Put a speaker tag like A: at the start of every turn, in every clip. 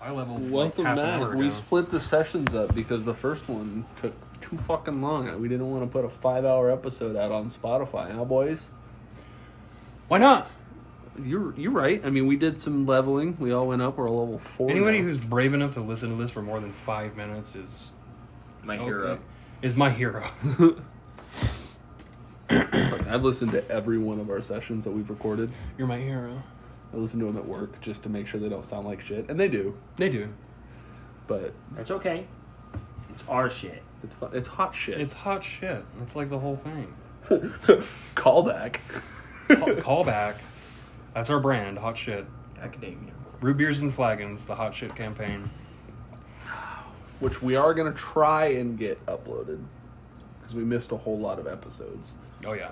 A: Our level. like,
B: Welcome
A: half an hour
B: back. We
A: ago.
B: split the sessions up because the first one took too fucking long. We didn't want to put a five hour episode out on Spotify, huh, boys?
A: Why not?
B: You're you're right. I mean, we did some leveling. We all went up. We're a level four.
A: Anybody
B: now.
A: who's brave enough to listen to this for more than five minutes is
C: My
A: okay-
C: hero.
A: Is my hero.
B: Look, I've listened to every one of our sessions that we've recorded.
A: You're my hero.
B: I listen to them at work just to make sure they don't sound like shit, and they do.
A: They do.
B: But
C: That's okay. It's our shit.
B: it's fu- it's hot shit.
A: It's hot shit. It's like the whole thing.
B: callback.
A: Call, call back. That's our brand. Hot shit.
C: Academia.
A: Root beers and flagons. The hot shit campaign.
B: which we are gonna try and get uploaded because we missed a whole lot of episodes.
A: Oh yeah.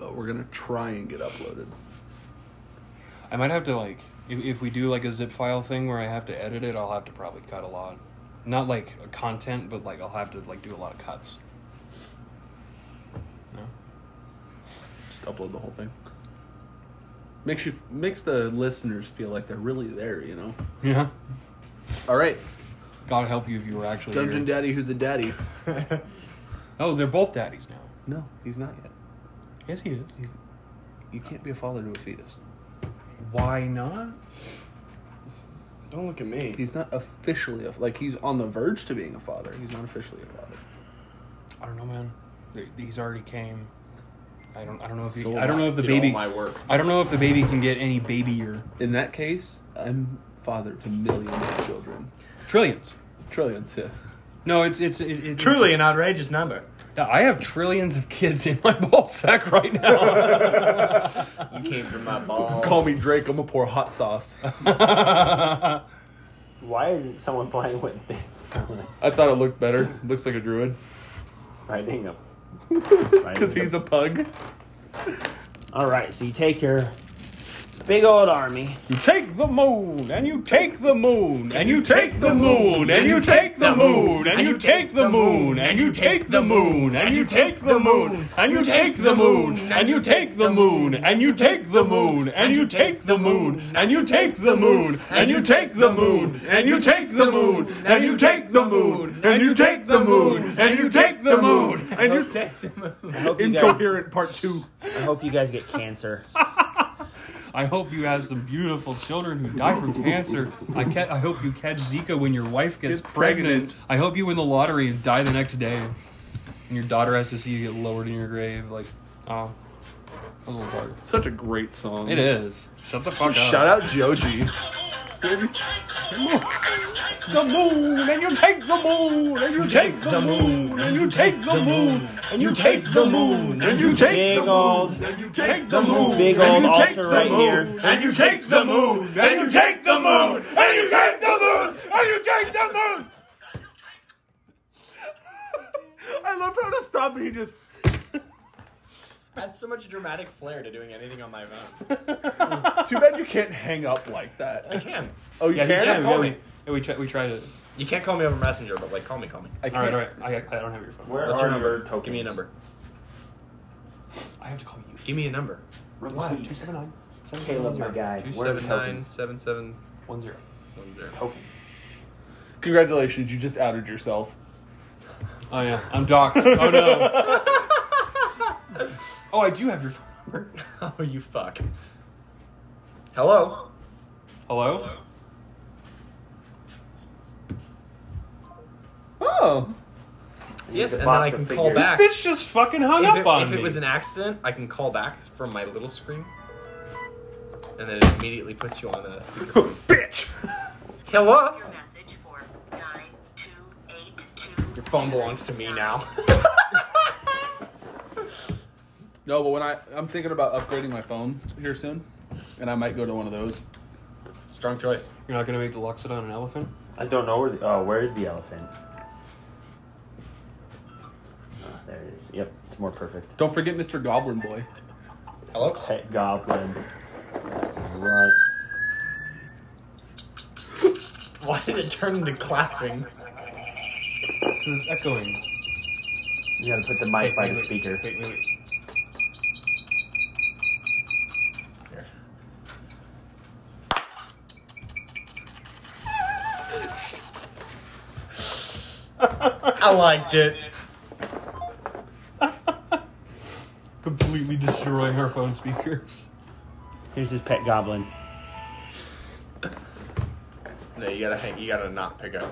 B: But we're gonna try and get uploaded.
A: I might have to like if, if we do like a zip file thing where I have to edit it, I'll have to probably cut a lot. Not like content, but like I'll have to like do a lot of cuts. No.
B: Just upload the whole thing. Makes you makes the listeners feel like they're really there, you know.
A: Yeah.
B: All right,
A: God help you if you were actually
B: Dungeon
A: here.
B: Daddy, who's a daddy?
A: oh, they're both daddies now.
B: No, he's not yet.
A: Yes, he is.
B: He's you can't be a father to a fetus.
A: Why not?
C: Don't look at me.
B: He's not officially a, like he's on the verge to being a father. He's not officially a father.
A: I don't know, man. They- He's already came. I don't. I don't know if. He,
B: So
A: I don't know if the
C: Did all
A: baby.
C: my work.
A: I don't know if the baby can get any babier.
B: In that case, I'm father to millions of children,
A: Trillions.
B: trillions. Yeah.
A: No, it's it's it, it,
C: Truly an outrageous number.
A: Yeah, I have trillions of kids in my ball sack right now.
C: You came from my balls.
B: Call me Drake. I'm gonna pour hot sauce.
D: Why isn't someone playing with this phone?
B: I thought it looked better. Looks like a druid.
D: Riding up.
B: Because he's a pug.
D: All right, so you take your big old army.
A: you take the moon, and you take the moon, and you take the moon, and you take the moon, and you take the moon, and you take the moon, and you take the moon, and you take the moon, and you take the moon, and you take the moon, and you take the moon, and you take the moon, and you take the moon, and you take the moon, and you take the moon, and you take the moon, and you take the moon, and you take.
D: I hope you guys,
B: Incoherent part two.
D: I hope you guys get cancer.
A: I hope you have some beautiful children who die from cancer. I, ca- I hope you catch Zika when your wife gets
B: Gets
A: pregnant.
B: pregnant.
A: I hope you win the lottery and die the next day. And your daughter has to see you get lowered in your grave. Like, oh, that was a little dark.
B: Such a great song.
A: It is. Shut the fuck up.
B: Shout out Joji. Baby.
A: The moon, and you take the moon, and you take the moon, and you take the moon, and you take the moon, and you take
D: Big
A: the moon,
D: old,
A: and you take the moon,
D: big
A: and
D: old
A: you take
D: altar
A: the
D: right
A: moon.
D: here.
A: And you take the moon, and you take the moon, and you take the moon, and you take the moon.
B: I love how to stop it. He just.
C: That's so much dramatic flair to doing anything on my phone.
B: Too bad you can't hang up like
C: I
B: that.
C: can.
B: Oh, you
A: Yeah,
B: can?
A: yeah,
C: call
A: yeah, we,
C: me.
A: yeah, we, tried, we tried it.
C: You can't call me over Messenger, but like, call me, call me.
B: I can't.
A: All right, all right. I, I don't have your phone.
C: What's your number? Give me a number.
A: I have to call you.
C: Give me a number.
A: Why? 279
D: Caleb, my guy.
C: Two
D: Where are
C: seven nine
D: tokens?
C: seven seven
A: 10.
C: one zero.
D: Tokens.
B: Congratulations, you just outed yourself.
A: Oh, yeah. I'm doxxed. Oh, no. oh, I do have your phone number.
C: Oh, you fuck. Hello.
A: Hello?
B: Oh.
C: Yes,
D: the
C: and then
D: box
C: I
D: of
C: can
D: figures.
C: call
A: This
C: back.
A: bitch just fucking hung
C: If
A: up
C: it,
A: on
C: if
A: me.
C: it was an accident, I can call back from my little screen, and then it immediately puts you on a speaker.
B: Bitch!
C: Hello.
E: Your message for 9282.
C: Your phone belongs to me now.
B: No, but when I. I'm thinking about upgrading my phone here soon, and I might go to one of those.
C: Strong choice.
A: You're not going to make the Luxodon an elephant?
D: I don't know where the. Oh, where is the elephant? Oh, there it is. Yep, it's more perfect.
B: Don't forget Mr. Goblin Boy.
C: Hello.
D: Pet goblin. Right.
C: Why did it turn into clapping?
A: So it's echoing.
D: You gotta put the mic by the speaker.
A: Wait, wait, wait.
C: Here. I liked it.
B: Completely destroying our phone speakers.
D: Here's his pet goblin.
C: No, you gotta hang, you gotta not pick up.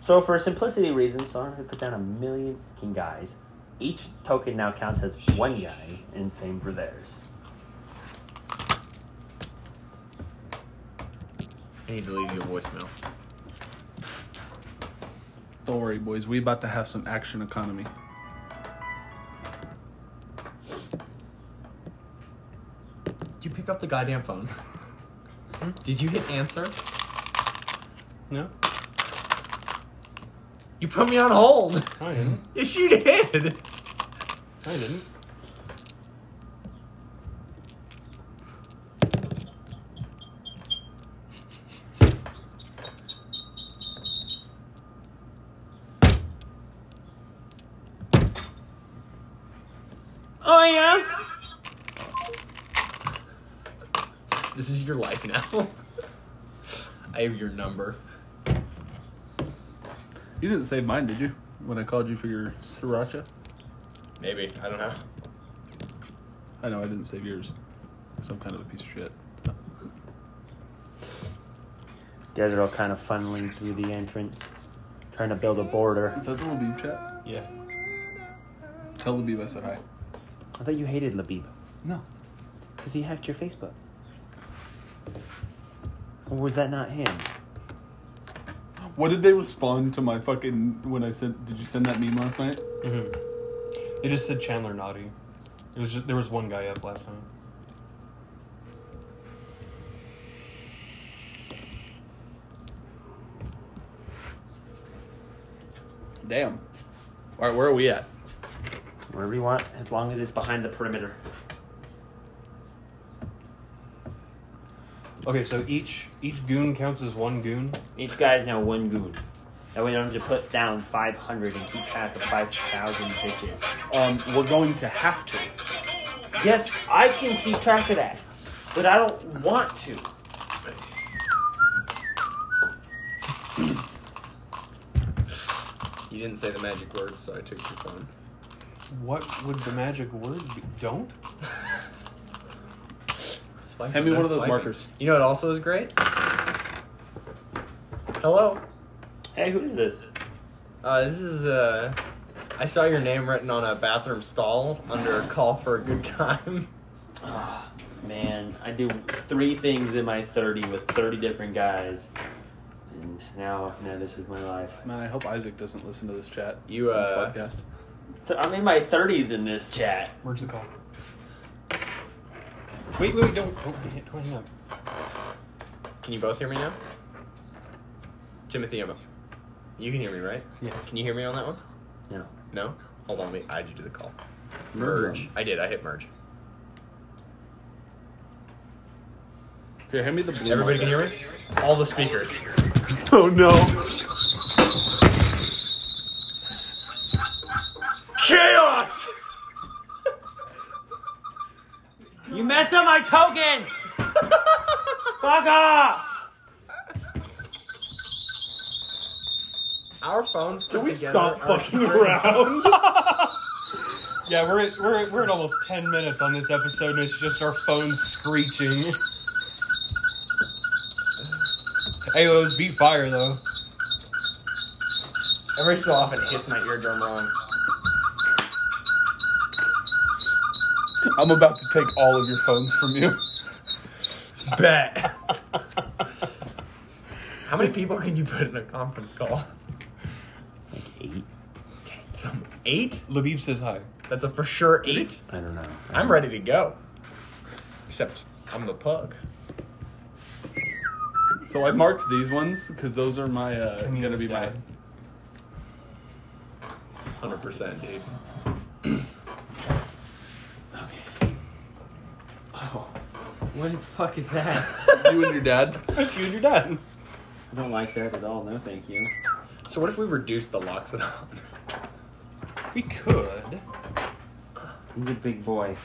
D: So for simplicity reasons, so I'm gonna put down a million fucking guys. Each token now counts as one guy, and same for theirs.
C: I need to leave you a voicemail.
B: Don't worry, boys. We about to have some action economy.
C: Did you pick up the goddamn phone? Did you hit answer?
B: No,
C: You put me on hold.
B: I didn't.
C: Yes, you did.
B: I didn't.
D: Oh yeah.
C: This is your life now. I have your number.
B: You didn't save mine, did you? When I called you for your sriracha?
C: Maybe I don't know.
B: I know I didn't save yours. Some kind of a piece of shit.
D: Guys are all kind of funneling through the entrance, trying to build a border.
B: Is that the Labib chat?
C: Yeah.
B: Tell Labib I said hi.
D: I thought you hated Labib
B: No.
D: because he hacked your Facebook. Or was that not him?
B: What did they respond to my fucking when I said? Did you send that meme last night?
A: Mm-hmm. They just said Chandler naughty. It was just, there was one guy up last night.
B: Damn. All right, where are we at?
D: Wherever you want, as long as it's behind the perimeter.
A: Okay, so each each goon counts as one goon.
D: Each guy is now one goon. That way, I don't have to put down 500 and keep track of 5,000 bitches.
B: Um, we're going to have to.
D: Yes, I can keep track of that, but I don't want to.
C: You didn't say the magic word, so I took your phone.
A: What would the magic word be? Don't?
C: Swiping,
B: Hand me one of those
C: swiping.
B: markers.
C: You know what also is great? Hello.
D: Hey, who is this?
C: Uh, this is uh, I saw your name written on a bathroom stall under a call for a good time.
D: Ah, man, I do three things in my 30 with 30 different guys. And now, now this is my life.
B: Man, I hope Isaac doesn't listen to this chat.
C: You, uh,
B: this podcast.
D: Th- I'm in my 30s in this chat.
A: Where's the call? Wait, wait, wait, don't, don't, hang- don't hang up.
C: Can you both hear me now? Timothy, Emma. You can hear me, right?
A: Yeah.
C: Can you hear me on that one?
D: No.
C: No? Hold on, wait. I had you do the call.
B: Merge.
C: Merge. I did. I hit merge.
B: Here, hand me the blue.
C: Everybody can hear me? All the speakers.
B: Oh no.
C: Chaos!
D: You messed up my tokens! Fuck off!
C: Our phones put
B: Can we
C: together
B: stop
C: are
B: fucking
C: strange.
B: around?
A: Yeah, we're at, we're at, we're at almost ten minutes on this episode, and it's just our phones screeching. hey, those beat fire though.
C: Every so often it hits my eardrum wrong.
B: I'm about to take all of your phones from you.
C: Bet. How many people can you put in a conference call?
D: Eight?
C: Some eight?
A: Labib says hi.
C: That's a for sure eight.
D: I don't know.
C: I'm ready to go. Except I'm the pug.
B: So I marked these ones because those are my uh,
A: Can you
B: gonna be my.
A: understand?
C: 100%, dude.
B: Oh,
D: What the fuck is that?
B: you and your dad.
A: That's you and your dad.
D: I don't like that at all. No, thank you.
C: So what if we reduce the loxodon?
A: We could.
D: He's a big boy.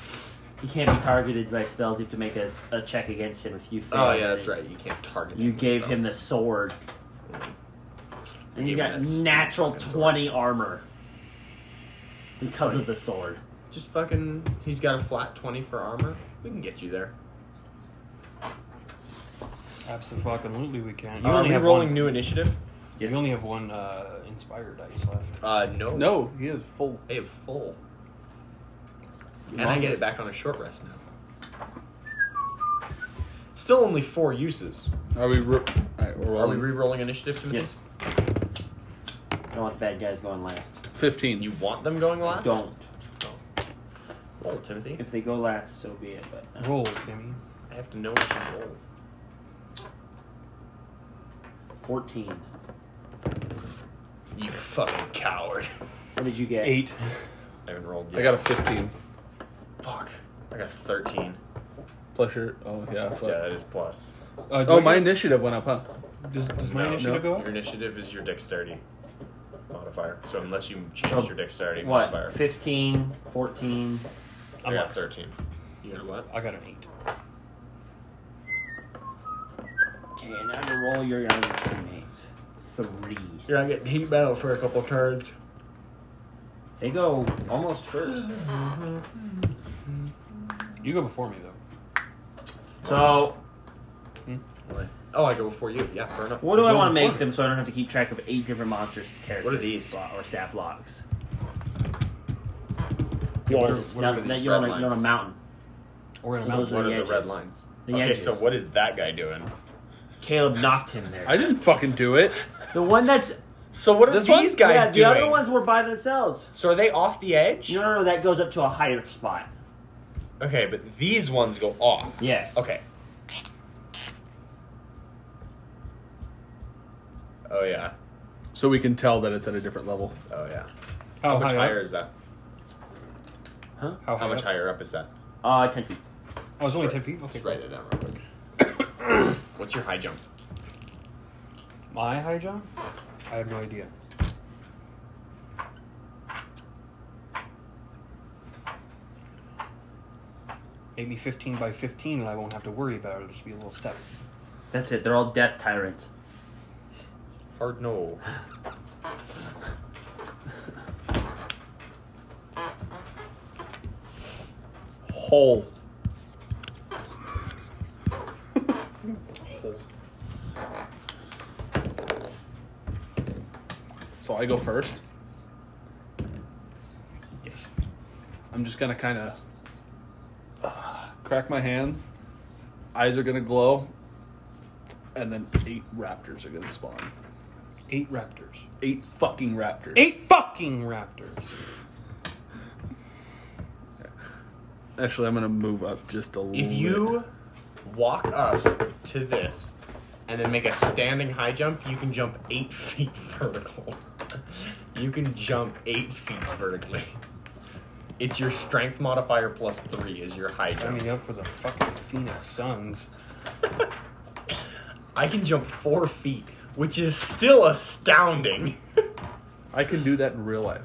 D: He can't be targeted by spells. You have to make a, a check against him if you fail.
C: Oh yeah, that's right. You can't target.
D: You
C: him with
D: gave him the
C: spells.
D: sword, and he's
C: Gave him
D: got
C: that stupid
D: natural
C: fucking sword.
D: twenty armor because of the sword.
C: Just fucking. He's got a flat twenty for armor. We can get you there.
A: Absolutely, we can.
C: Uh, are we rolling new initiative?
A: You only have one uh, inspired dice left.
C: Uh, no.
B: No, he is full.
C: I have full, and I get it back on a short rest now. Still only four uses.
B: Are we? Re- all right, we're
C: Are we
B: rolling.
C: re-rolling initiative? Timothy?
D: Yes. I want the bad guys going last.
B: Fifteen.
C: You want them going last? Oh.
D: Don't.
C: Roll, Timothy.
D: If they go last, so be it. But uh,
A: Roll, Timmy.
C: I have to know what you roll.
D: fourteen.
C: You fucking coward.
D: What did you get?
A: Eight.
C: I haven't rolled yet.
B: I got a fifteen.
C: fuck. I got thirteen.
B: Plus your. Oh yeah. Fuck.
C: Yeah, that is plus.
A: Uh, do I
B: Oh,
A: get-
B: my initiative went up, huh?
A: Does, does my
C: No.
A: initiative
B: No.
A: go
C: Your
A: up?
C: initiative is your dexterity modifier. So unless you change
D: Oh,
C: your dexterity modifier,
D: What? 15, 14.
C: I
A: I'm
C: got
A: up.
C: thirteen. You got what?
A: I got an eight.
D: Okay, and I'm gonna roll your guys' teammates. Three.
C: You're not getting heat battle for a couple turns.
D: They go almost first.
A: You go before me, though.
D: So,
C: Oh, I go before you. Yeah, fair enough.
D: what do I
A: Go
D: want to
A: before
D: make them so I don't have to keep track of eight different monsters' characters?
C: What are these?
D: Or stat blocks.
C: What are-
D: Those-
C: what
D: now
C: are
D: that
C: these
D: you're, on a,
C: red
D: you're on a
C: lines?
D: mountain.
A: Or in a
D: So
A: mountain.
D: those
C: What
D: the
C: are the red
D: edges.
C: lines?
D: The
C: okay,
D: edges.
C: so what is that guy doing?
D: Caleb knocked him there.
B: I didn't fucking do it.
D: The one that's
C: So what are
B: This
C: these guys
D: yeah, the
C: doing?
D: other ones were by themselves.
C: So are they off the edge?
D: No, no, no. That goes up to a higher spot.
C: Okay, but these ones go off.
D: Yes.
C: Okay. Oh yeah.
B: So we can tell that it's at a different level.
C: Oh yeah.
A: How,
C: How much
A: high
C: higher
A: Up?
C: is that?
D: Huh?
A: How,
C: How
A: high
C: much
A: up?
C: higher up is that?
D: Uh, ten feet.
A: Oh, it's only 10 feet? Okay.
C: Just write it down real quick. What's your high jump?
A: My high jump? I have no idea. Maybe 15 by 15, and I won't have to worry about it. It'll just be a little step.
D: That's it. They're all death tyrants.
C: Hard no.
B: Hole. so I go first.
A: Yes.
B: I'm just gonna kind of crack my hands. Eyes are gonna glow, and then eight raptors are gonna spawn.
A: Eight raptors.
B: Eight fucking raptors.
A: Eight fucking raptors!
B: Actually, I'm gonna move up just a little.
C: If you walk up to this and then make a standing high jump, you can jump eight feet vertical. you can jump eight feet vertically. It's your strength modifier plus three is your high jump.
A: Signing up for the fucking Phoenix Suns.
C: I can jump four feet, which is still astounding.
B: I can do that in real life.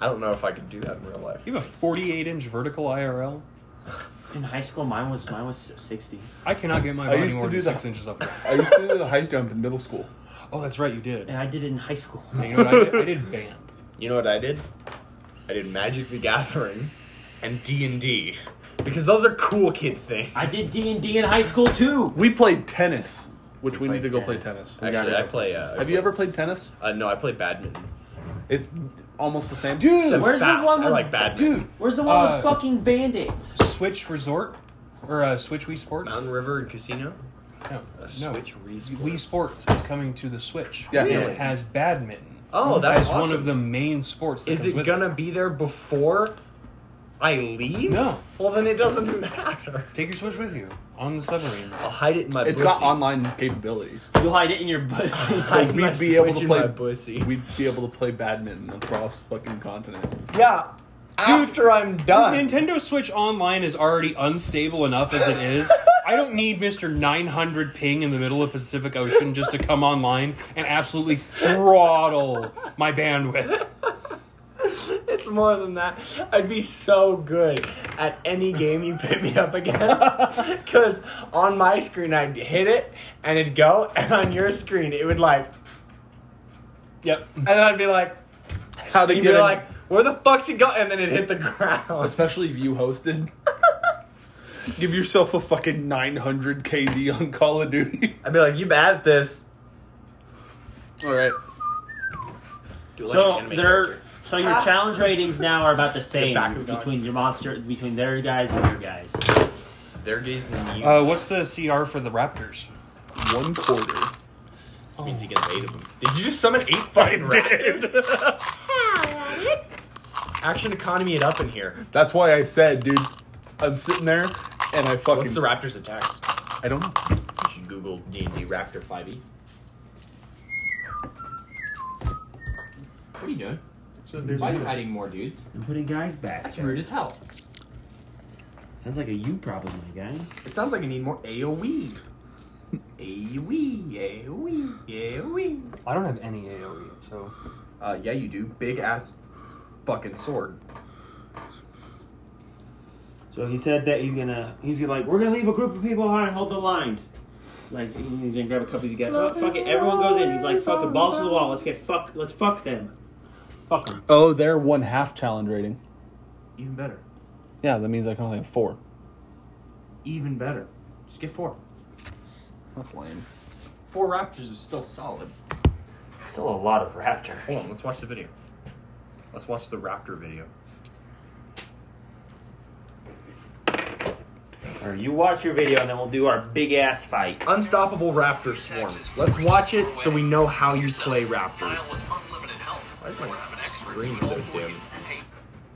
C: I don't know if I could do that in real life.
A: You have a 48 inch vertical IRL?
D: In high school, mine was mine was sixty.
A: I cannot get my
B: I
A: body
B: used to
A: more
B: do
A: than
B: that.
A: six inches up.
B: I used to do the high jump in middle school.
A: Oh, that's right, you did.
D: And I did it in high school.
A: And you know what I did? I did band.
C: You know what I did? I did Magic the Gathering and D and D because those are cool kid things.
D: I did D and D in high school too.
B: We played tennis, which we,
D: played
B: need to go play
D: tennis.
B: tennis.
D: We
C: Actually, I
D: gotta-
C: play. Uh, I
B: Have
C: play-
B: you ever played tennis?
C: Uh, no, I play badminton.
B: It's almost the same.
C: Except
D: where's the
C: fast.
D: one
C: I
D: with-
C: like badminton.
A: Dude,
D: Where's the one
A: Uh,
D: with fucking band-aids?
A: Switch Resort? Or uh, Switch Wii Sports?
C: Mountain River and Casino.
A: No,
C: Uh,
A: no.
C: Switch Wii Sports.
A: Wii Sports is coming to the Switch.
B: Yeah.
A: and
B: Really?
A: it has badminton.
C: Oh, that's
A: as one
C: awesome.
A: of the main sports. That
C: Is
A: comes
C: it
A: with
C: gonna be there before I leave?
A: No.
C: Well, then it doesn't matter.
A: Take your Switch with you on the submarine.
C: I'll hide it in my.
B: It's
C: bussy.
B: got online capabilities.
D: You hide it in your pussy.
C: Hide
B: we'd
C: my
B: be able to
C: Switch in
B: play-
C: my bussy.
B: We'd be able to play badminton across fucking continent.
C: Yeah. After I'm done.
A: Nintendo Switch Online is already unstable enough as it is. I don't need Mr. 900 ping in the middle of Pacific Ocean just to come online and absolutely throttle my bandwidth.
C: it's it's more than that. I'd be so good at any game you pit me up against. Because on my screen, I'd hit it and it'd go, and on your screen, it would like,
A: Yep.
C: and then I'd be like,
B: How
C: you'd be like, where the fuck's it go? And then it hit the ground.
B: especially if you hosted. Give yourself a fucking 900 KD on Call of Duty.
C: I'd be like, you bad at this.
B: All right.
C: Do it like an
D: So
C: anime
D: they're
C: character.
D: so your challenge ratings now are about the same
C: Bakugan.
D: between your monster between their guys and your guys.
C: They're gazing at you.
A: Uh, what's the CR for the Raptors?
B: One quarter.
C: means he gets eight of them. Did you just summon eight fucking raptors? Action economy it up in here.
B: That's why I said, dude, I'm sitting there and I fucking.
C: What's the raptors' attacks?
B: I don't know.
C: You should Google D and D Raptor Five E. What are you doing?
D: So there's
C: Why are you adding more dudes?
D: I'm putting guys back.
C: That's rude as hell.
D: Sounds like a you problem, my guy.
C: It sounds like you need more E. AOE. AOE, AOE, AOE.
A: I don't have any AOE, so
C: E. Uh, yeah, you do. Big ass fucking sword.
D: So he said that he's gonna he's gonna like we're gonna leave a group of people behind and hold the line. He's like he's gonna grab a couple of you guys. Oh fuck it, everyone goes in. He's like fucking balls to the wall. Let's get fuck. Let's fuck them. Fuck them.
B: Oh, they're one half challenge rating.
C: Even better.
B: Yeah, that means I can only have four.
C: Even better. Just get four.
B: That's lame.
C: Four raptors is still solid.
D: Still a lot of raptors.
C: Hold on, let's watch the video. Let's watch the raptor video.
D: Or you watch your video and then we'll do our big ass fight.
C: Unstoppable Raptor Swarm. Let's watch it so we know how you play Raptors. Why is my screen so dim?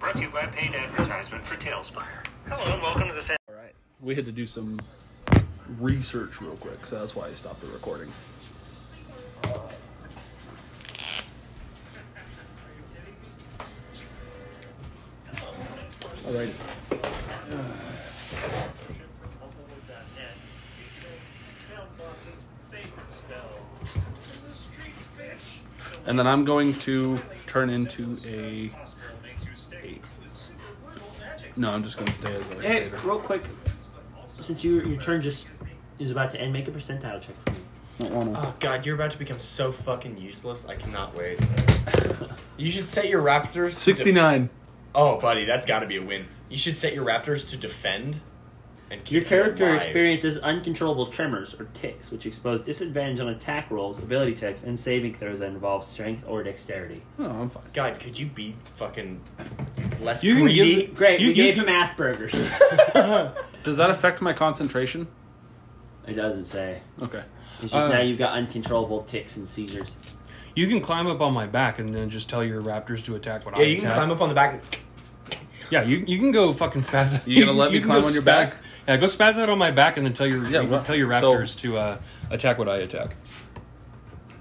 F: Brought to you by paid advertisement for Tailspire. Hello and welcome to the San
B: All right. We had to do some research real quick, so that's why I stopped the recording. All right. And then I'm going to turn into a. No, I'm just going to stay as a.
D: Hey, real quick, since you, your turn just is about to end, make a percentile check for me.
B: Don't wanna-
C: Oh god, you're about to become so fucking useless. I cannot wait. You should set your Raptors. to
B: 69.
C: def- oh, buddy, that's got to be a win. You should set your Raptors to defend. And keep
D: Your
C: you
D: character
C: alive.
D: experiences uncontrollable tremors or ticks, which expose disadvantage on attack rolls, ability checks, and saving throws that involve strength or dexterity.
B: No, Oh, I'm fine.
C: God, could you be fucking less
B: You can give
C: greedy?
B: the-
D: Great,
B: You-
D: we
B: you
D: gave
B: can-
D: him Asperger's.
B: Does that affect my concentration?
D: it doesn't say.
B: Okay.
D: It's just
B: Uh,
D: now you've got uncontrollable ticks and seizures.
A: you can climb up on my back and then just tell your Raptors to attack when
C: yeah,
A: I
C: you can
A: attack.
C: climb up on the back. and-
A: Yeah, you you can go fucking spaz. out.
B: You gonna let me
A: can
B: climb
A: go
B: on your
A: spaz-
B: back?
A: Yeah, go spaz out on my back and then tell your
B: Yeah,
A: you
B: well,
A: can tell your
B: so-
A: Raptors to uh, attack what I attack.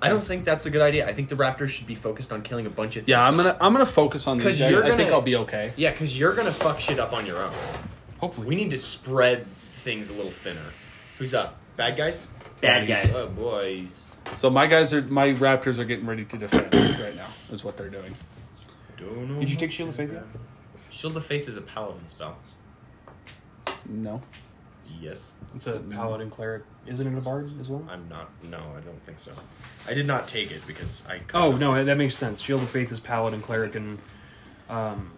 C: I don't think that's a good idea. I think the Raptors should be focused on killing a bunch of things.
B: Yeah, I'm gonna I'm gonna focus on these
C: 'Cause
B: guys.
C: you're
B: I think
C: gonna-
B: I'll be okay.
C: Yeah, because you're gonna fuck shit up on your own.
A: Hopefully,
C: We need to spread things a little thinner. Who's up? Bad guys.
D: Bad guys.
C: Oh boys.
B: So my guys are my Raptors are getting ready to defend right now. Is what they're doing.
C: Don't know
A: Did you take Shield of Faith yet?
C: Shield of Faith is a paladin spell.
B: No.
C: Yes.
A: It's a paladin cleric, isn't it a bard as well?
C: I'm not. No, I don't think so. I did not take it because I. could
A: Oh
C: not.
A: no, that makes sense. Shield of Faith is paladin cleric, and um,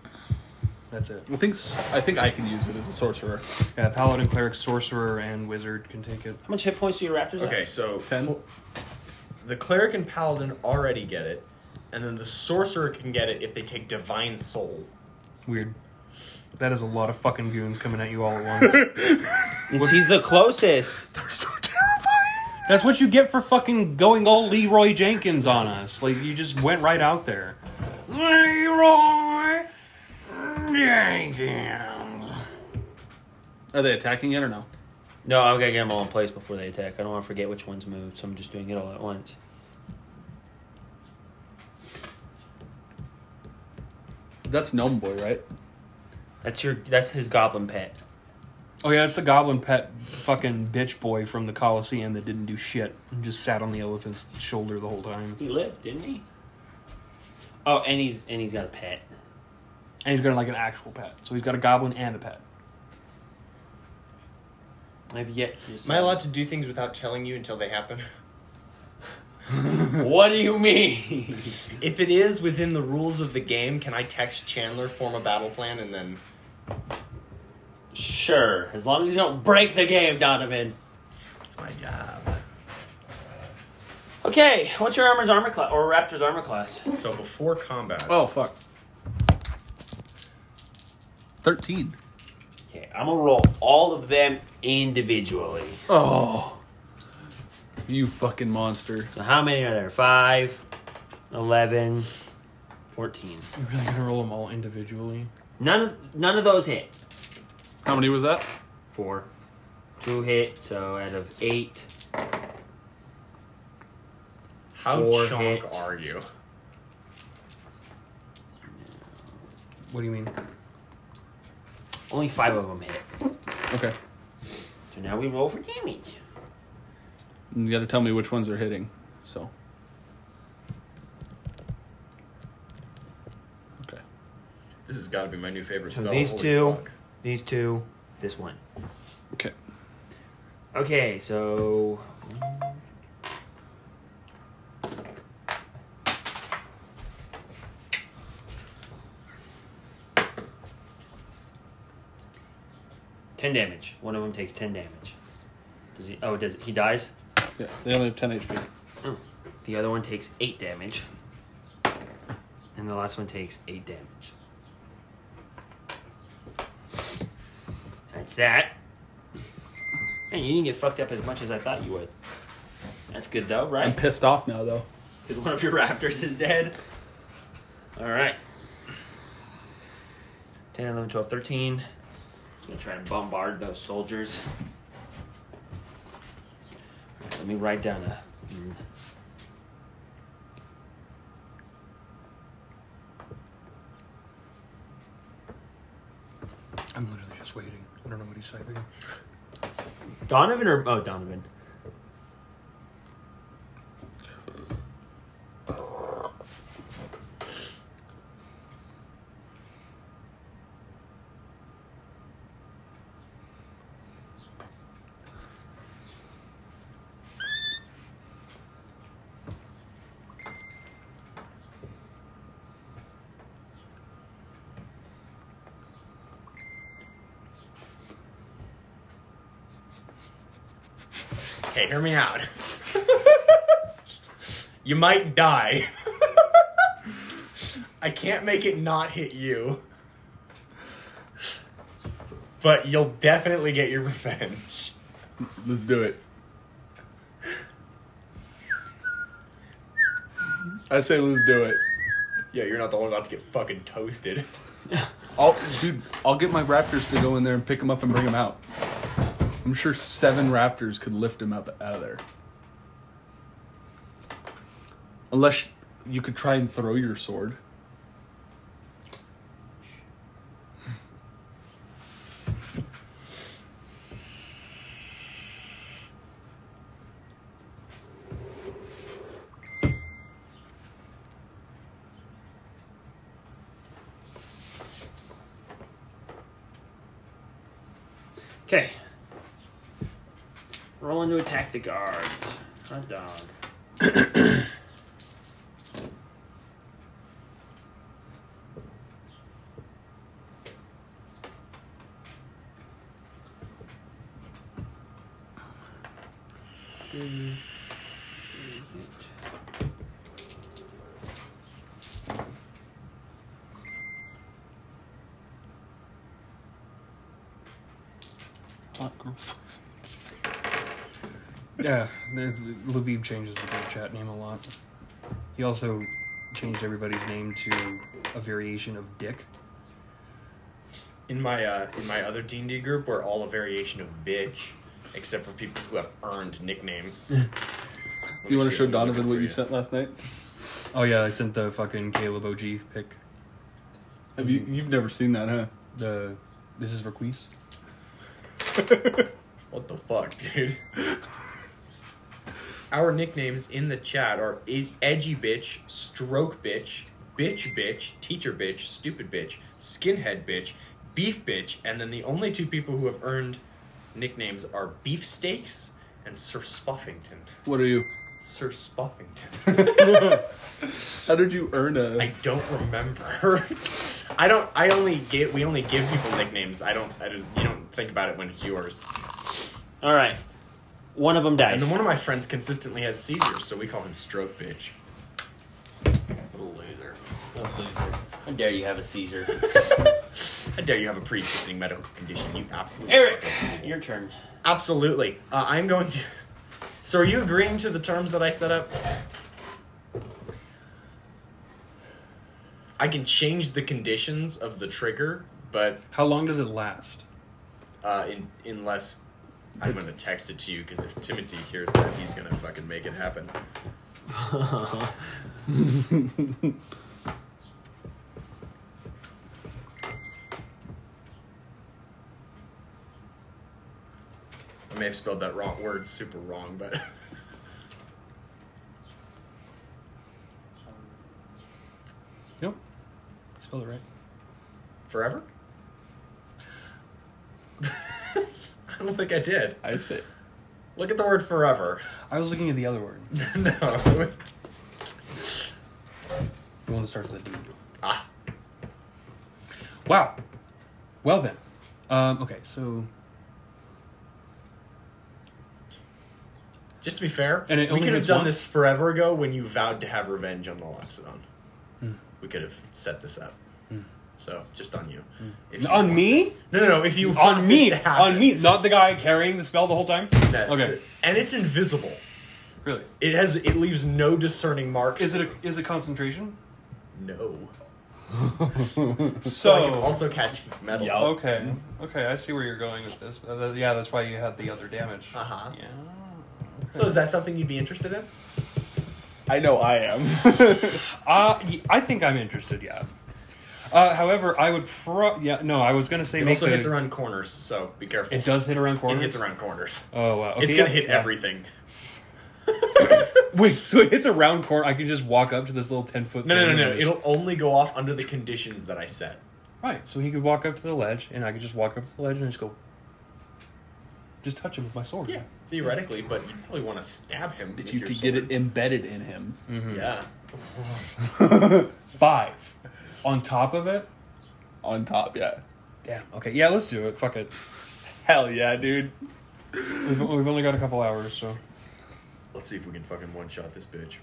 A: that's it.
B: I think s- I think I can use it as a sorcerer.
A: Yeah, paladin cleric, sorcerer, and wizard can take it.
D: How much hit points do your raptors
C: Okay,
D: have?
C: so
B: Ten.
C: cl- the cleric and paladin already get it, and then the sorcerer can get it if they take divine soul.
A: Weird. That is a lot of fucking goons coming at you all at once.
D: It's- he's the closest.
C: They're so terrifying.
A: That's what you get for fucking going all Leroy Jenkins on us. Like you just went right out there. Leroy Jenkins.
B: Are they attacking it or no?
D: No, I've got to get them all in place before they attack. I don't want to forget which one's moved, so I'm just doing it all at once.
B: That's Gnome Boy, right?
D: That's your. That's his goblin pet.
A: Oh yeah, it's the goblin pet fucking bitch boy from the Coliseum that didn't do shit and just sat on the elephant's shoulder the whole time.
D: He lived, didn't he? Oh, and he's and he's got a pet.
A: and he's gonna like an actual pet. So he's got a goblin and a pet.
D: I've yet to
C: Am I allowed to do things without telling you until they happen?
D: What do you mean?
C: If it is within the rules of the game, can I text Chandler, form a battle plan, and then.
D: sure, as long as you don't break the game, Donovan.
C: It's my job.
D: Okay, what's your armor's armor class or Raptor's armor class?
C: So before combat.
B: Oh fuck. Thirteen.
D: Okay, I'm gonna roll all of them individually.
B: Oh. You fucking monster.
D: So how many are there? 5, 11, 14.
A: You're really gonna roll them all individually.
D: None of, none of those hit.
B: How many was that?
D: Four. Two hit, so out of eight.
C: how
D: four
C: chunk
D: hit.
C: are you?
A: What do you mean?
D: Only five of them hit.
B: Okay.
D: So now we roll for damage.
B: You gotta tell me which ones are hitting. So. Okay.
C: This has got to be my new favorite
D: So
C: spell.
D: these
C: Holy
D: two,
C: fuck.
D: these two, this one.
B: Okay.
D: Okay, so. Ten damage. One of them takes ten damage. Does he? Oh, does he dies?
B: Yeah, they only have ten HP.
D: The other one takes eight damage, and the last one takes eight damage. That's that. Man, you didn't get fucked up as much as I thought you would. That's good though,
B: I'm
D: right?
B: pissed off now though.
D: Because one of your raptors is dead. All right. 10, 11, 12, 13. Just going to try and bombard those soldiers. All right, let me write down a. mm.
A: I'm literally just waiting. I don't know what he's typing.
D: Donovan or. Oh, Donovan.
C: Okay, hear me out. you might die. I can't make it not hit you. But you'll definitely get your revenge.
B: Let's do it. I say let's do it.
C: Yeah, you're not the one about to get fucking toasted.
B: I'll, dude, I'll get my raptors to go in there and pick him up and bring him out. I'm sure seven raptors could lift him up out of there. Unless you could try and throw your sword.
D: Okay. Rolling to attack the guards. Hot dog. Mm.
A: Yeah, there's- Labib changes the group chat name a lot. He also changed everybody's name to a variation of Dick.
C: In my uh, in my other D and D group, we're all a variation of bitch, except for people who have earned nicknames. Let me
B: You want
C: see
B: to show
C: if I can look
B: Donovan
C: for
B: what you sent last night?
A: Oh yeah, I sent the fucking Caleb OG pick.
B: Have you? You've never seen that, huh?
A: The this is Requise.
C: What the fuck, dude? Our nicknames in the chat are ed- edgy bitch, e-, stroke bitch, bitch bitch, teacher bitch, stupid bitch, skinhead bitch, beef bitch, and then the only two people who have earned nicknames are Beefsteaks and Sir Spuffington.
A: What are you?
C: Sir Spuffington.
A: How did you earn a?
C: I don't remember. I don't. I only get. We only give people nicknames. I don't. I don't. You don't think about it when it's yours.
D: All right. One of them
C: And then
D: died.
C: one of my friends consistently has seizures, so we call him stroke bitch. Little loser.
D: How dare you have a seizure?
C: I dare you have a pre-existing medical condition. You absolutely.
D: Eric, your turn.
C: Absolutely. Uh, I'm going to. So are you agreeing to the terms that I set up? I can change the conditions of the trigger, but
A: How long does it last?
C: uh, in, unless I'm
A: It's-
C: gonna text it to you because if Timothy hears that, he's gonna fucking make it happen. I may have spelled that wrong word super wrong, but
A: Nope. Spelled it right.
C: forever. I don't think I did.
A: I say.
C: Look at the word forever.
A: I was looking at the other word.
C: no.
A: The one that starts with a D.
C: Ah.
A: Wow. Well then. Um, okay, so
C: Just to be fair,
A: And it
C: we
A: only
C: could have
A: hits
C: done
A: once?
C: this forever ago when you vowed to have revenge on the Loxodon.
A: Hmm.
C: We could have set this up. So just on you. If
A: Hmm. On
C: want
A: me?
C: this- No, no, no. If you want
A: on me,
C: this to happen.
A: on me, not the guy carrying the spell the whole time.
C: That's
A: okay,
C: it. And it's invisible.
A: really?
C: It has. It leaves no discerning marks.
A: Is it a is it concentration?
C: no? So I can
A: So
C: also cast heat metal.
A: yeah, okay, okay, I see where you're going with this. Uh, th- yeah, that's why you had the other damage.
C: Uh huh.
A: Yeah.
C: So is that something you'd be interested in?
A: I know I am. uh, y- I think I'm interested. Yeah. Uh, however, I would pro. Yeah, no, I was gonna say
C: It
A: make
C: also
A: the-
C: hits around corners, so be careful.
A: It does hit around
C: It
A: corners.
C: hits around corners.
A: Oh wow! Okay,
C: it's gonna
A: yeah,
C: hit
A: yeah.
C: everything.
A: Wait, so it hits a round corner. I can just walk up to this little ten foot.
C: No, no, no, no. It'll only go off under the conditions that I set.
A: right. So he could walk up to the ledge, and I could just walk up to the ledge and just go, just touch him with my sword.
C: Yeah, theoretically, but you probably want to stab him
B: If
C: with
B: you
C: your
B: could get
C: sword.
B: it embedded in him.
C: Yeah. Mm.
A: Five. On top of it.
B: On top, yeah.
A: Damn. Okay. Yeah. Let's do it. Fuck it.
B: Hell yeah, dude.
A: We've, we've only got a couple hours, so.
C: Let's see if we can fucking one shot this bitch.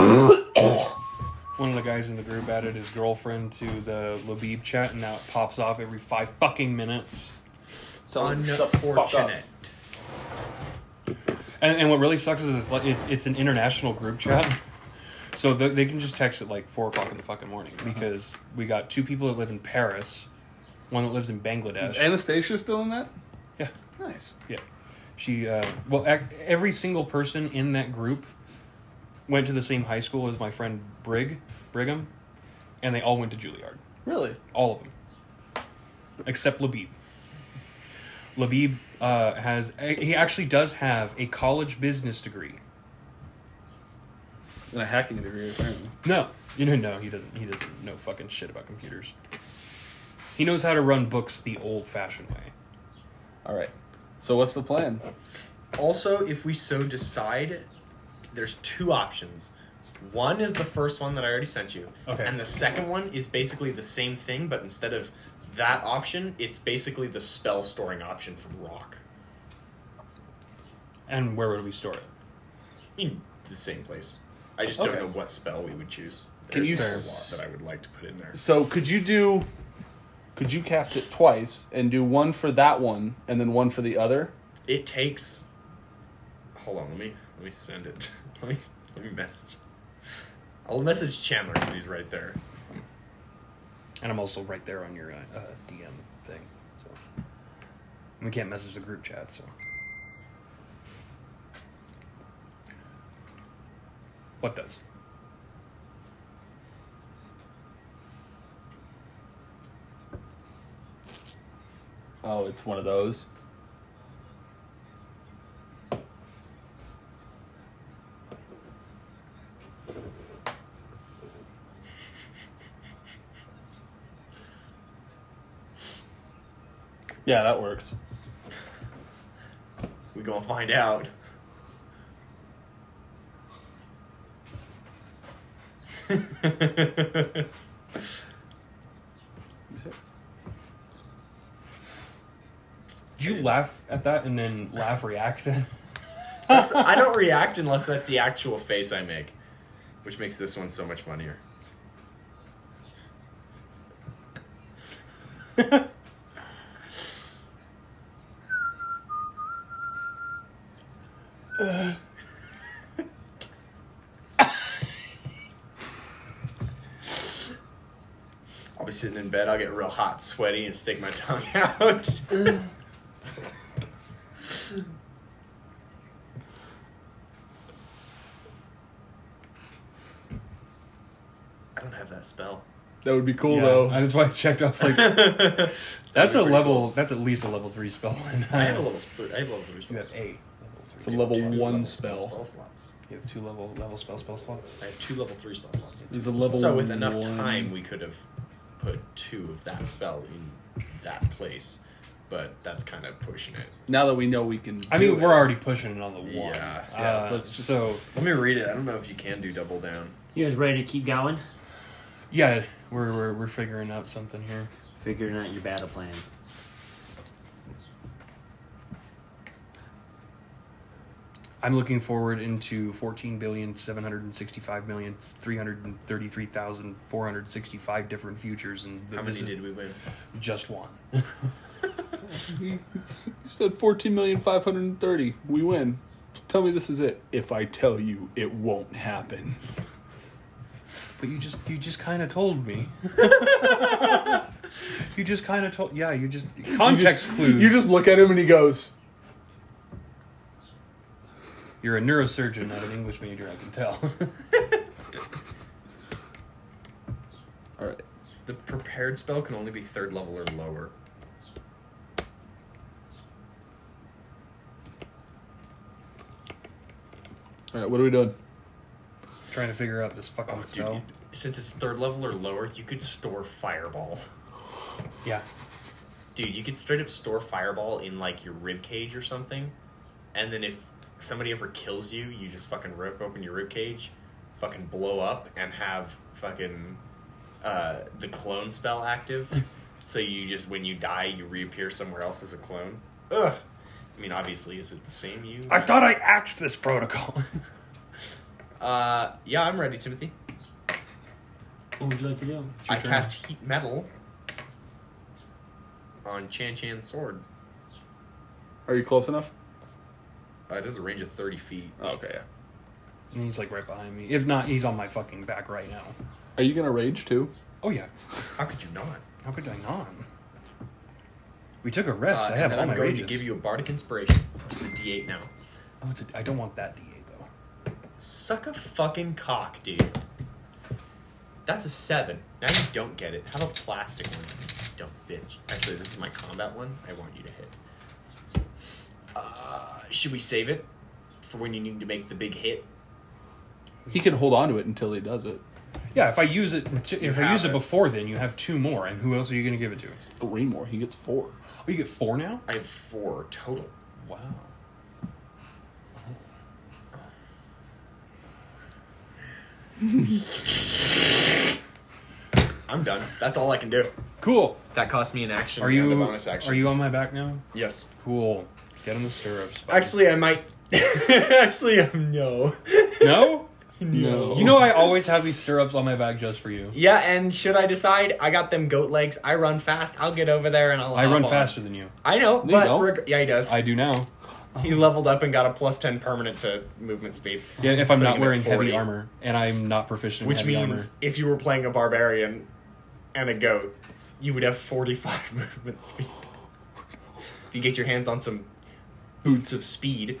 A: One of the guys in the group added his girlfriend to the Labib chat, and now it pops off every five fucking minutes.
B: Tell him to shut the fuck up.
C: Unfortunate.
A: And, and what really sucks is it's like it's it's an international group chat, so they, they can just text at like four o'clock in the fucking morning because we got two people that live in Paris, one that lives in Bangladesh.
B: Is Anastasia still in that?
A: yeah,
B: Nice.
A: yeah. She uh, well, ac- every single person in that group went to the same high school as my friend Brig Brigham, and they all went to Juilliard.
B: Really?
A: All of them. Except Labib. Labib uh, has, he actually does have a college business degree.
B: And a hacking degree, apparently.
A: No, you know, no, he doesn't. He doesn't know fucking shit about computers. He knows how to run books the old-fashioned way.
B: All right. So what's the plan?
C: Also, if we so decide, there's two options. One is the first one that I already sent you.
A: Okay.
C: And the second one is basically the same thing, but instead of that option, it's basically the spell storing option from Rock.
A: And where would we store it?
C: In the same place. I just
B: Okay.
C: don't know what spell we would choose.
B: Can
C: There's
B: you
C: a
B: s-
C: lot that I would like to put in there.
B: So could you do? Could you cast it twice and do one for that one and then one for the other?
C: It takes. Hold on, let me let me send it. Let me let me message. I'll message Chandler because he's right there.
A: And I'm also right there on your uh, uh, DM thing. So And we can't message the group chat. So what does?
B: Oh, it's one of those. Yeah, that works.
C: We gonna find out.
A: Did you laugh at that and then laugh react then?
C: That's- I don't react unless that's the actual face I make, which makes this one so much funnier. I'll be sitting in bed, I'll get real hot, sweaty, and stick my tongue out. I don't have that spell.
B: That would be cool
A: Yeah,
B: though.
A: and that's why I checked. I was like, that's a level. That's at least a level three spell. And
C: I have a level. Sp- I have level three
A: You
C: spells.
A: have eight.
B: it's a Uh, level
C: Two
B: one
C: level
B: spell.
C: Spell slots.
A: You have two level level spell spell slots.
C: I have two level three spell slots.
B: There's a level.
C: So with enough
B: one-
C: time, we could have put two of that spell in that place, but that's kind of pushing it.
B: Now that we know we can.
A: I
B: do
A: mean,
B: it.
A: we're already pushing it on the one.
C: Yeah,
B: yeah,
A: Uh,
B: let's just-
A: so
C: Let me read it. I don't know if you can do double down.
D: You guys ready to keep going?
A: yeah, we're, we're we're figuring out something here.
D: Figuring out your battle plan.
A: I'm looking forward into fourteen billion seven hundred and sixty-five million three hundred and thirty-three thousand four hundred sixty-five different futures, and
C: How many
A: this is
C: did we win?
A: just one.
B: You said fourteen million five hundred thirty. We win. Tell me this is it. If I tell you, it won't happen.
A: But you just you just kind of told me. you just kind of told. Yeah, you just context
B: you just,
A: clues.
B: You just look at him and he goes,
A: You're a neurosurgeon, not an English major. I can tell.
B: "All right."
C: The prepared spell can only be third level or lower.
B: All right, what are we doing?
A: Trying to figure out this fucking
C: Oh, dude!
A: spell.
C: you- Since it's third level or lower, you could store fireball.
A: Yeah.
C: Dude, you could straight up store fireball in like your rib cage or something, and then if somebody ever kills you, you just fucking rip open your rib cage, fucking blow up, and have fucking uh, the clone spell active. so you just when you die, you reappear somewhere else as a clone. Ugh. I mean, obviously, is it the same you?
A: I thought I axed this protocol.
C: Uh, yeah, I'm ready, Timothy.
D: What would you like to do?
C: I
A: turn.
C: cast heat metal on Chan Chan's sword.
B: Are you close enough?
C: Uh, it has a range of thirty feet.
B: Oh, okay. Yeah.
A: and he's like right behind me. If not, he's on my fucking back right now.
B: Are you gonna rage too?
A: Oh yeah.
C: How could you not?
A: How could I not? We took a rest.
C: Uh,
A: I have
C: and then
A: all
C: I'm
A: my
C: going
A: rages.
C: to give you a bardic inspiration, which is a D8 now.
A: Oh, it's a, I don't want that D8 though.
C: Suck a fucking cock, dude. That's a seven. Now you don't get it. How about plastic one? Dumb bitch. Actually, this is my combat one. I want you to hit. Uh, should we save it for when you need to make the big hit?
B: He can hold on to it until he does it.
A: Yeah, if I use it, if I
C: have
A: use it
C: it.
A: before, then you have two more. And who else are you going to give it to?
B: Three more. He gets four.
A: Oh, you get four now.
C: I have four total.
A: Wow.
C: I'm done. That's all I can do.
A: Cool.
C: That cost me an action.
A: Are
C: and
A: you
C: a bonus action?
A: are you on my back now?
C: Yes.
A: Cool. Get in the stirrups. buddy.
C: Actually, I might. Actually, I'm no.
A: no.
B: No.
A: You know I always have these stirrups on my back just for you.
C: Yeah, and should I decide, I got them goat legs. I run fast. I'll get over there and I'll.
A: I
C: hop
A: run
C: on.
A: faster than you.
C: I know, but
B: don't.
C: reg- yeah, he does.
A: I do now.
C: he leveled up and got a plus ten permanent to movement speed.
A: Yeah, if I'm
C: Putting
A: not
C: him at
A: wearing heavy
C: 40,
A: armor and I'm not proficient in
C: which
A: heavy
C: means if you were playing a barbarian and a goat, you would have forty-five movement speed. If you get your hands on some boots of speed,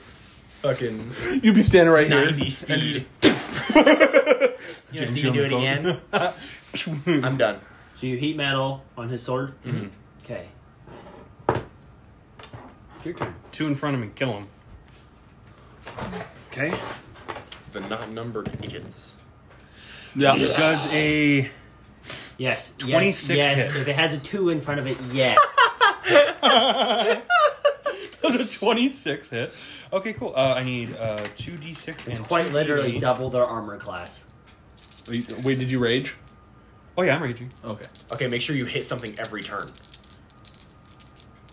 C: fucking
B: You'd be standing right here.
C: ninety speed. You
A: James
C: see me do it
A: Young
C: again?
A: armor.
C: I'm done.
D: So you heat metal on his sword. Mm-hmm. Okay. Your turn.
A: Two in front of me, kill him.
B: Okay.
C: The non-numbered agents.
B: Yeah.
A: Does a
D: Yes. yes,
A: 26
D: Yes.
A: hit.
D: If it has a two in front of it, yes.
A: was a 26 hit. Okay, cool. Uh, I need uh, 2d6 and
G: It's quite
A: 2D8.
G: literally double their armor class.
B: Wait, did you rage?
A: Oh, yeah, I'm raging.
B: Okay.
C: Okay, make sure you hit something every turn.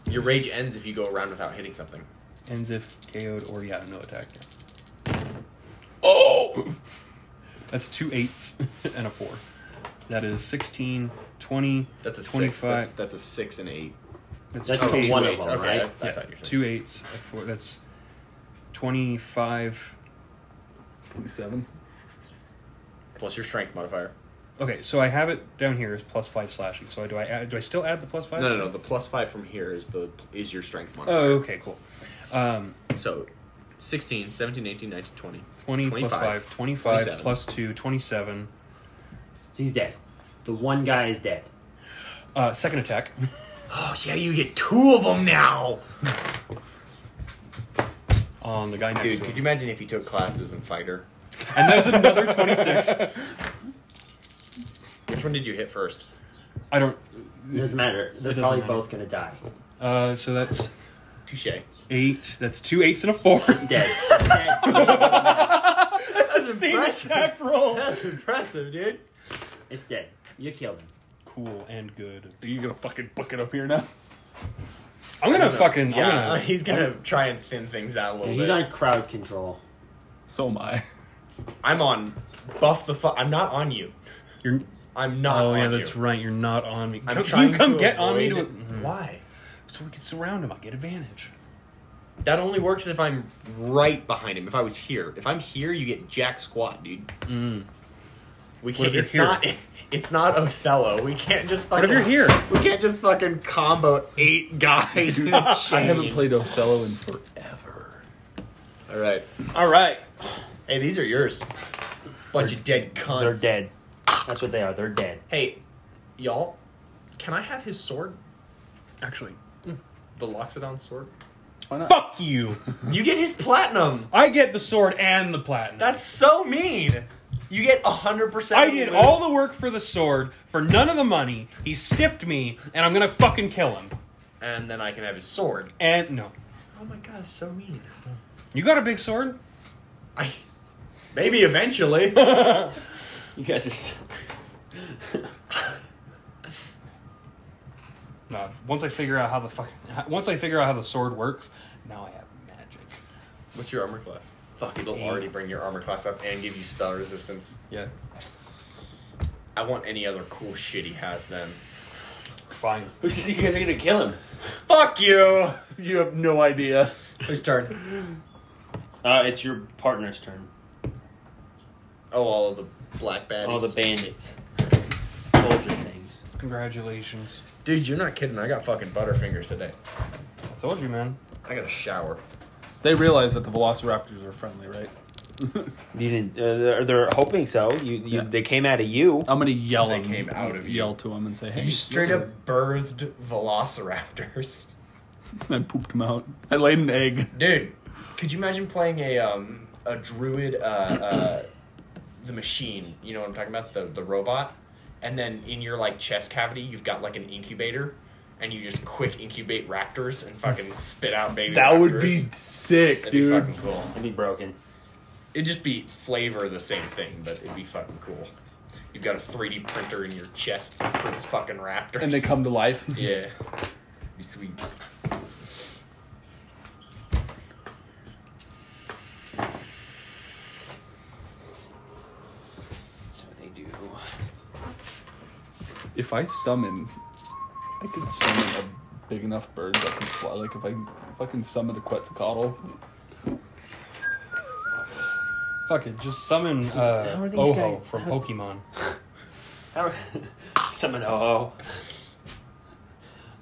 C: Your rage ends if you go around without hitting something.
A: Ends if KO'd or, yeah, no attack. Oh! That's two eights and a four. That is 16, 20,
C: That's a six.
A: 25.
C: That's, that's a six and eight. Oh,
A: that's
G: That's
A: two
G: for
A: eights.
G: one
C: two
G: of
C: eights,
G: them,
C: okay,
G: right?
C: I, I
A: Yeah,
C: thought you were saying.
A: two eights. a Four, that's 25.
B: 27.
C: Plus your strength modifier.
A: Okay, so I have it down here as plus five slashing. So I, do I add, do I still add the plus five?
C: No, no, no. The plus five from here is the is your strength
A: Oh,
C: modifier.
A: okay, cool. Um,
C: So 16, 17, 18, 19, 20.
A: 20 plus
C: 25.
A: 5, 25
C: 27.
A: plus 2, 27.
G: He's dead. The one guy is dead.
A: Uh, second attack.
C: Oh, yeah, you get two of them now!
A: on the guy next
C: Dude,
A: to him.
C: could you imagine if you took classes in fighter?
A: And there's another 26.
C: Which one did you hit first?
A: I don't.
G: It doesn't matter. They're
A: It doesn't
G: probably
A: matter.
G: both gonna die.
A: Uh, so that's
C: Touche.
A: eight. That's two eights and a four.
G: Dead. Dead.
A: That's the same attack roll.
C: impressive, dude.
G: it's dead. You killed him.
A: Cool and good.
B: Are you gonna fucking book it up here now?
A: I'm gonna fucking. I'm
C: Yeah,
A: gonna-
C: he's gonna try and thin things out a little
G: He's
C: bit.
G: on crowd control.
B: So am I.
C: I'm on buff the fuck. I'm not on you.
A: You're,
C: I'm not.
A: oh
C: on
A: yeah, that's
C: you.
A: right. You're not on me.
C: I'm
A: Come-
C: trying
A: you come
C: to
A: get on me to,
C: avoid-
A: Mhm.
C: Why?
A: so we can surround him. I get advantage.
C: That only works if I'm right behind him. If I was here, if I'm here, you get jack squat, dude.
A: Mm. What
C: We
A: if
C: can't.
A: you're
C: It's
A: here?
C: not. It's not Othello. We can't just
A: What
C: fucking.
A: if you're here?
C: We can't just fucking combo eight guys. in a
B: I haven't
C: chain.
B: played Othello in forever.
C: All right.
D: All right.
C: Hey, these are yours. Bunch of dead
G: They're
C: cunts.
G: dead. That's what they are. They're dead.
C: Hey, y'all, can I have his sword?
A: Actually,
C: The Loxodon sword?
B: Why not?
A: fuck you.
C: You get his platinum!
A: I get the sword and the platinum.
C: That's so mean! You get 100%
A: I did
C: of the-
A: all the work for the sword for none of the money. He stiffed me, and I'm gonna fucking kill him.
C: And then I can have his sword.
A: And no,
C: Oh my god, that's so mean.
A: you got a big sword.
C: I. Maybe eventually.
D: You guys are. s-
A: No, once I figure out how the fuck, once I figure out how the sword works, now I have magic.
C: What's your armor class? Fuck, it'll already bring your armor class up and give you spell resistance.
A: Yeah,
C: I want any other cool shit he has then.
A: fine.
D: Who says you guys are gonna kill him?
C: Fuck you!
B: You have no idea.
C: Whose turn?
D: Uh, it's your partner's turn.
C: Oh, all of the black baddies.
D: All the bandits, soldier things.
A: Congratulations.
C: Dude, you're not kidding. I got fucking butterfingers today.
A: I told you, man.
C: I got a shower.
B: They realize that the Velociraptors are friendly, right?
D: You didn't. Uh, they're, they're hoping so. You, you
B: Yeah.
D: they came out of you.
B: I'm gonna yell.
C: They
B: and
C: came out of you.
B: Yell to him and say, "Hey,
C: You straight up birthed velociraptors.
B: I pooped him out. I laid an egg.
C: Dude, could you imagine playing a um a druid uh, uh the machine, you know what I'm talking about? The the robot? And then in your like chest cavity you've got like an incubator and you just quick incubate raptors and fucking spit out baby
B: That would
C: raptors.
B: be sick,
C: That'd
B: dude.
C: be fucking cool.
D: I'd be broken.
C: It'd just be flavor the same thing, but it'd be fucking cool. You've got a 3D printer in your chest that prints fucking raptors.
B: and they come to life.
C: Yeah. Be sweet.
D: So they do.
B: If I summon, I could summon a big enough bird that can fly. Like if I fucking summon a Quetzalcoatl,
A: Fuck it. Just summon uh,
G: How are these
A: Oho
G: guys-
A: from
G: how-
A: Pokemon.
D: How- Summon oh.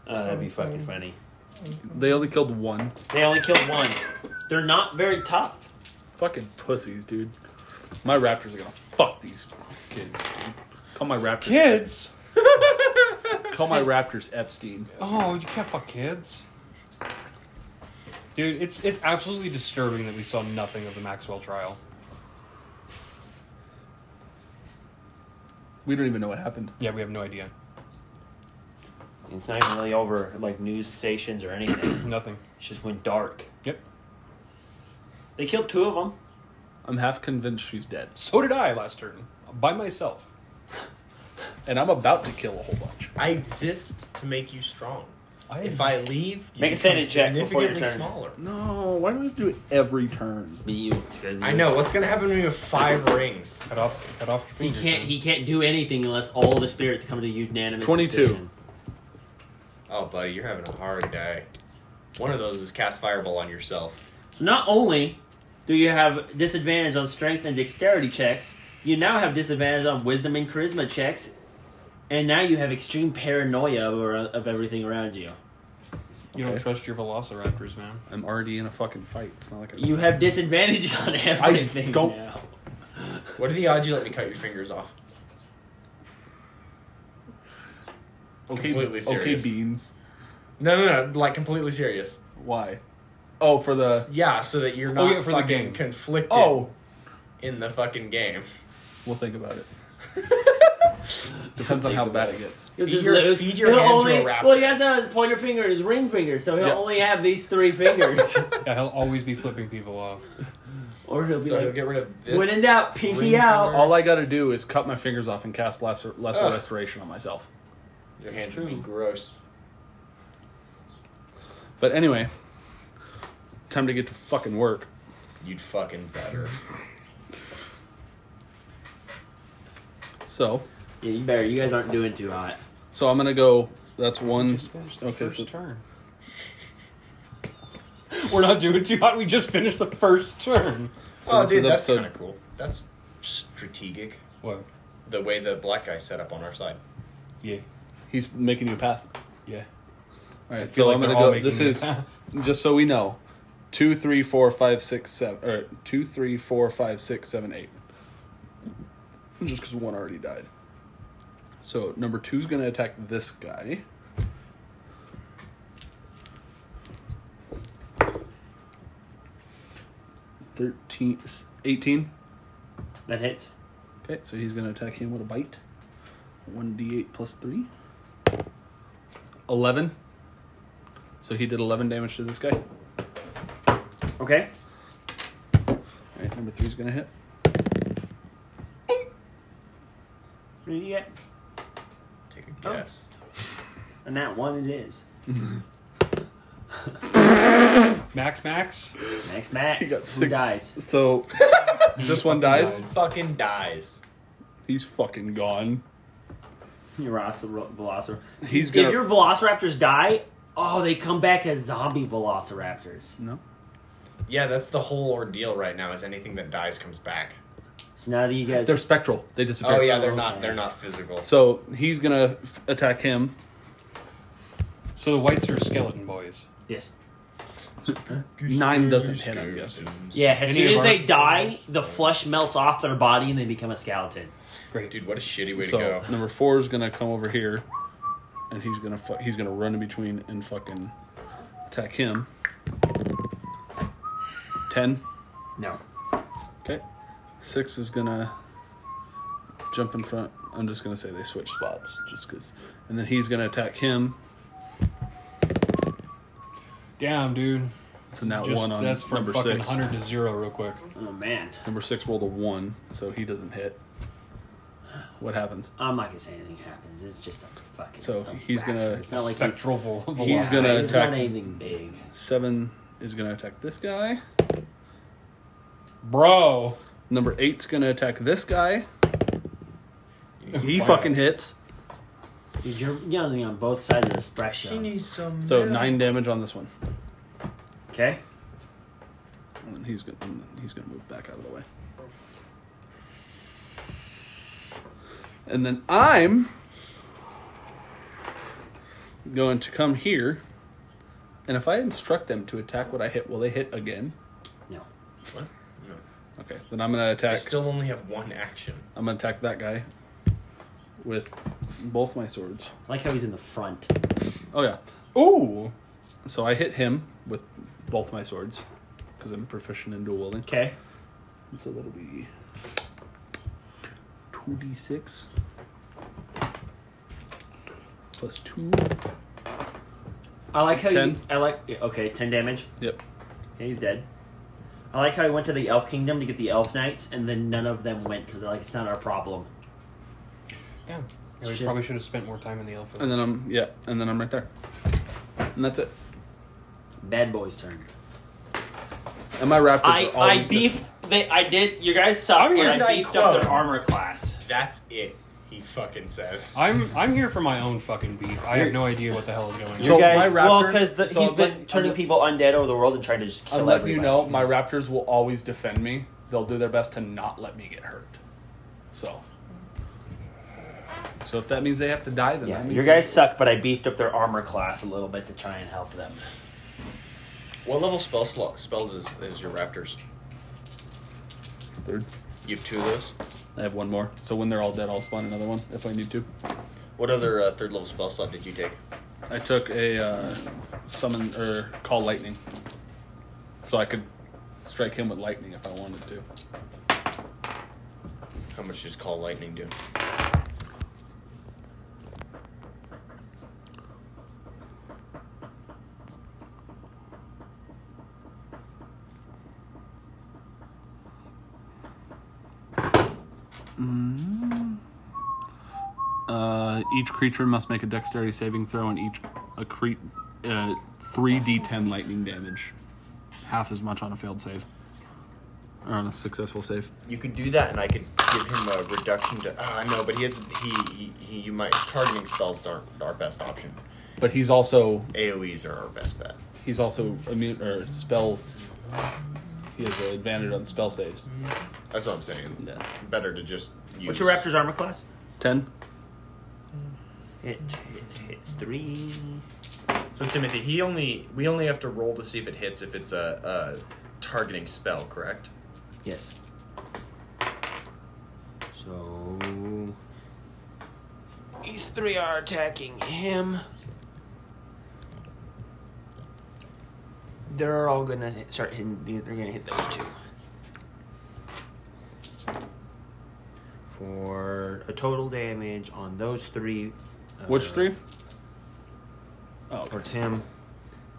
D: Uh, that'd be fucking funny.
B: they only killed one.
D: They only killed one. They're not very tough.
B: Fucking pussies, dude. My raptors are gonna fuck these kids. Dude. Call my raptors.
A: Kids.
B: Call my raptors Epstein.
A: Oh, you can't fuck kids. Dude, it's it's absolutely disturbing that we saw nothing of the Maxwell trial.
B: We don't even know what happened.
A: Yeah, we have no idea.
H: It's not even really over like news stations or anything.
A: Nothing.
H: it just went dark.
A: Yep.
H: They killed two of them.
B: I'm half convinced she's dead,
A: So did I last turn by myself.
B: and I'm about to kill a whole bunch.
C: I exist to make you strong.
A: I
C: If I leave, you
H: Make a
C: become
H: sanity check before your
C: significantly
H: turn.
C: Smaller.
B: No, why do we do it every turn?
H: Be you. because
C: I
H: you-
C: know. What's gonna happen when you have five rings?
A: cut off cut off your
D: He
A: fingers.
D: can't.
A: man.
D: He can't do anything unless all the spirits come to unanimous
B: 22.
D: decision.
C: Oh, buddy, you're having a hard day. One of those is cast fireball on yourself.
D: So not only do you have disadvantage on strength and dexterity checks, you now have disadvantage on wisdom and charisma checks, and now you have extreme paranoia or- of everything around you.
A: You don't
B: Okay.
A: trust your velociraptors, man.
B: I'm already in a fucking fight. It's not like I
D: You have disadvantage on everything
B: don't-
D: now.
C: What are the odds you let me cut your fingers off? completely serious.
B: Okay, beans.
C: No, no, no. Like completely serious.
B: Why? Oh, for the
C: Yeah, so that you're not
A: yeah, for the
C: fucking
A: game.
C: conflicted
B: oh.
C: in the fucking game.
B: We'll think about it. Depends on how bad it gets.
D: You'll
C: Feed
D: just
C: your-
D: lose.
C: feed your
D: he'll
C: hand to
D: only,
C: a raptor.
D: Well, he has not his pointer finger and his ring finger, so he'll
B: Yeah.
D: only have these three fingers.
A: Yeah, he'll always be flipping people off.
D: or he'll be
C: So he'll
D: like,
C: get rid of this.
D: when in doubt,
C: Ring
D: pinky
C: finger.
D: out.
B: All I got to do is cut my fingers off and cast lesser, lesser
C: Ugh.
B: restoration on myself.
C: Your hands
A: true.
C: would be gross.
B: But anyway, time to get to fucking work.
C: You'd fucking better.
B: So,
D: Yeah, you better. You guys aren't doing too hot.
B: so I'm gonna go. That's one.
A: Just finished the
B: Okay,
A: first
B: so
A: turn. We're not doing too hot. We just finished the first turn.
B: So
C: oh,
B: this
C: dude,
B: is
C: that's
B: episode-
C: kind of cool. That's strategic.
A: What?
C: The way the black guy set up on our side.
A: Yeah,
B: he's making you a path.
A: yeah.
B: All
A: I
B: right,
A: feel
B: so
A: like
B: I'm
A: they're
B: gonna
A: all
B: go.
A: making
B: This
A: me a
B: is
A: path.
B: just so we know: two, three, four, five, six, seven, or two, three, four, five, six, seven, eight. Just because one already died. So number two's gonna attack this guy. Thirteen, eighteen.
H: That hits.
B: Okay, so he's gonna attack him with a bite. One d eight plus three. Eleven. So he did eleven damage to this guy. All
H: Okay.
B: right, number three's gonna hit.
D: What did you get?
C: Take
B: Oh.
C: a guess.
D: And that one it is.
A: Max, Max.
D: Max Max.
B: got
D: Who
B: sick.
D: dies?
B: So this one dies.
A: dies.
C: Fucking dies.
B: He's fucking gone.
D: Your velociraptor.
B: He's
D: If
B: gonna.
D: your velociraptors die, oh, they come back as zombie velociraptors.
B: no.
C: Yeah, that's the whole ordeal right now. Is anything that dies comes back.
D: So now that you guys,
B: They're spectral. They disappear.
C: Oh yeah, they're not.
D: Okay.
C: They're not physical.
B: So he's gonna f- attack him.
A: So the whites are skeleton boys.
D: yes,
B: Nine doesn't hit. I'm guessing.
D: yeah. As
A: Any
D: soon
A: of
D: as
A: our-
D: they die, the flesh melts off their body and they become a skeleton.
A: Great.
C: Dude, what a shitty way
B: So
C: to go.
B: number four is gonna come over here, and he's gonna fu- he's gonna run in between and fucking attack him. Ten.
D: No,
B: Okay. Six is gonna jump in front. I'm just gonna say they switch spots, just cause. And then he's gonna attack him.
A: Damn, dude.
B: So now
A: Just
B: one on
A: that's from
B: number
A: fucking
B: six.
A: hundred to zero real quick.
D: oh man,
B: Number six rolled a one, so he doesn't hit. What happens?
D: I'm not gonna say anything happens. It's just a fucking.
B: So
D: a
B: he's
D: raptor.
B: gonna-
D: It's not like he's,
A: Spectral vol-
B: He's
A: velociraptor.
B: gonna
D: it's not
B: attack.
D: anything big.
B: Seven is gonna attack this guy.
A: Bro.
B: Number eight's gonna attack this guy. He
A: Wow.
B: fucking hits.
D: Dude, you're yelling on both sides of the spectrum.
C: needs some.
B: So nine damage on this one.
D: Okay.
B: And then he's gonna and then he's gonna move back out of the way. And then I'm going to come here. And if I instruct them to attack what I hit, will they hit again?
D: No.
C: What? No.
B: Okay. Then I'm gonna
C: I
B: attack
C: still only have one action.
B: I'm gonna attack that guy with both my swords.
D: I like how he's in the front.
B: Oh yeah.
A: Ooh.
B: So I hit him with both my swords. Because I'm proficient in dual wielding.
D: Okay.
B: So that'll be 2d6. Plus two.
I: I like how you.
B: Ten.
I: I like. yeah, Okay, ten damage.
B: Yep.
I: Okay, he's dead. I like how he went to the Elf Kingdom to get the Elf Knights, and then none of them went because like it's not our problem.
A: Yeah.
I: It's
A: we
I: just-
A: probably should have spent more time in the elephant.
B: And then I'm yeah, and then I'm right there. And that's it.
I: Bad boy's turn.
B: And my raptors
D: I,
B: are
D: I
B: always
D: beefed. They, I did. You guys saw
E: I'm
D: when
E: gonna
D: I beefed up
E: quote.
D: their armor class.
E: That's it. He fucking says.
A: I'm I'm here for my own fucking beef. I have no idea what the hell is going on.
B: So-
D: you guys,
B: my
D: well,
B: raptors-
D: because
B: so
D: he's
B: I'm
D: been
B: let- I'm
D: turning
B: let-
D: people undead over the world and trying to just kill
B: I'm letting
D: everybody.
B: you know my raptors will always defend me. They'll do their best to not let me get hurt. So So if that means they have to die then
D: Yeah,
B: that means
D: your
B: they-
D: guys suck, but I beefed up their armor class a little bit to try and help them.
C: What level spell slot spell is, is your raptors?
B: Third.
C: You have two of those.
B: I have one more. So when they're all dead I'll spawn another one if I need to.
C: What other uh, third level spell slot did you take?
B: I took a uh, summon or call lightning. So I could strike him with lightning if I wanted to.
C: How much does call lightning do?
B: Uh, each creature must make a dexterity saving throw and each a cre- uh, 3d10 lightning damage. Half as much on a failed save. Or on a successful save.
C: You could do that, and I could give him a reduction to. Ah, no, but he has he, he he. You might targeting spells are our best option.
B: But he's also
C: AOE's are our best bet.
B: he's also immune or spell he has an advantage on spell saves.
C: That's what I'm saying.
B: Yeah.
C: Better to just use.
I: What's your Raptor's armor class?
B: 10
D: It, it hits three.
C: So Timothy, he only we only have to roll to see if it hits if it's a, a targeting spell, correct?
I: Yes. So
F: These three are attacking him.
I: they're all gonna hit- start hitting. They're gonna hit those two. For a total damage on those three. uh,
B: Which
I: of-
B: three? Oh,
I: For
B: okay.
I: Tim,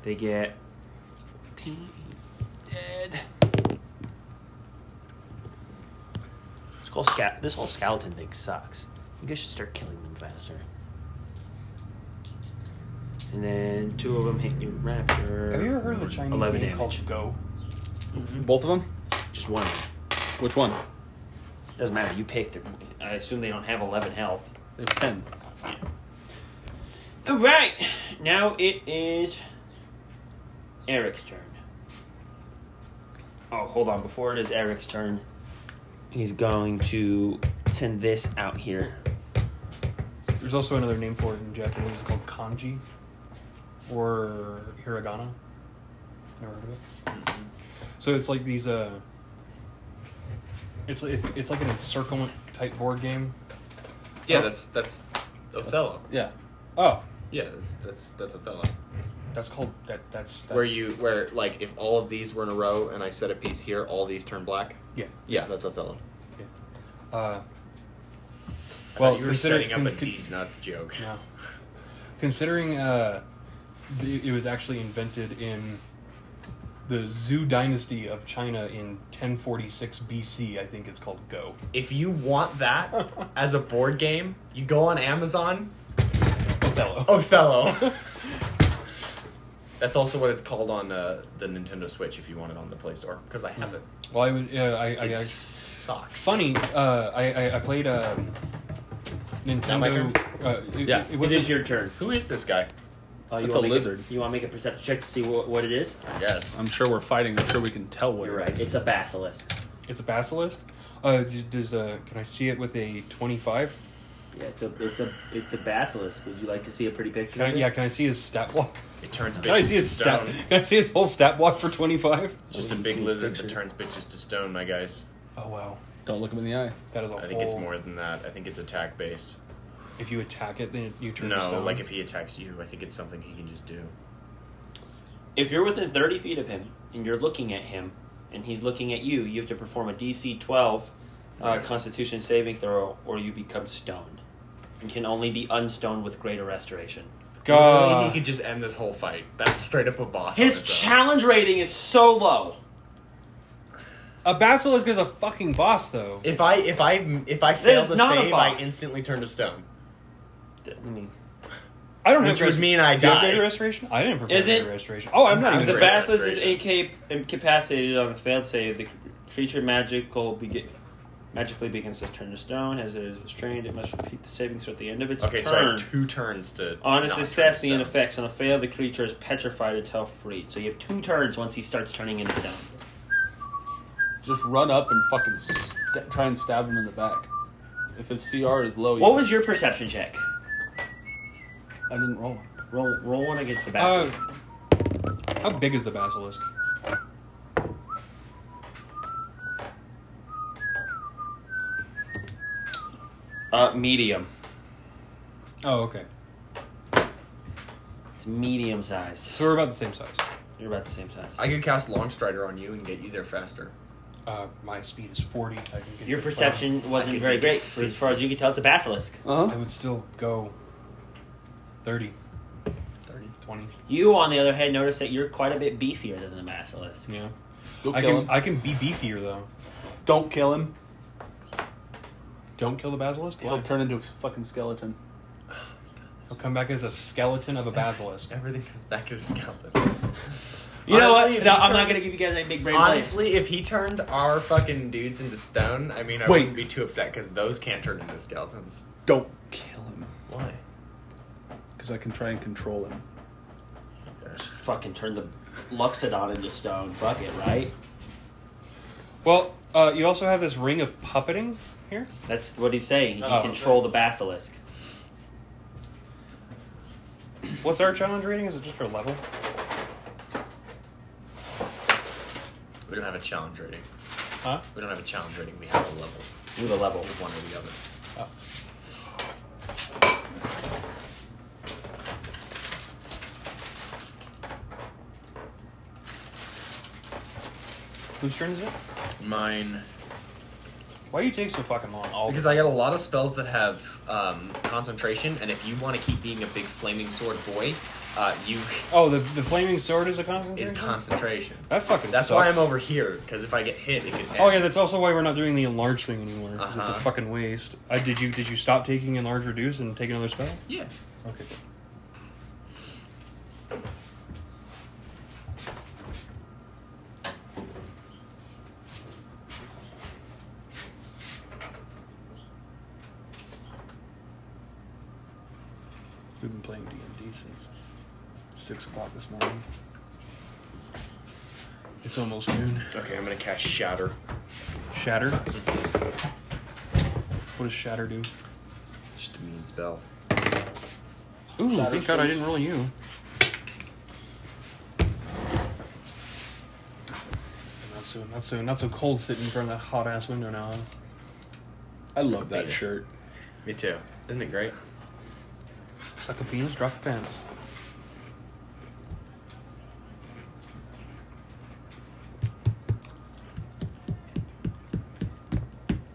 I: they get 14. He's dead. This whole, sca- this whole skeleton thing sucks. You guys should start killing them faster. And then two of them hit you, Raptor.
A: have you ever heard of the Chinese
I: 11
A: game
I: damage.
A: called Go?
B: Both of them?
I: Just one of them.
B: Which one?
I: Doesn't matter. You pick them. I assume they don't have 11 health.
B: They have 10.
D: All right, now it is Eric's turn.
I: Oh, hold on. Before it is Eric's turn, he's going to send this out here.
A: There's also another name for it in Japanese. It's called kanji or hiragana. Never heard of it.
C: Mm-hmm.
A: So it's like these. Uh, it's, it's it's like an encirclement type board game.
C: Yeah, that's that's Othello.
B: Yeah.
A: Oh,
C: Yeah, that's that's, that's Othello.
A: that's called that. That's, that's
C: Where you where like if all of these were in a row and I set a piece here, all these turn black.
A: Yeah.
C: Yeah, that's Othello.
A: Uh,
C: I
A: well,
C: thought you were
A: consider-
C: setting up a
A: con- con-
C: D's nuts joke.
A: No. Considering uh, it it was actually invented in the Zhu Dynasty of China in 1046 BC, I think it's called Go.
C: If you want that as a board game, you go on Amazon,
A: Othello.
C: Othello. That's also what it's called on uh, the Nintendo Switch if you want it on the Play Store because I have it.
A: Well, I was. Uh, I, I,
C: It
A: I
C: sucks.
A: funny. Uh, I, I I played uh,
C: Now my turn?
A: Nintendo. Uh, it,
B: Yeah.
A: It,
D: It
A: wasn't-
D: is your turn.
C: Who is this guy?
D: Oh, you
B: That's
D: wanna
B: a
D: make
B: lizard.
D: you want to make a perception check to see what, what it is?
C: Yes.
B: I'm sure we're fighting. I'm sure we can tell what
D: You're
B: it
D: right.
B: is.
D: It's a basilisk.
A: It's a basilisk. Uh, j- does uh, can I see it with a 25?
D: Yeah, it's a it's a it's a basilisk. Would you like to see a pretty picture?
A: Can I,
D: of it?
A: yeah, can I see his stat block?
C: It turns
A: Can I
C: bitches
A: see
C: to
A: his stat?
C: stone.
A: Can I see his whole stat block for twenty five?
C: Just
B: Oh,
C: a
B: you
C: big
B: see his
C: lizard that
B: picture.
C: turns bitches to stone, my guys.
A: Oh wow,
B: Don't look him in the eye.
A: that is a
C: I think it's
A: whole-
C: more than that. I think it's attack based.
A: If you attack it, then you turn. to
C: No,
A: stone.
C: like if he attacks you, I think it's something he can just do.
D: If you're within 30 feet of him and you're looking at him and he's looking at you, you have to perform a DC 12 uh,
C: Right.
D: Constitution saving throw or you become stoned. and can only be unstoned with greater restoration.
A: God.
C: he could just end this whole fight. That's straight up a boss. on
D: His
C: its own.
D: challenge rating is so low.
A: A basilisk is a fucking boss, though.
C: If I if I if I fail
D: is
C: to
D: not a
C: save,
D: boss.
C: I instantly turn to stone.
D: I mean,
A: I don't have
C: Which would
A: res-
C: mean I
A: Do you have
C: die.
A: greater restoration. I didn't prepare
D: Is
A: greater
D: it-
A: restoration. Oh, I'm not even
D: the
C: greater
D: Basilisk is
C: restoration.
D: inca- incapacitated on a failed save. The creature magical be- magically begins to turn to stone. As it is restrained, it must repeat the saving throw at the end of its
C: Okay, so I
D: turn.
C: have two turns to.
D: on a
C: not turn
D: success, the
C: stone.
D: end effects. On a fail, the creature is petrified until freed. So you have two turns once he starts turning into stone.
B: Just run up and fucking st- try and stab him in the back. If his CR is low,
D: What was your perception check?
B: I didn't roll.
D: Roll, roll one against the
A: Uh,
D: basilisk.
A: how big is the basilisk?
D: Uh, medium.
A: Oh, okay.
D: It's medium sized.
A: So we're about the same size.
D: You're about the same size.
C: I could cast Long Strider on you and get you there faster.
A: Uh, my speed is 40. I can get
D: Your
A: to-
D: perception wasn't
C: could
D: very
C: make
D: great.
C: it
D: For as far as you can tell, it's a basilisk.
B: Uh
A: I would still go 30,
C: 30.
A: 20.
D: You, on the other hand, notice that you're quite a bit beefier than the basilisk.
A: Yeah.
B: Don't
A: I
B: kill
A: can
B: him.
A: I can be beefier though.
B: Don't kill him.
A: Don't kill the basilisk. Why?
B: He'll turn into a fucking skeleton.
A: He'll come back as a skeleton of a basilisk.
C: Everything comes back as a skeleton.
D: You know
C: Honestly,
D: what?
C: if
D: No,
C: he
D: I'm not
C: turned-
D: gonna give you guys any big brain. Honestly,
C: Honestly, if he turned our fucking dudes into stone, I mean, I
B: Wait.
C: wouldn't be too upset because those can't turn into skeletons.
B: Don't kill him.
C: Why?
B: Because I can try and control him.
D: fucking turn the Luxodon into stone. Fuck it, right?
A: Well, uh, you also have this ring of puppeting here.
D: That's what he's saying. He can
A: Oh.
D: control the basilisk.
A: What's our challenge rating? Is it just our level?
C: We don't have a challenge rating.
A: Huh?
C: We don't have a challenge rating. We have a level.
D: With a level.
C: We have one or the other.
A: Oh. Whose turn is it?
C: Mine.
A: Why you take so fucking long? All
C: Because I got a lot of spells that have um, concentration, and if you want to keep being a big flaming sword boy, uh, you
A: oh, the, the flaming sword is a constant.
C: is concentration.
A: That fucking.
C: That's why
A: sucks.
C: I'm over here because if I get hit, it can.
A: Oh yeah, that's also why we're not doing the enlarge thing anymore. 'cause It's
C: Uh-huh.
A: a fucking waste. I did you did you stop taking enlarge reduce and take another spell?
C: yeah.
A: Okay. We've been playing D and D since six o'clock this morning. It's almost noon.
C: Okay, I'm gonna cast Shatter.
A: Shatter. What does Shatter do?
C: It's just a mean spell.
A: Ooh, thank God I didn't roll you. Not so, not so, not so cold sitting in front of that hot ass window now. huh?
B: I love that
C: penis.
B: shirt.
C: Me too. Isn't it great?
A: Suck a penis, drop your pants.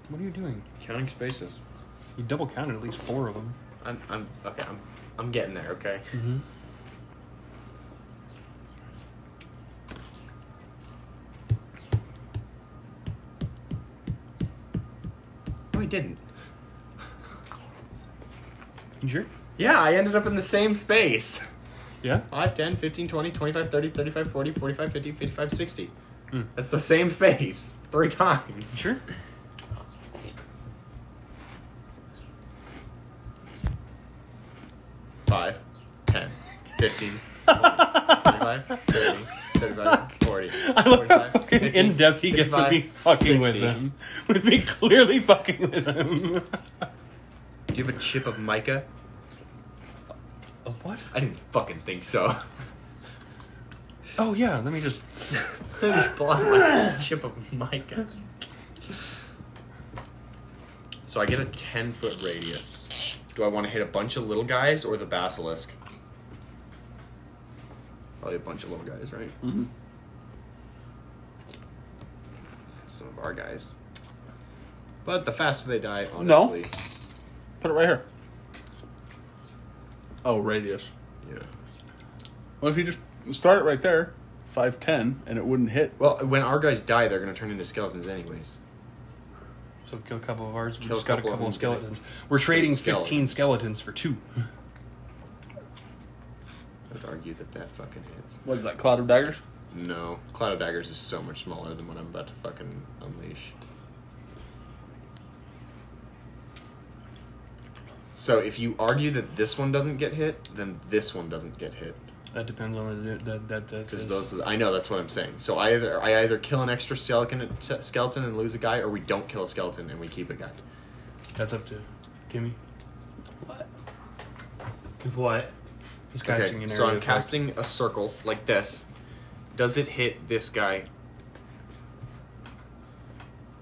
A: What are you doing?
C: Counting spaces.
A: You double counted at least four of them.
C: I'm. I'm. Okay. I'm. I'm getting there. Okay.
A: Mm-hmm.
C: No, I didn't.
A: You sure?
C: Yeah, I ended up in the same space.
A: Yeah.
C: 5, 10, 15, 20, 25, 30, 35, 40, 45, 50, 55, 60.
A: Mm.
C: Hmm. That's the same space. Three times.
A: Sure.
C: Five, ten, fifteen, twenty, thirty-five, thirty, thirty-five, forty,
A: I love how
C: forty-five,
A: fucking
C: fifty,
A: in depth he gets with me
C: 55,
A: fucking with
C: 60.
A: him. With me clearly fucking with him.
C: Do you have a chip of mica?
A: what?
C: I didn't fucking think so.
A: Oh yeah, let me just.
C: This blonde like a chip of mica. So I get a ten foot radius. Do I want to hit a bunch of little guys or the basilisk? Probably a bunch of little guys, right?
B: Mhm.
C: Some of our guys. But the faster they die,
B: No.
C: honestly.
B: Put it right here. Oh, radius.
C: Yeah.
B: Well, if you just start it right there, five ten, and it wouldn't hit.
C: Well, when our guys die, they're gonna turn into skeletons anyways.
A: So kill a couple of ours. We
C: Kill
A: just got a couple of skeletons. We're trading fifteen skeletons for two.
C: I'd argue that that fucking hits.
B: What is that? Cloud of daggers.
C: No, Cloud of Daggers is so much smaller than what I'm about to fucking unleash. So if you argue that this one doesn't get hit, then this one doesn't get hit.
A: That depends on the that that that.
C: Because those, are the- I know that's what I'm saying. So I either I either kill an extra skeleton skeleton and lose a guy, or we don't kill a skeleton and we keep a guy.
A: That's up to Kimmy.
D: With what?
A: He's casting
C: Okay,
A: an
C: so
A: area
C: I'm
A: effect.
C: casting a circle like this. Does it hit this guy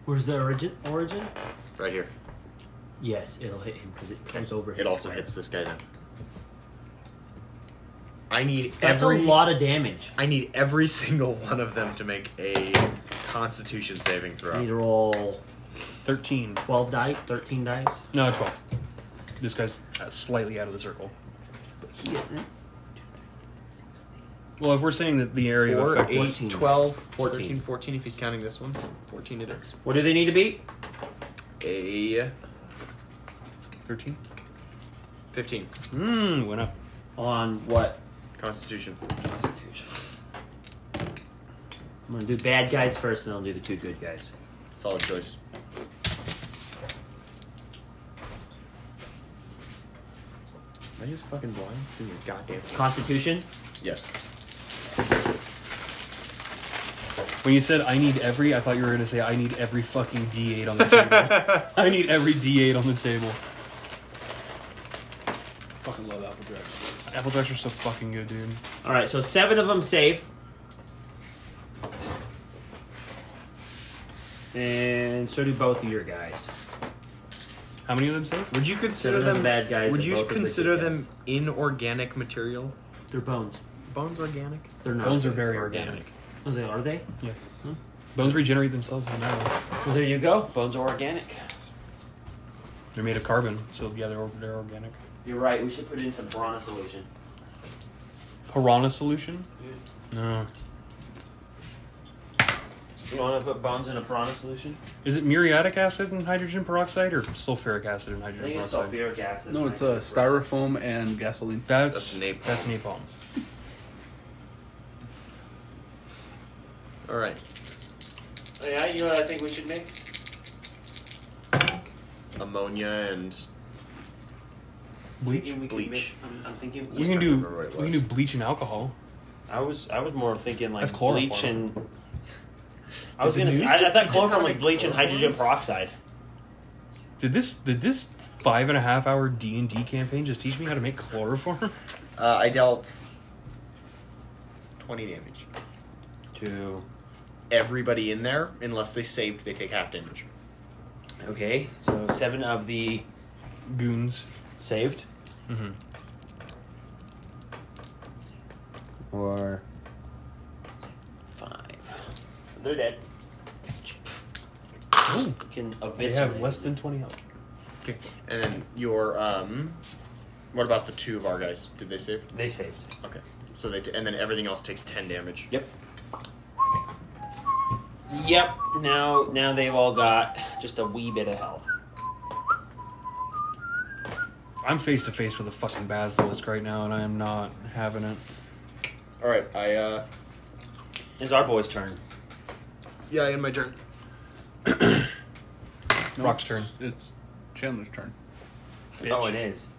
D: Where's the origin? Origin?
C: right here?
D: Yes, it'll hit him because it comes over.
C: It
D: his
C: also
D: square.
C: hits this guy then. I need
D: That's
C: every
D: a lot of damage.
C: I need every single one of them to make a Constitution saving
D: I need to
C: throw.
D: roll
A: thirteen.
D: twelve dice, thirteen dice.
A: No, twelve. This guy's uh, slightly out of the circle.
D: He isn't.
A: Well, if we're saying that the area of
C: Four,
A: effect was
C: eight,
D: Fourteen.
C: 12,
D: Fourteen.
C: 13, 14 if he's counting this one. 14 it is.
D: What do they need to beat?
C: A
A: thirteen.
C: 15.
A: Mmm, went up.
D: On what?
C: Constitution.
D: I'm gonna do bad guys first, and then I'll do the two good guys.
C: Solid choice. Are you just fucking blind? It's in your goddamn.
D: Constitution.
C: Yes.
A: When you said I need every, I thought you were gonna say I need every fucking D8 on the table. I need every D8 on the table.
B: Fucking love apple jack.
A: Apple Jacks are so fucking good, dude.
D: All right, so seven of them save. And so do both of your guys.
A: How many of them save?
C: Would you
D: Seven
C: consider
D: of
C: them
D: the bad guys
C: Would
D: and
C: you
D: both of the good
C: consider
D: guys.
C: them inorganic material?
D: They're bones.
C: Bones organic?
D: They're not.
A: Bones are
D: Are
A: very organic.
C: organic.
D: they? Are they?
A: Yeah. Bones regenerate themselves in that
D: Well, there you go.
I: Bones are organic.
A: They're made of carbon, so yeah, they're, they're organic.
I: You're right. We should put in some piranha solution.
A: Piranha solution? No.
I: You want to put bones in a piranha solution?
A: Is it muriatic acid and hydrogen peroxide or sulfuric acid and
I: I
A: hydrogen
I: think it's
A: peroxide?
I: sulfuric acid.
B: No, it's uh, styrofoam and gasoline.
A: That's,
C: That's napalm.
A: That's napalm.
C: All right.
I: Oh, Yeah, you know what I think we should mix?
C: Ammonia and
A: Bleach?
I: Thinking we could
C: Bleach.
I: mix- I'm, I'm thinking.
A: We can
C: trying to
A: do
C: remember what it
A: we can
C: was.
A: do bleach and alcohol.
I: I was I was more thinking like
A: That's chloroform.
I: bleach and. I was
A: Did
I: gonna
A: the
I: say
A: news
I: I, I
A: just
I: thought
A: teach us how to
I: chloroform was
A: make
I: bleach and hydrogen peroxide.
A: Did this did this five and a half hour D and D campaign just teach me how to make chloroform?
C: Uh, I dealt 20 damage.
I: Two.
C: Everybody in there, unless they saved, they take half damage.
I: Okay, so seven of the
A: Goons.
I: saved.
A: Mm-hmm.
I: Or five. They're dead. You can
A: They
I: eviscerate.
A: have less than twenty health.
C: Okay. And then your, um, what about the two of our guys? Did they save?
I: They saved.
C: Okay. So they, t- and then everything else takes 10 damage.
I: Yep. Yep. Now, now they've all got just a wee bit of health.
A: I'm face to face with a fucking basilisk right now, and I am not having it.
C: All right. I, uh,
I: It's our boy's turn.
C: yeah, I end my turn.
B: No,
A: Rock's
B: it's- It's Chandler's turn.
A: Bitch.
I: Oh, it is.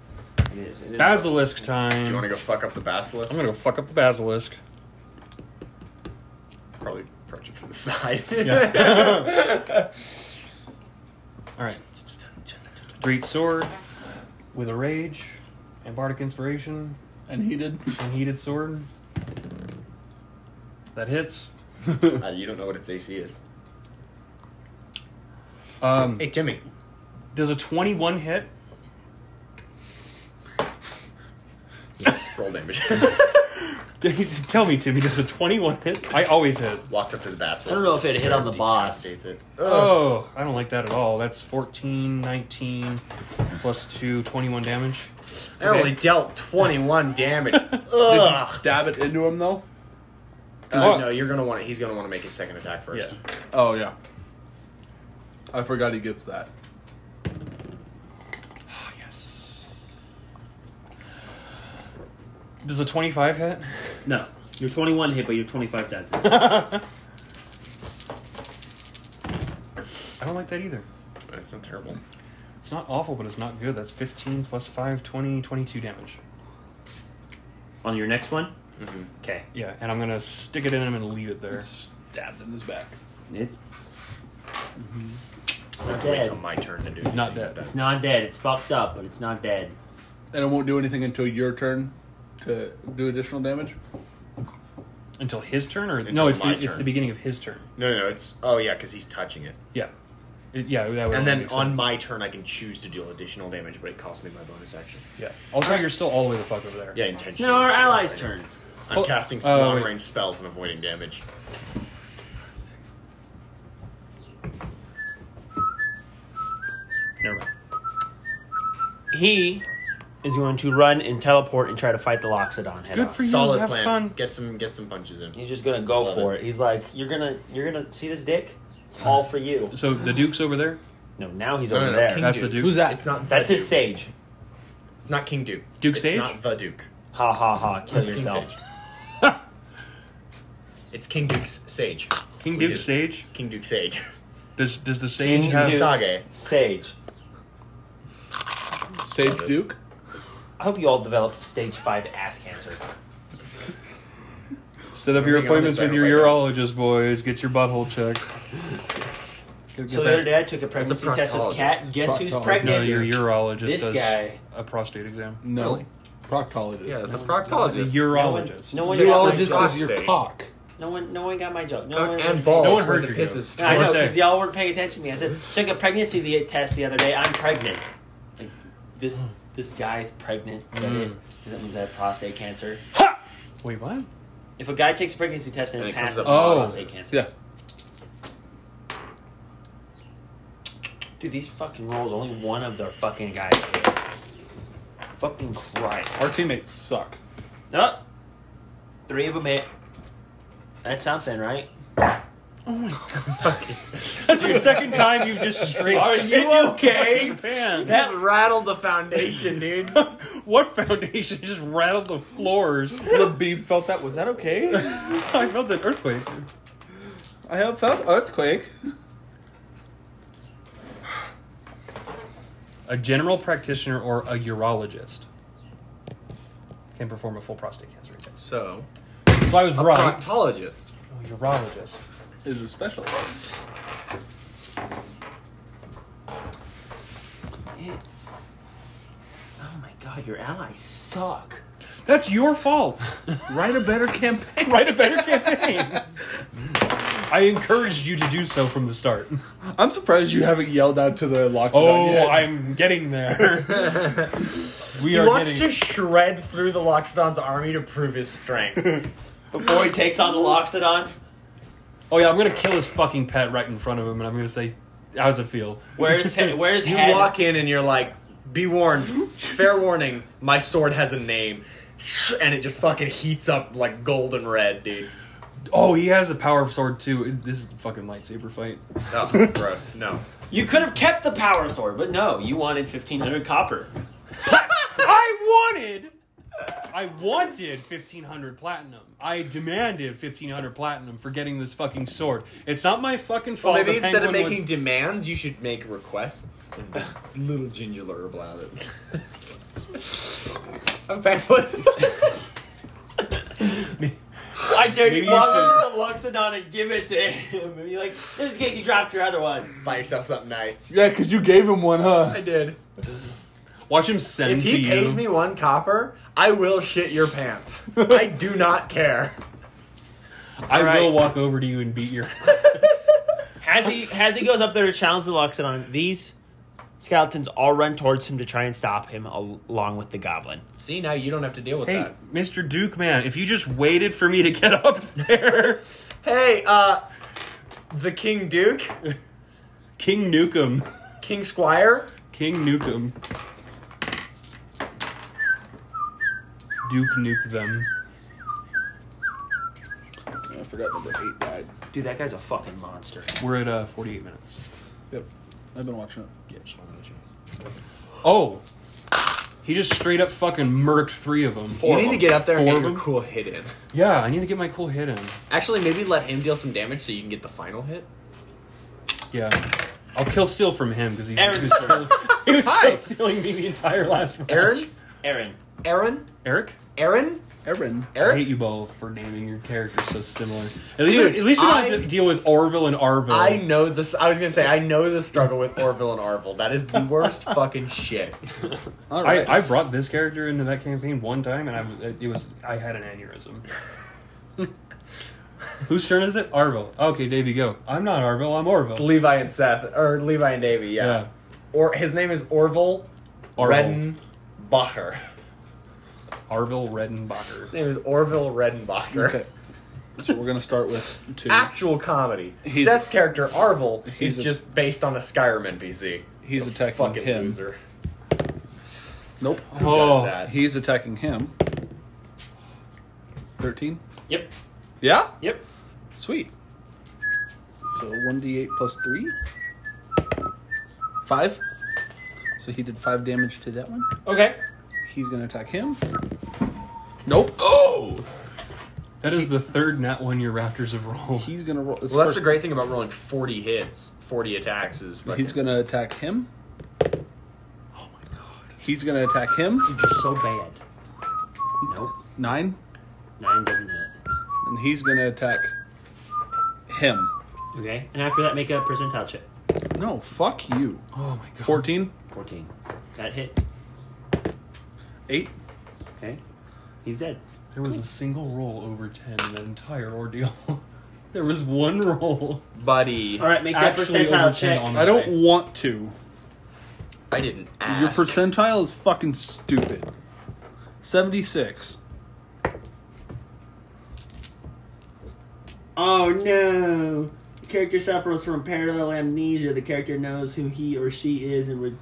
I: It is. It is.
A: Basilisk time.
C: Do you want to go fuck up the basilisk?
A: I'm gonna go fuck up the basilisk.
C: probably approach it from the side.
A: Yeah. All right. Great sword with a rage and bardic inspiration
B: And he did.
A: and heated sword. That hits.
C: Uh, you don't know what its AC is.
A: Um,
C: Hey, Timmy.
A: Does a 21 hit?
C: Yes, roll damage.
A: Tell me, Timmy, does a 21 hit? I always hit.
C: Walks up to the basilisk.
D: I don't know if it hit on the boss.
C: decapitates it.
A: Oh, I don't like that at all. That's 14, 19, plus 2, 21 damage.
C: I only dealt 21 damage.
B: Did you
C: Ugh.
B: stab it into him though?
C: Uh, no, you're gonna want. He's gonna want to make his second attack first.
A: Yeah.
B: Oh yeah. I forgot he gets that.
A: Ah, yes. Does a 25 hit?
J: No. You're 21 hit, but you're 25 dead.
A: I don't like that either.
C: That's not terrible.
A: It's not awful, but it's not good. That's 15 plus 5, 20, 22 damage.
J: On your next one?
C: Mm-hmm.
J: Okay.
A: Yeah, and I'm going to stick it in him and leave it there.
B: Stabbed in his back.
J: It's,
D: Mm-hmm.
C: I have to wait till my turn to do.
A: He's not
C: something
A: dead.
C: like
J: it's
C: that.
J: not dead. It's fucked up, but it's not dead.
B: And it won't do anything until your turn to do additional damage.
A: Until his turn? or No,
C: Until
A: it's the,
C: my
A: it's
C: turn.
A: the beginning of his turn.
C: No, no, no, it's. Oh yeah, because he's touching it.
A: Yeah. It- yeah, that would
C: and
A: only
C: then
A: make
C: on
A: sense.
C: my turn, I can choose to deal additional damage, but it costs me my bonus action.
A: Yeah. Also, you're still all the way the fuck over there.
C: Yeah, intentionally.
J: No, our
C: Yes,
J: allies'
C: I know.
J: turn.
C: I'm
A: Oh,
C: casting
A: uh,
C: long
A: wait.
C: range spells and avoiding damage.
A: Never mind.
D: He is going to run and teleport and try to fight the Loxodon head
A: Good
D: on.
A: for you.
C: Solid
A: Have
C: plan.
A: fun.
C: Get some get some punches in.
D: He's just gonna go
C: Love
D: for
C: it.
D: it. He's like, you're gonna, you're gonna see this dick. It's all for you.
A: So the Duke's over there.
D: No, now he's
C: No, no,
D: over
C: no,
D: there.
C: King
A: That's
C: Duke.
A: the Duke.
B: Who's that?
C: It's not. the
D: That's his
C: Duke.
D: sage.
C: It's not King Duke.
A: Duke
C: it's
A: Sage?
C: not the Duke.
D: Ha ha ha! Kill
C: It's King
D: yourself.
C: Sage. It's King Duke's Sage.
A: King
C: Which
A: Duke
C: is-
A: Sage.
C: King Duke Sage.
A: Does does the Sage
D: King
A: have?
D: Duke's
C: Sage.
D: Sage.
B: Sage Duke?
D: I hope you all develop stage five ass cancer.
A: Set up your
C: Moving on this
A: appointments with
C: way,
A: your
C: right
A: urologist, boys. Get your butthole checked. Get-
D: So
A: get
D: the other
A: that-
D: day I took a pregnancy test with
C: proctologist.
D: cat. Guess who's
B: Proctologist.
D: pregnant?
A: no, your urologist.
D: This
A: does
D: guy.
A: A prostate exam.
B: No. Proctologist.
C: Yeah, it's a
A: A
C: proctologist.
D: No one,
A: urologist.
D: no one,
B: Urologist
D: got
B: is your
C: Prostate.
B: cock.
D: my, no one, no one got my joke. No one,
C: and balls.
A: No one heard
C: where the
A: you,
C: piss
A: Joe.
C: is
D: No, I know
A: Or say.
D: because y'all weren't paying attention to me. I said took a pregnancy the- test the other day. I'm pregnant. Like, this this guy's pregnant. Is That it?
A: Mm.
D: 'Cause that means I have prostate cancer.
A: Wait, what?
D: If a guy takes a pregnancy test and,
C: And
D: it
C: it comes
D: passes,
C: up
D: it's
A: Oh.
D: prostate cancer.
B: Yeah.
D: Dude, these fucking rolls. Only one of their fucking guys. Did. Fucking Christ.
B: Our teammates suck.
D: Oh, three of them hit. That's something, right?
A: That's the second time you've just straight.
D: Are
A: shit
D: you
A: your
D: okay?
A: fucking pants.
C: That's rattled the foundation, dude.
A: what foundation just rattled the floors?
B: The beam felt that. Was that okay?
A: I felt an earthquake.
B: I have felt earthquake.
A: A general practitioner or a urologist can perform a full prostate cancer test.
C: So,
A: So I was
C: a
A: right.
C: proctologist.
A: Oh, urologist.
B: Is a special.
D: It's. Oh my god, your allies suck.
A: That's your fault.
B: Write a better campaign.
A: Write a better campaign. I encouraged you to do so from the start.
B: I'm surprised you haven't yelled out to the lock.
A: Oh, I'm getting there. we
C: He
A: are
C: wants
A: getting.
C: to shred through the Loxodon's army to prove his strength.
D: Before he takes on the Loxodon,
A: Oh yeah, I'm gonna kill his fucking pet right in front of him, and I'm gonna say, "How's it feel?"
D: where's he- where's
C: you
D: head?
C: walk in and you're like, "Be warned, fair warning. My sword has a name," and it just fucking heats up like golden red, dude.
A: Oh, he has a power sword too. This is a fucking lightsaber fight.
C: Oh, gross. No.
D: You could have kept the power sword, but no, you wanted fifteen hundred copper.
A: I wanted. I wanted 1500 platinum. I demanded 1500 platinum for getting this fucking sword. It's not my fucking fault.
C: maybe
A: the
C: instead of
A: penguin was-
C: making demands, you should make requests. And little ginger lure about it. I'm barefoot.
D: I dare
A: Maybe
D: you
A: you
D: walk up to the Loxodon and give it to him, and be like, "There's in case you dropped your other one."
C: Buy yourself something nice.
B: Yeah, because you gave him one, huh?
C: I did.
A: Watch him send
C: If
A: to
C: he
A: you.
C: pays me one copper, I will shit your pants. I do not care.
A: I
D: Right.
A: will walk over to you and beat your.
D: As he as he goes up there to challenge the Loxodon, these
K: Skeletons all run towards him to try and stop him, al- along with the goblin.
C: See, now you don't have to deal with
A: Hey,
C: that.
A: Mr. Duke, man, if you just waited for me to get up there,
C: Hey, uh, the King Duke,
A: King Nukem,
C: King Squire.
A: King Nukem, Duke nuke them.
B: I forgot number eight died.
K: Dude, that guy's a fucking monster.
A: We're at uh, 48 minutes.
B: Yep. I've been watching it.
A: Yeah, just wanted to let you. know. Oh, he just straight up fucking murked three of them.
E: You need to get up there and
A: Four
E: get
A: of
E: your
A: them?
E: cool hit in.
A: Yeah, I need to get my cool hit in.
E: Actually, maybe let him deal some damage so you can get the final hit.
A: Yeah. I'll kill steal from him because he's
K: Aaron.
A: he was, kill, he was
E: Hi.
A: kill stealing me the entire last round.
E: Aaron,
K: Aaron,
E: Aaron,
A: Eric,
E: Aaron,
B: Erin.
A: I hate
E: Eric.
A: you both for naming your characters so similar. At least,
E: Dude,
A: we, at least we don't have
E: I-
A: to deal with Orville and Arville.
E: I know this. I was gonna say I know the struggle with Orville and Arville. That is the worst fucking shit.
B: All right.
A: I, I brought this character into that campaign one time, and I it was I had an aneurysm. Whose turn is it? Arville. Okay, Davey, go. I'm not Arville. I'm
E: It's
A: Orville.
E: Levi and Seth, or Levi and Davy. Yeah.
A: yeah.
E: Or his name is Orville,
A: Orville.
E: Redenbacher.
A: Arville Redenbacher.
E: His name is Orville Redenbacher.
B: okay. So we're gonna start with two.
E: Actual comedy.
B: He's-
E: Seth's character Arville
B: he's
E: is
B: a-
E: just based on a Skyrim NPC.
B: He's
E: A
B: attacking
E: fucking
B: him.
E: loser.
B: Nope.
E: Does
A: Oh,
E: that.
B: He's attacking him. Thirteen.
I: Yep.
B: Yeah.
I: Yep.
B: Sweet. So one d eight plus three. Five. So he did five damage to that one.
I: Okay.
B: He's gonna attack him. Nope.
A: that is the third nat one your Raptors have rolled.
B: He's gonna roll.
C: Well, that's the great thing about rolling forty hits, forty attacks is. Fucking,
B: He's gonna attack him. Oh my god. He's gonna attack him.
K: you're so bad. Nope,
B: Nine.
K: nine doesn't hit.
B: And he's gonna attack him.
K: Okay, and after that, make a percentile check.
B: No, fuck you.
A: Oh my god.
B: Fourteen.
K: Fourteen. That hit.
B: Eight.
K: Okay, he's dead.
A: There was a single roll over ten in that entire ordeal. there was one roll.
C: buddy,
K: All right, make that
A: Actually over
K: percentile
A: 10
K: check.
A: on
B: I don't
A: my-
B: want to.
C: I didn't
B: Your
C: ask.
B: percentile is fucking stupid. Seventy-six.
D: Oh no! The character suffers from parallel amnesia. The character knows who he or she is and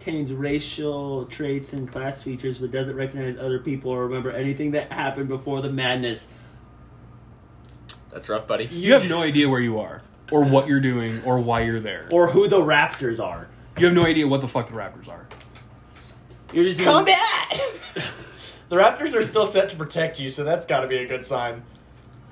D: retains racial traits and class features, but doesn't recognize other people or remember anything that happened before the madness.
C: that's rough, buddy.
A: You have no idea where you are, or what you're doing, or why you're there.
D: Or who the Raptors are.
A: You have no idea what the fuck the Raptors are.
D: You're just
C: Come back. the Raptors are still set to protect you, so that's got to be a good sign.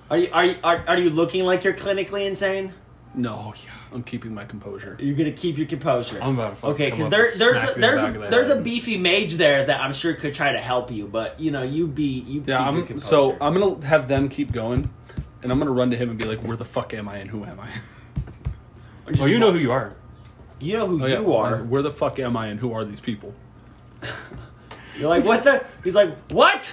D: Are you are you are, are you looking like you're clinically insane?
B: No, yeah. I'm keeping my composure.
D: You're gonna keep your composure.
A: I'm about to fucking
D: Okay,
A: come
D: because
A: up
D: there,
A: and
D: there's
A: smack
D: a,
A: you in the back
D: there's
A: of
D: a,
A: the
D: there's a
A: head.
D: beefy mage there that I'm sure could try to help you, but you know you be
B: Yeah,
D: you. keep your
B: I'm,
D: composure.
B: so I'm gonna have them keep going, and I'm gonna run to him and be like, "Where the fuck am I and who am I?"
A: Well, oh, you know who you are.
D: you know who
B: Oh, yeah.
D: you are.
B: Where the fuck am I and who are these people?
D: You're like what the? He's like what?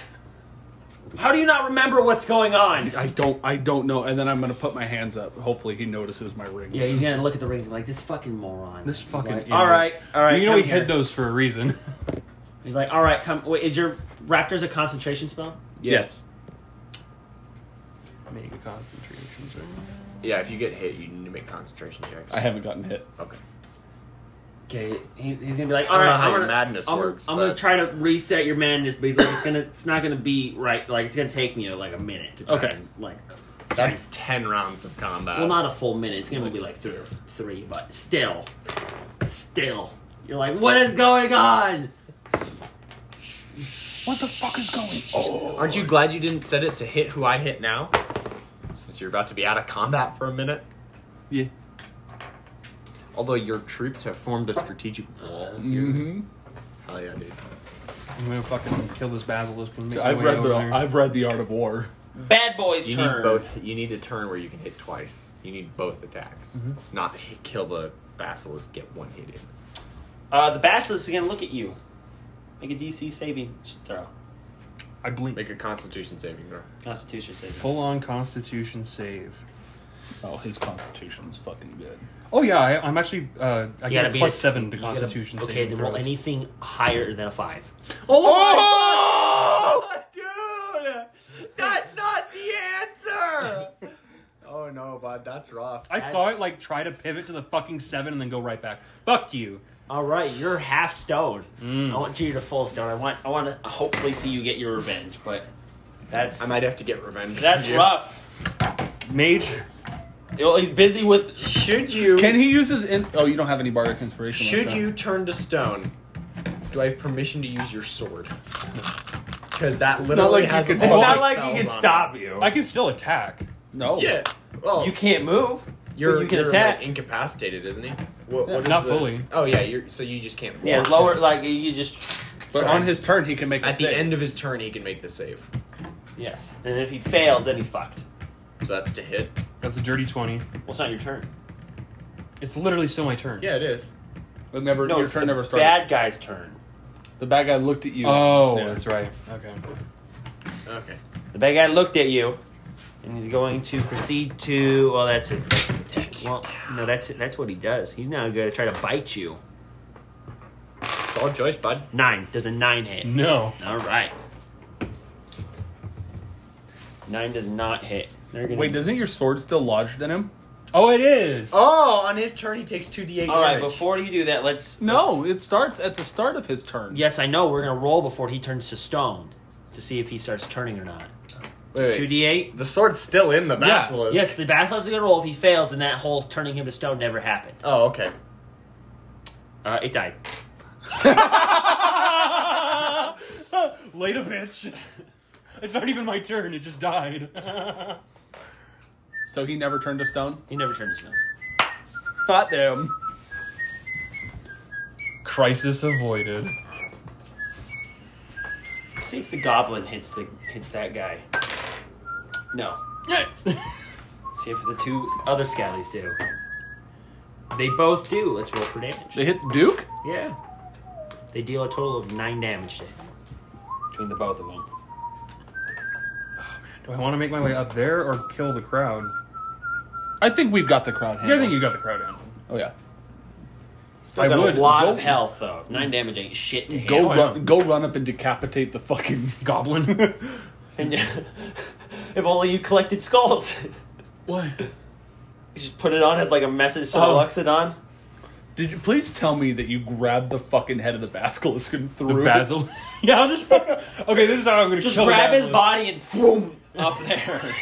D: How do you not remember what's going on?
B: I don't I don't know. And then I'm gonna put my hands up. Hopefully he notices my rings.
D: Yeah, he's gonna look at the rings and be like this fucking moron.
A: This
D: He's
A: fucking.
D: like,
A: idiot.
D: all right, all right.
A: You know
D: come
A: he hid
D: here."
A: those for a reason.
D: He's like, all right, come. Wait, is your raptors a concentration spell?
B: yes.
A: Make a concentration check.
C: Yeah, if you get hit, you need to make concentration checks.
B: I haven't gotten hit.
C: Okay.
D: Okay, he- he's gonna be like,
C: I
D: all
C: don't
D: right,
C: know how
D: I'm
C: your
D: gonna-
C: madness
D: I'm,
C: works,
D: I'm gonna
C: but-
D: try to reset your madness, but he's like, it's gonna, it's not gonna be right. Like, it's gonna take me like a minute to try.
B: Okay.
D: And, like,
C: That's ten rounds of combat.
D: well, not a full minute. It's gonna be like three, or three, but still, still, you're like, what is going on?
B: What the fuck is going Oh
C: Aren't you glad you didn't set it to hit who I hit now? Since you're about to be out of combat for a minute.
B: yeah.
C: Although your troops have formed a strategic wall.
B: Mm-hmm.
C: Hell yeah, dude.
A: I'm gonna fucking kill this basilisk and make my
B: I've
A: way
B: read
A: over
B: the
A: there.
B: I've read the Art of War.
I: Bad boys
C: You
I: turn.
C: need both. You need a turn where you can hit twice. You need both attacks, not hit, kill the basilisk, get one hit in.
I: Uh, the basilisk is gonna look at you. Make a DC saving throw.
A: I blink.
C: Make a Constitution saving throw.
I: Constitution saving.
A: Full on Constitution save.
B: Oh, his constitution's fucking good.
A: Oh yeah, I, I'm actually. Uh, I
D: You gotta
A: get
D: be
A: a plus
D: a-
A: seven to
D: you gotta-
A: Constitution.
D: Okay,
A: saving
D: then roll
A: throws.
D: anything higher than a five.
C: Oh, dude, that's not the answer.
L: Oh no, bud, that's rough.
A: I saw it like try to pivot to the fucking seven and then go right back. Fuck you.
D: All right, you're half stone.
A: Mm.
D: I want you to full stone. I want. I want to hopefully see you get your revenge, but that's
L: I might have to get revenge. on
M: That's
L: you.
M: rough.
A: Mage.
M: Well, he's busy with.
C: Should you?
B: Can he use his? In- oh, you don't have any bardic inspiration. like
C: Should
B: that.
C: you turn to stone? Do I have permission to use your sword? Because that
B: not
C: literally
B: like you
C: has.
B: can-
C: all
B: It's
C: my
B: not
C: spells on it.
M: you.
A: I can still attack.
B: No.
C: Yeah. Well,
M: You can't move.
C: you're,
M: you can
C: you're,
M: attack.
C: like, incapacitated, isn't he? What, what is
A: Not
C: the-
A: fully.
C: Oh yeah, you're, so you just can't.
M: Yeah,
C: roll.
M: lower. Like you just.
B: But on his turn, he can make a
C: At the
B: save.
C: end of his turn, he can make the save.
M: Yes, and if he fails, then he's fucked.
C: So that's to hit.
A: That's a dirty twenty.
M: Well, it's not your turn.
A: It's literally still my turn.
C: Yeah, it is.
B: But never,
M: No,
B: your
M: it's
B: turn
M: the
B: never started.
M: bad guy's turn.
B: The bad guy looked at you.
A: Oh,
B: Yeah.
A: that's right. Okay.
C: Okay.
M: The bad guy looked at you.
D: and he's going to proceed to. Well, that's his. That's his attack. Well, no, that's that's what he does. He's now going to try to bite you.
C: Solid choice, bud.
D: Nine does a nine hit.
A: No.
D: All right.
M: Nine does not hit. They're gonna
B: Wait, doesn't your sword still lodged in him?
A: Oh, it is.
C: Oh, on his turn, he takes two d8
M: All right.
C: damage.
M: Before you do that, let's.
B: No, it starts at the start of his turn.
D: Yes, I know. We're going to roll before he turns to stone to see if he starts turning or not.
C: Wait,
D: Two
C: wait.
D: d eight.
C: The sword's still in the basilisk.
D: Yes, the basilisk is going to roll. If he fails, then that whole turning him to stone never happened.
C: Oh, okay.
D: Uh, it died.
A: Late a bitch. It's not even my turn. It just died.
B: So he never turned to stone.
D: He never turned to stone.
B: Not them.
A: Crisis avoided.
M: Let's see if the goblin hits the hits that guy. No.
D: See if the two other scallies do. They both do. Let's roll for damage.
B: They hit Duke.
D: Yeah. They deal a total of nine damage to him.
M: Between the both of them.
A: Do I want to make my way up there or kill the crowd?
B: I think we've got the crowd.
A: Yeah, I
B: Handled.
A: think you got the crowd handled.
B: Oh yeah.
D: Still
A: I
D: got
A: would.
D: a lot of
A: Go-
D: health though. Nine damage ain't shit to him.
B: Go
A: I know.
B: run. Go run up and decapitate the fucking
A: Goblin.
M: And if only you collected skulls.
B: what?
M: You just put it on as like a message to
A: Oh.
M: the Luxodon.
B: Did you please tell me that you grabbed the fucking head of the basilisk and threw
A: the
B: it?
A: basil. yeah, I'll just. Okay, this is how I'm gonna
M: Just
A: kill
M: grab
A: the
M: his
A: basilisk.
M: body and boom up there.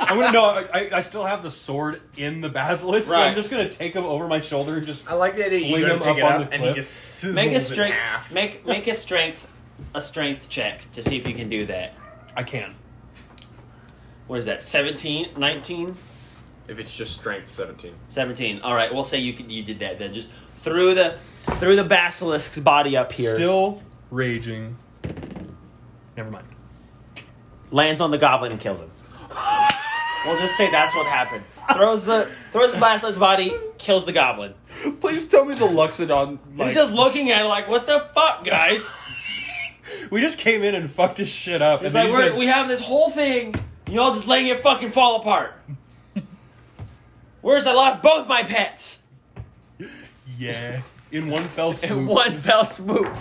A: I'm gonna know. I, I still have the sword in the basilisk, so
M: Right.
A: I'm just gonna take him over my shoulder and just.
C: I like the idea. You
A: Fling
C: go
A: him
C: to pick
A: up
C: it
A: on
C: up,
A: the
C: and he
A: cliff.
C: just sizzles
M: Make a
C: in half.
M: strength. Make make a strength. A strength check to see if you can do that.
A: I can.
M: What is that? 17? 19?
C: if it's just strength, seventeen.
M: 17. All right, we'll say you could, you did that then. Just threw the threw the basilisk's body up here.
A: Still raging. Never mind.
D: Lands on the goblin and kills him.
M: We'll just say that's what happened. Throws the throws the basilisk's body, kills the goblin.
B: Please tell me the Luxodon. Like,
M: He's just looking at it like, what the fuck, guys?
A: We just came in and fucked his shit up.
M: It's
A: and
M: like
A: then
M: we're,
A: he's
M: we have this whole thing, and you all just letting it fucking fall apart. Where's I lost both my pets
A: like, yeah, in one fell
M: in
A: swoop.
M: one fell swoop,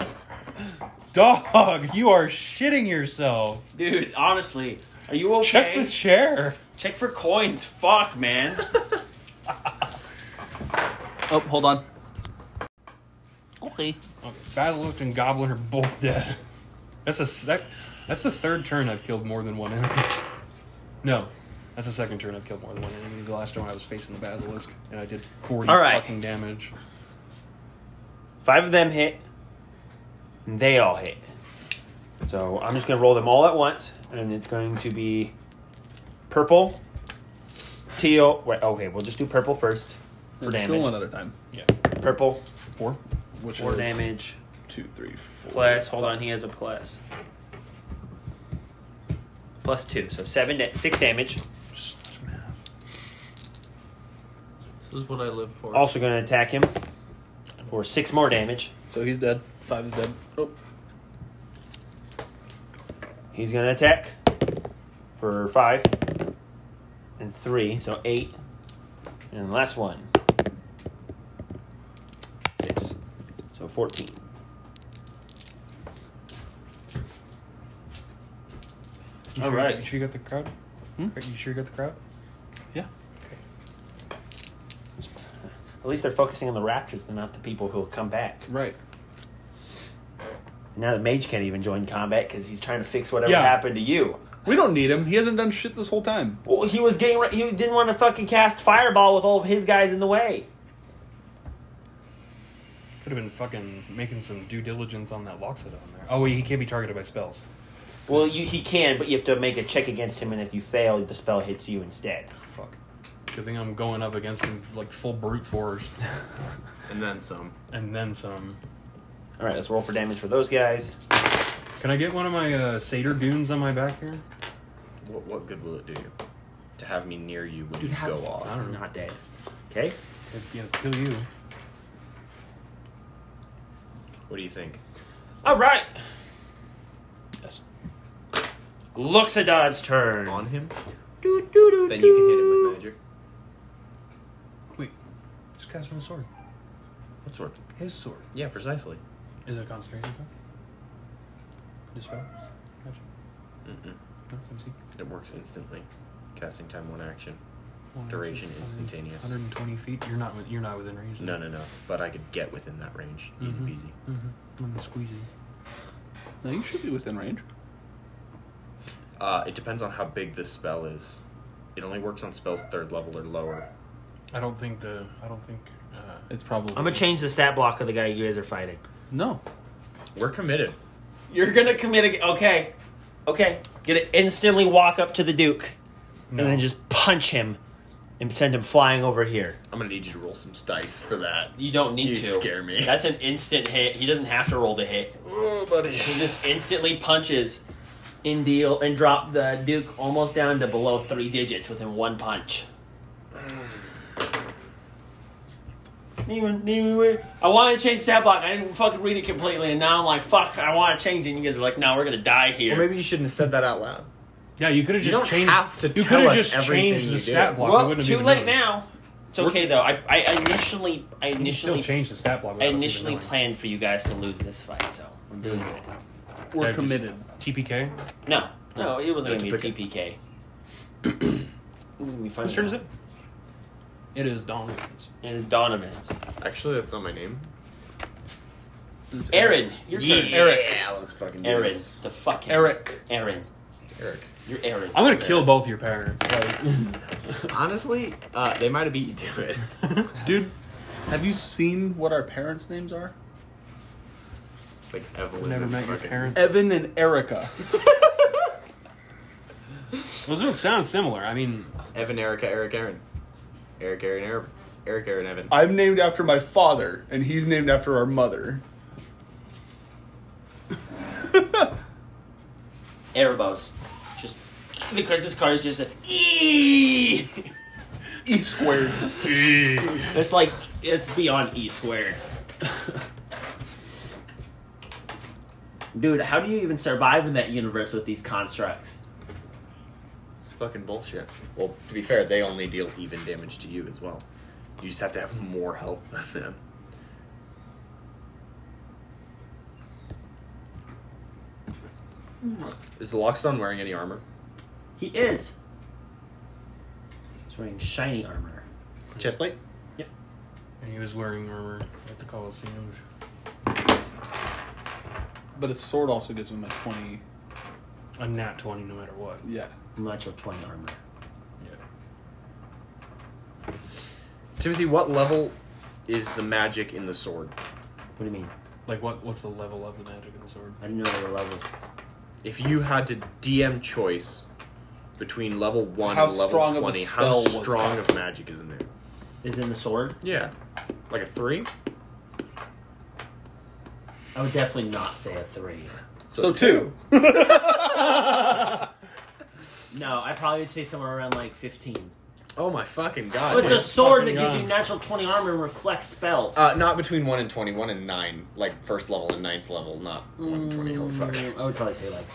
A: Dog, you are shitting yourself.
M: dude? Honestly, are you okay?
A: Check the chair.
M: Check for coins. Fuck, man.
B: oh, hold on.
A: Okay, Basilisk and Goblin are both dead. That's a sec- that's the third turn I've killed more than one enemy. No, that's the second turn I've killed more than one enemy. The last time I was facing the Basilisk, and I did forty
D: All right.
A: fucking damage.
D: Five of them hit. And they all hit. So I'm just gonna roll them all at once, and it's going to be purple, teal. Wait, okay, we'll just do purple first.
B: For
D: damage.
B: one at a time.
A: Yeah,
D: Purple,
A: four.
B: Which
D: four
B: is
D: damage.
B: Two, three, four.
D: Plus, hold on, he has a plus. Plus two, so seven, da- six damage.
L: This is what I live
B: Oh,
L: for.
D: Also gonna attack him for six more damage.
B: So he's dead. Five is dead. Oh,
D: He's gonna attack for five, and and three, so eight. And the last one. Six. So 14.
A: You
D: All
A: sure you
D: right.
A: got- You sure you got the crowd?
B: Hmm?
A: Are you sure you got the crowd?
D: At least they're focusing on the Raptors and not the people who will come back.
B: Right.
D: Now the mage can't even join combat because he's trying to fix whatever
A: Yeah.
D: happened to you.
B: We don't need him. He hasn't done shit this whole time.
D: Well, he was getting re- he didn't want to fucking cast fireball with all of his guys in the way.
A: Could have been fucking making some due diligence on that Loxodon there. Oh, wait, he can't be targeted by spells.
D: Well, you he can, but you have to make a check against him, and if you fail, the spell hits you instead.
A: Fuck. Good thing I'm going up against him like full brute force
C: And then some.
A: and then some.
D: All right, let's roll for damage for those guys.
A: Can I get one of my uh, satyr goons on my back here?
C: What, what good will it do you to have me near you when
D: Dude,
C: you
D: how
C: go
D: the fuck is
C: off?
D: he not dead? Okay,
A: It'd, you know, kill you.
C: What do you think?
D: all right.
C: Yes.
D: Luxodon's turn.
C: On him?
D: Do, do, do,
C: Then you can hit him with magic.
A: Wait, this guy's on a sword.
C: What sort?
A: His sword.
C: Yeah, precisely.
A: Is it a concentration spell? Dispel? Gotcha.
C: Mm-mm.
A: No, let me see.
C: It works instantly. Casting time, one action.
A: One,
C: Duration
A: two,
C: instantaneous.
A: 120 feet. You're not. You're not within range.
C: No, no, no. But I could get within that range. Easy
A: Mhm.
C: peasy.
A: Mm-hmm. I'm squeezing.
B: No, you should be within range.
C: Uh, it depends on how big this spell is. It only works on spells third level or lower.
A: I don't think the. I don't think. Uh,
B: It's probably.
D: I'm gonna change the stat block of the guy you guys are fighting.
B: No.
C: We're committed.
D: You're gonna commit. ag- Okay, okay. Gonna instantly walk up to the Duke
A: no.
D: and then just punch him and send him flying over here.
C: I'm gonna need you to roll some dice for that.
D: You don't need
C: You
D: to.
C: scare me.
D: That's an instant hit. He doesn't have to roll the hit.
C: Oh, buddy.
D: He just instantly punches in deal and drop the Duke almost down to below three digits within one punch. Even- even we- I wanted to change stat block. I didn't fucking read it completely, and now I'm like, fuck, I want to change it. And you guys are like, no, we're gonna die here.
N: Or maybe you shouldn't have said that out loud.
A: Yeah, you could have
N: You
A: just
N: don't
A: changed.
N: have to
A: you
N: tell
A: coulda
N: us
A: just
N: everything
A: changed
N: you
A: the
N: do.
A: stat block.
D: well,
A: We wouldn't have
D: too
A: even known.
D: late now. It's okay though. I, I I initially, I
A: You can still
D: initially,
A: change the stat block.
D: I
A: without us even
D: initially
A: knowing.
D: planned for you guys to lose this fight, so I'm doing good.
B: We're
A: Yeah, just-
B: committed.
A: TPK.
D: No, no, it wasn't
C: That's
D: going to be a TPK.
C: pretty-
D: it was going to be fun.
A: Whose turn is
D: though.
A: it? It is Donovan's.
D: It is Donovan's.
C: Actually, that's not my name.
B: It's
D: Aaron, your turn.
C: Eric. let's fucking do
D: Aaron,
C: this.
D: the fucking
B: Eric.
D: Aaron,
C: Eric.
D: you're Aaron.
A: I'm gonna kill both your parents.
C: Honestly, uh, they might have beat you to it.
B: Dude, have you seen what our parents' names are?
C: It's like Evelyn.
A: Never
C: and
A: met your
C: fucking-
A: parents.
B: Evan and Erica.
A: Those don't sound similar. I mean,
C: Evan, Erica, Eric, Aaron. Eric, Aaron, Eric, Eric, Aaron, Evan.
B: I'm named after my father, and he's named after our mother.
D: Erebos. Just the car- this car is just a E.
B: E squared.
D: It's like it's beyond E squared. Dude, how do you even survive in that universe with these constructs?
C: It's fucking bullshit. Well, to be fair, they only deal even damage to you as well. You just have to have more health than them. Is the Lockstone wearing any armor?
D: He is. He's wearing shiny armor.
C: Chestplate?
A: and he was wearing armor at the Coliseum.
B: But his sword also gives him a 20.
A: A nat twenty, no matter what.
B: Yeah.
D: Natural twenty armor.
C: Timothy, what level is the magic in the sword?
D: What do you mean?
A: Like what? What's the level of the magic in the sword?
D: I didn't know there were levels.
C: If you had to DM choice between level 1
B: How
C: and level
B: strong of a
C: 20, how
B: spell was
C: strong
B: that?
C: of magic is in there?
D: Is in the sword?
C: Yeah. Like a 3?
D: I would definitely not say a three.
B: So, two.
D: No, I probably would say somewhere around like fifteen.
C: Oh my fucking god.
D: Well, it's a
C: dude.
D: sword
A: fucking
D: that gives you
A: gone.
D: natural twenty armor and reflects spells.
C: Uh, not between 1 and 20, 1 and 9. Like, first level and ninth level, not 1 and 20. Holy fuck.
D: Mm, I would probably say like s-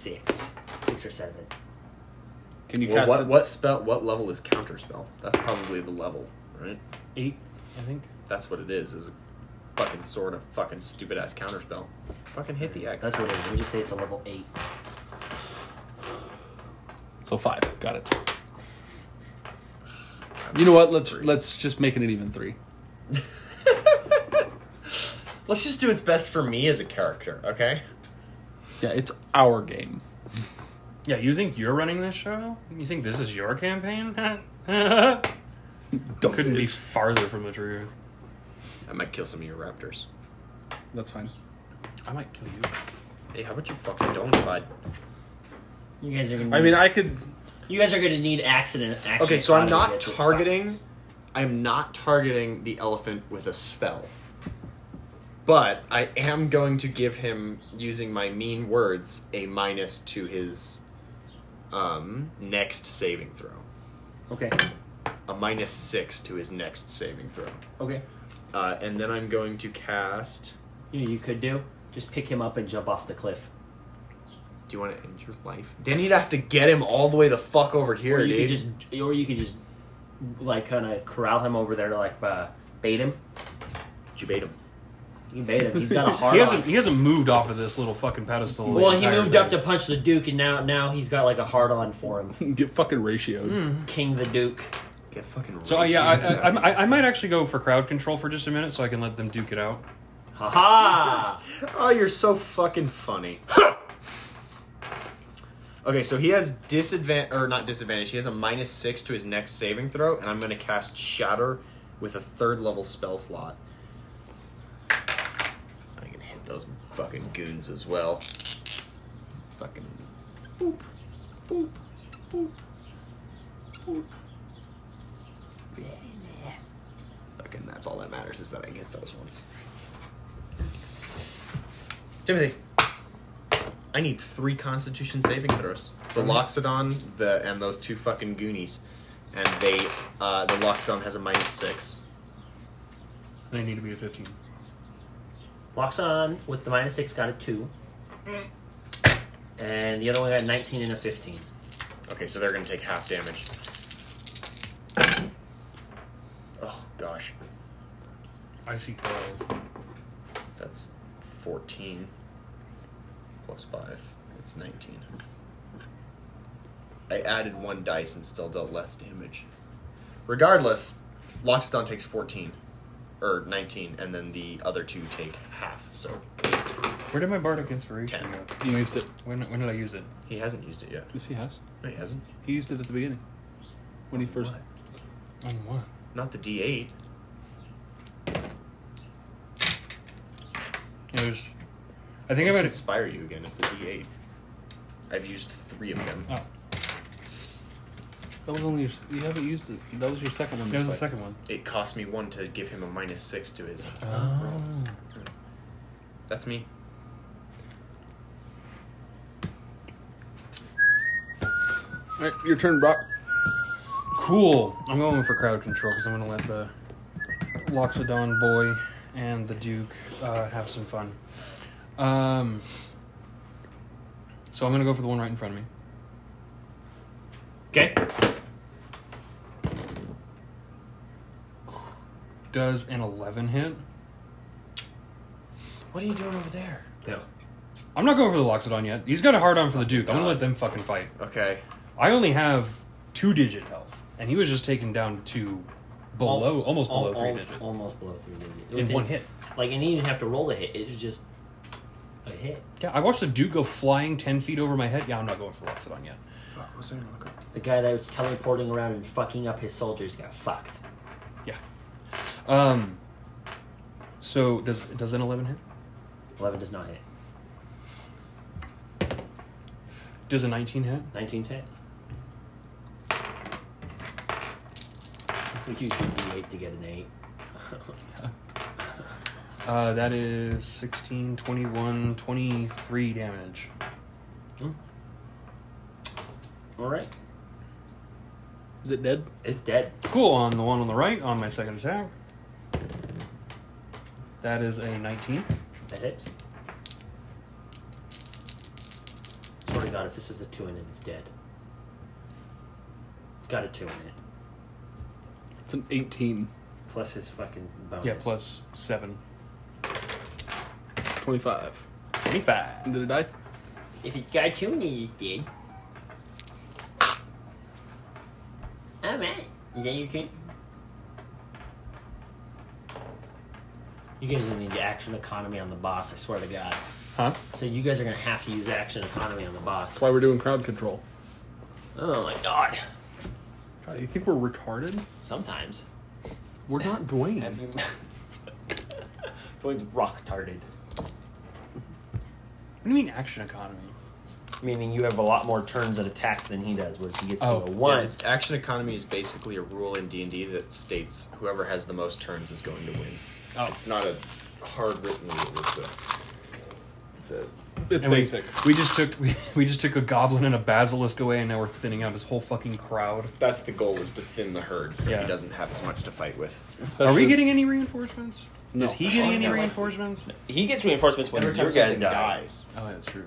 D: six, six or seven.
B: Can you
C: Well,
B: cast
C: what
B: it?
C: what spell? What level is counter spell? That's probably the level, right?
A: Eight, I think.
C: That's what it is. Is a fucking sword of fucking stupid ass counter spell. Fucking hit the X.
D: That's what it is. We just say it's a level eight.
B: So five. Got it. You know what? Let's let's just make it an even three.
C: Let's just do what's best for me as a character, okay?
B: Yeah, it's our game.
A: Yeah, you think you're running this show? You think this is your campaign? Couldn't
B: Don't
A: be farther from the truth.
C: I might kill some of your raptors.
B: That's fine.
A: I might kill you.
C: Hey, how about you fucking don't invite?
D: You guys are gonna.
B: I mean, I could.
D: you guys are gonna need accident. action
C: Okay, so I'm
D: economy
C: not
D: at this
C: targeting. I'm not targeting the elephant with a spell. But I am going to give him, using my mean words, a minus to his um, next saving throw.
O: Okay.
C: A minus six to his next saving throw.
O: Okay.
C: Uh, and then I'm going to cast.
D: spot. You know, you could do just pick him up and jump off the cliff.
C: Do you want to end your life? Then you'd have to get him all the way the fuck over here,
D: Or you could
C: dude.
D: just, or you could just, like, kind of corral him over there to like uh, bait him.
C: you bait him.
D: You can bait him. He's got a hard.
A: He hasn't. He hasn't moved off of this little fucking pedestal. the
D: Well, he
A: entire
D: moved
A: thing.
D: up to punch the Duke, and now now he's got like a hard on for him.
B: Get fucking ratioed.
D: King the Duke.
C: Get fucking.
A: So uh, yeah, I, I, I'm- I, I might actually go for crowd control for just a minute, so I can let them duke it out.
D: Ha ha!
C: Oh, you're so fucking funny. okay, so he has disadvantage or not disadvantage. He has a minus six to his next saving throw, and I'm gonna cast Shatter with a third level spell slot. I can hit those fucking goons as well. Fucking boop, boop, boop, boop. Fucking that's all that matters is that I get those ones. Timothy. I need three Constitution saving throws. The Loxodon, the and those two fucking Goonies, and they, uh, the Loxodon has a minus six.
A: They need to be a fifteen.
D: Locks on with the minus six, got a two. And the other one got a 19 and a 15.
C: Okay, so they're gonna take half damage. Oh gosh,
A: I see twelve.
C: that's fourteen plus five. It's nineteen. I added one dice and still dealt less damage. Regardless, Loxodon takes fourteen. Or 19, and then the other two take half, so
A: Where did my bardic inspiration
C: Ten.
A: go?
B: He used it.
A: When, when did I use it?
C: He hasn't used it yet.
B: Yes, he has.
C: No, he hasn't.
B: He used it at the beginning when he first.
A: On what?
C: Not the D8.
A: It was. I think I might
C: It should
A: have.
C: inspire you again. It's a D8. I've used three of them.
A: Oh,
B: That was only your, you haven't used it. That was your second one.
A: that was the
B: this fight.
A: second one.
C: It cost me one to give him a minus six to his.
A: Oh.
C: That's me.
B: All right, your turn, Brock.
A: Cool. I'm going for crowd control because I'm going to let the Loxodon boy and the Duke uh, have some fun. Um, so I'm going to go for the one right in front of me.
D: Okay.
A: Does an 11 hit?
C: What are you doing over there?
D: No.
A: I'm not going for the Loxodon yet. He's got a hard on for the Duke. I'm going to let them fucking fight.
C: Okay.
A: I only have two digit health, and he was just taken down to below, almost below three digit.
D: Almost below three digit.
A: In
D: Within-
A: one hit.
D: Like, and he didn't even have to roll a hit. It was just a hit.
A: Yeah, I watched the Duke go flying 10 feet over my head. Yeah, I'm not going for the Loxodon yet.
D: The guy that was teleporting around and fucking up his soldiers got fucked.
A: Yeah. Um. So does does an eleven hit?
D: 11 does not hit.
A: Does a nineteen hit?
D: 19's hit. We could use the D8 to get an 8.
A: Uh, that is 16, 21, 23 damage.
P: Hmm?
D: Alright.
B: Is it dead?
D: It's dead.
A: Cool. On the one on the right, on my second attack. That is a nineteen.
D: That hit. Swear to God, if this is a two and it's dead.
P: It's got a two in it.
B: It's an 18.
P: Plus his fucking bonus.
A: Yeah, plus seven.
B: 25.
A: 25.
B: Did it die?
Q: If it's cartoony, it's dead. Alright. Is that your turn?
P: You guys are gonna need action economy on the boss. I swear to God.
A: Huh?
P: So you guys are gonna have to use action economy on the boss.
B: That's why we're doing crowd control.
P: Oh my God.
B: Do you think we're retarded?
P: Sometimes.
B: We're not Dwayne.
P: Dwayne's rock tarded.
A: What do you mean action economy?
D: Meaning you have a lot more turns and attacks than he does, whereas he gets
A: Oh,
D: to go one.
C: Yeah, action economy is basically a rule in D and D that states whoever has the most turns is going to win.
A: Oh.
C: It's not a hard written rule. It's a. It's a.
B: It's
A: And we-
B: basic.
A: We, just took we, we just took a goblin and a basilisk away, and now we're thinning out his whole fucking crowd.
C: That's the goal is to thin the herd so
A: Yeah.
C: he doesn't have as much to fight with.
A: Are
B: Especially-
A: we getting any reinforcements?
B: No.
A: Is he
C: Oh,
A: getting any reinforcements?
D: He gets reinforcements when your guys die.
C: dies.
B: Oh, that's true.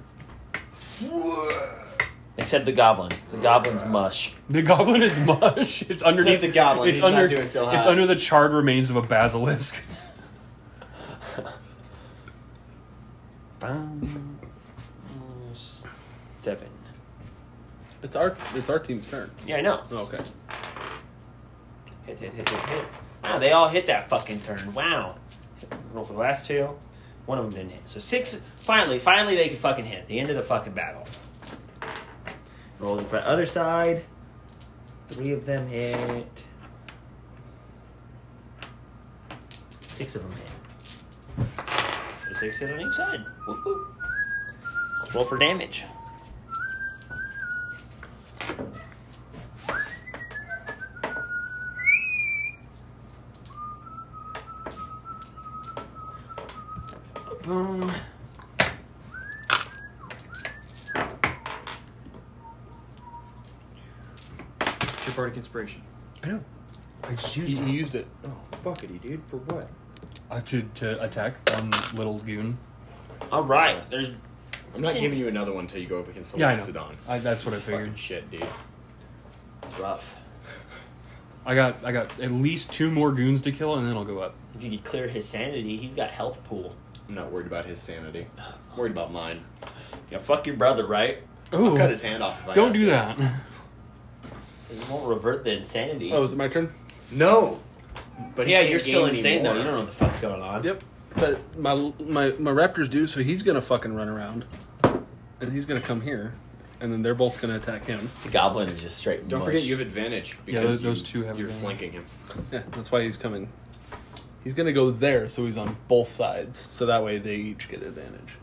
D: Except the goblin. The goblin's mush.
A: The goblin is mush. It's underneath
C: the goblin,
A: It's
C: he's not
A: under.
C: doing so hot.
A: it's under the charred remains of a basilisk.
D: Um, Seven.
B: It's our it's our team's turn.
D: Yeah, I know.
B: Oh, okay.
D: Hit, hit, hit, hit, hit. Wow, they all hit that fucking turn. Wow. Roll for the last two. One of them didn't hit. So six. Finally, finally, they can fucking hit. The end of the fucking battle. Rolling for the other side. Three of them hit. Six of them hit. So six hit on each side. Whoop, whoop. Let's roll for damage. Boom.
C: It's your bardic inspiration.
A: I know. I just used
B: He,
A: it.
B: he used it.
C: Oh, fuckity, dude. For what?
A: Uh, to to attack one little goon.
D: All right. There's
C: I'm not giving you another one until you go up against the
A: Yeah, I know.
C: Laxodon.
A: I, that's what I figured.
C: Fucking shit, dude.
D: it's rough.
A: I got I got at least two more goons to kill, and then I'll go up.
D: If you could clear his sanity, he's got health pool.
C: I'm not worried about his sanity. I'm worried about mine.
D: Yeah, fuck your brother, right?
A: Ooh,
C: Cut his hand off. If I
A: don't
C: have
A: do
C: to.
A: that.
D: Because it won't revert the insanity.
B: Oh, is it my turn?
C: No.
D: but yeah,
C: can't
D: you're still
C: gain
D: insane
C: anymore.
D: though. You don't know what the fuck's going on.
B: Yep. But my my my raptors do, so he's gonna fucking run around, and he's gonna come here, and then they're both gonna attack him.
D: The goblin is just straight.
C: Don't
D: mush.
C: forget you have advantage because
A: those-
C: you-
A: those two have
C: you're
A: advantage.
C: flanking him.
B: Yeah, that's why he's coming. He's gonna go there, so he's on both sides, so that way they each get advantage.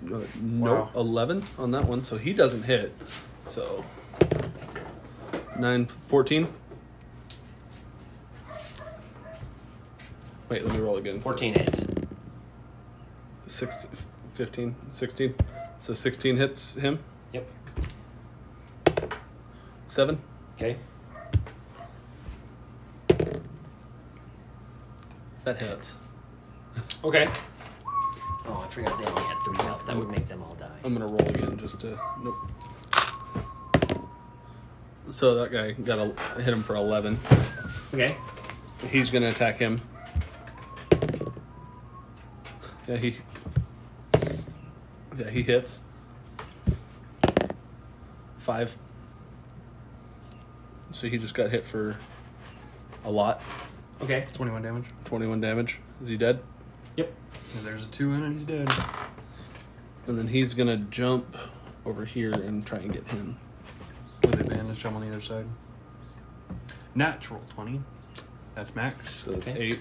B: No, no,
A: Wow.
B: eleven on that one, so he doesn't hit. So nine, fourteen. Wait, let me roll again.
D: fourteen hits.
B: Six, 15, 16. So 16 hits him.
D: Yep.
B: Seven.
D: Okay.
B: That hits.
D: Okay. Oh, I forgot they only had three health. That would make them all die.
B: I'm gonna roll again just to nope. So that guy got a hit him for eleven.
D: Okay.
B: He's gonna attack him. Yeah, he. Yeah, he hits. Five. So he just got hit for a lot.
D: Okay.
A: Twenty-one damage.
B: Twenty-one damage. Is he dead?
A: And there's a two in, and he's dead.
B: And then he's gonna jump over here and try and get him.
A: With advantage, I'm on the other side. Natural twenty. That's max.
B: So that's
D: Okay.
B: eight.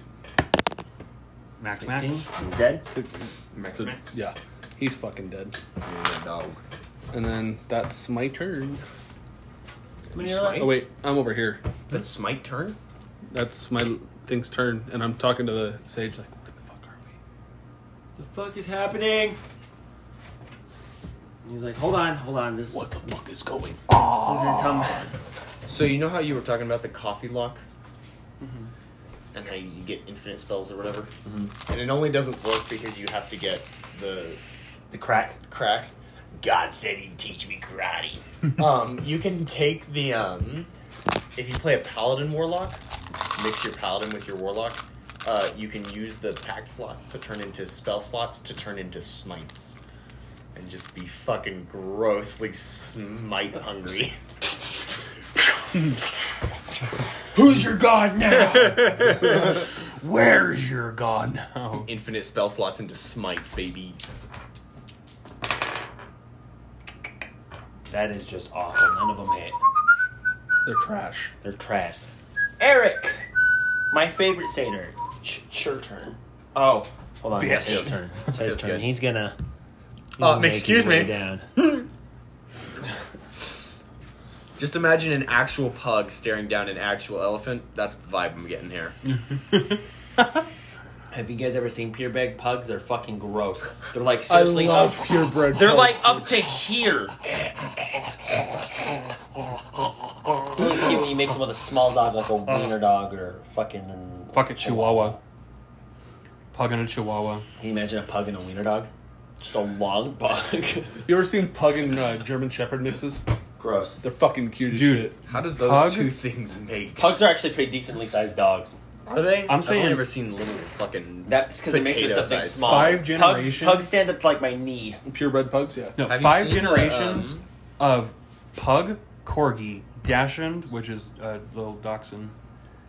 A: Max, max.
P: He's dead.
B: Six,
C: Max,
B: so-
C: max.
B: Yeah, he's fucking dead.
C: It's a little dog.
B: And then that's my turn.
C: Smite?
B: Oh wait, I'm over here.
C: That's smite turn.
B: That's my thing's turn, and I'm talking to the sage like, "Where the fuck are we?"
P: The fuck is happening? He's like, hold on, hold on. This
B: the fuck is
P: this
B: going?
P: is some.
C: So you know how you were talking about the coffee lock, and how you get infinite spells or whatever, and it only doesn't work because you have to get the
D: The crack.
C: crack.
F: God said he'd teach me karate. um, you can take the um, if you play a paladin warlock, mix your paladin with your warlock. Uh, you can use the pact slots to turn into spell slots to turn into smites, and just be fucking grossly smite hungry.
A: Who's your god now?
F: Where's your god now? Infinite spell slots into smites, baby.
D: That is just awful. None of them hit.
B: They're trash.
D: They're trash. Eric, my favorite satyr. Ch- it's your turn. Oh, hold on. It's his
F: Bitch.
D: turn. It's his
F: Feels
D: turn.
F: good.
D: He's gonna. he's
F: Uh,
D: gonna make his
F: excuse
D: way
F: me.
D: Down.
C: Just imagine an actual pug staring down an actual elephant. That's the vibe I'm getting here.
F: Mm-hmm.
D: Have you guys ever seen purebred pugs? They're fucking gross. They're like seriously
B: love
D: up.
B: purebred
D: They're
B: pug
D: like up to here. you, you mix them with a small dog, like a wiener dog or fucking
A: Fuck a chihuahua. Pug and a chihuahua.
D: Can you imagine a pug and a wiener dog? Just a long pug.
B: You ever seen pug and uh, German Shepherd mixes?
D: Gross.
B: They're fucking cute as
A: Dude,
B: shit.
C: How did
A: those Pug? two
C: things mate?
D: Pugs are actually pretty decently sized dogs.
C: Are they?
A: I'm saying-
C: I've only never seen little fucking.
D: That's because it makes you
C: Potato
D: something
C: size.
D: small.
A: Five
D: Pugs-
A: generations?
D: Pugs, stand up to like my knee.
B: Purebred pugs, yeah.
A: No,
C: Have you
A: five
C: seen the,
A: generations
C: um,
A: of pug, corgi, dachshund, which is a little dachshund,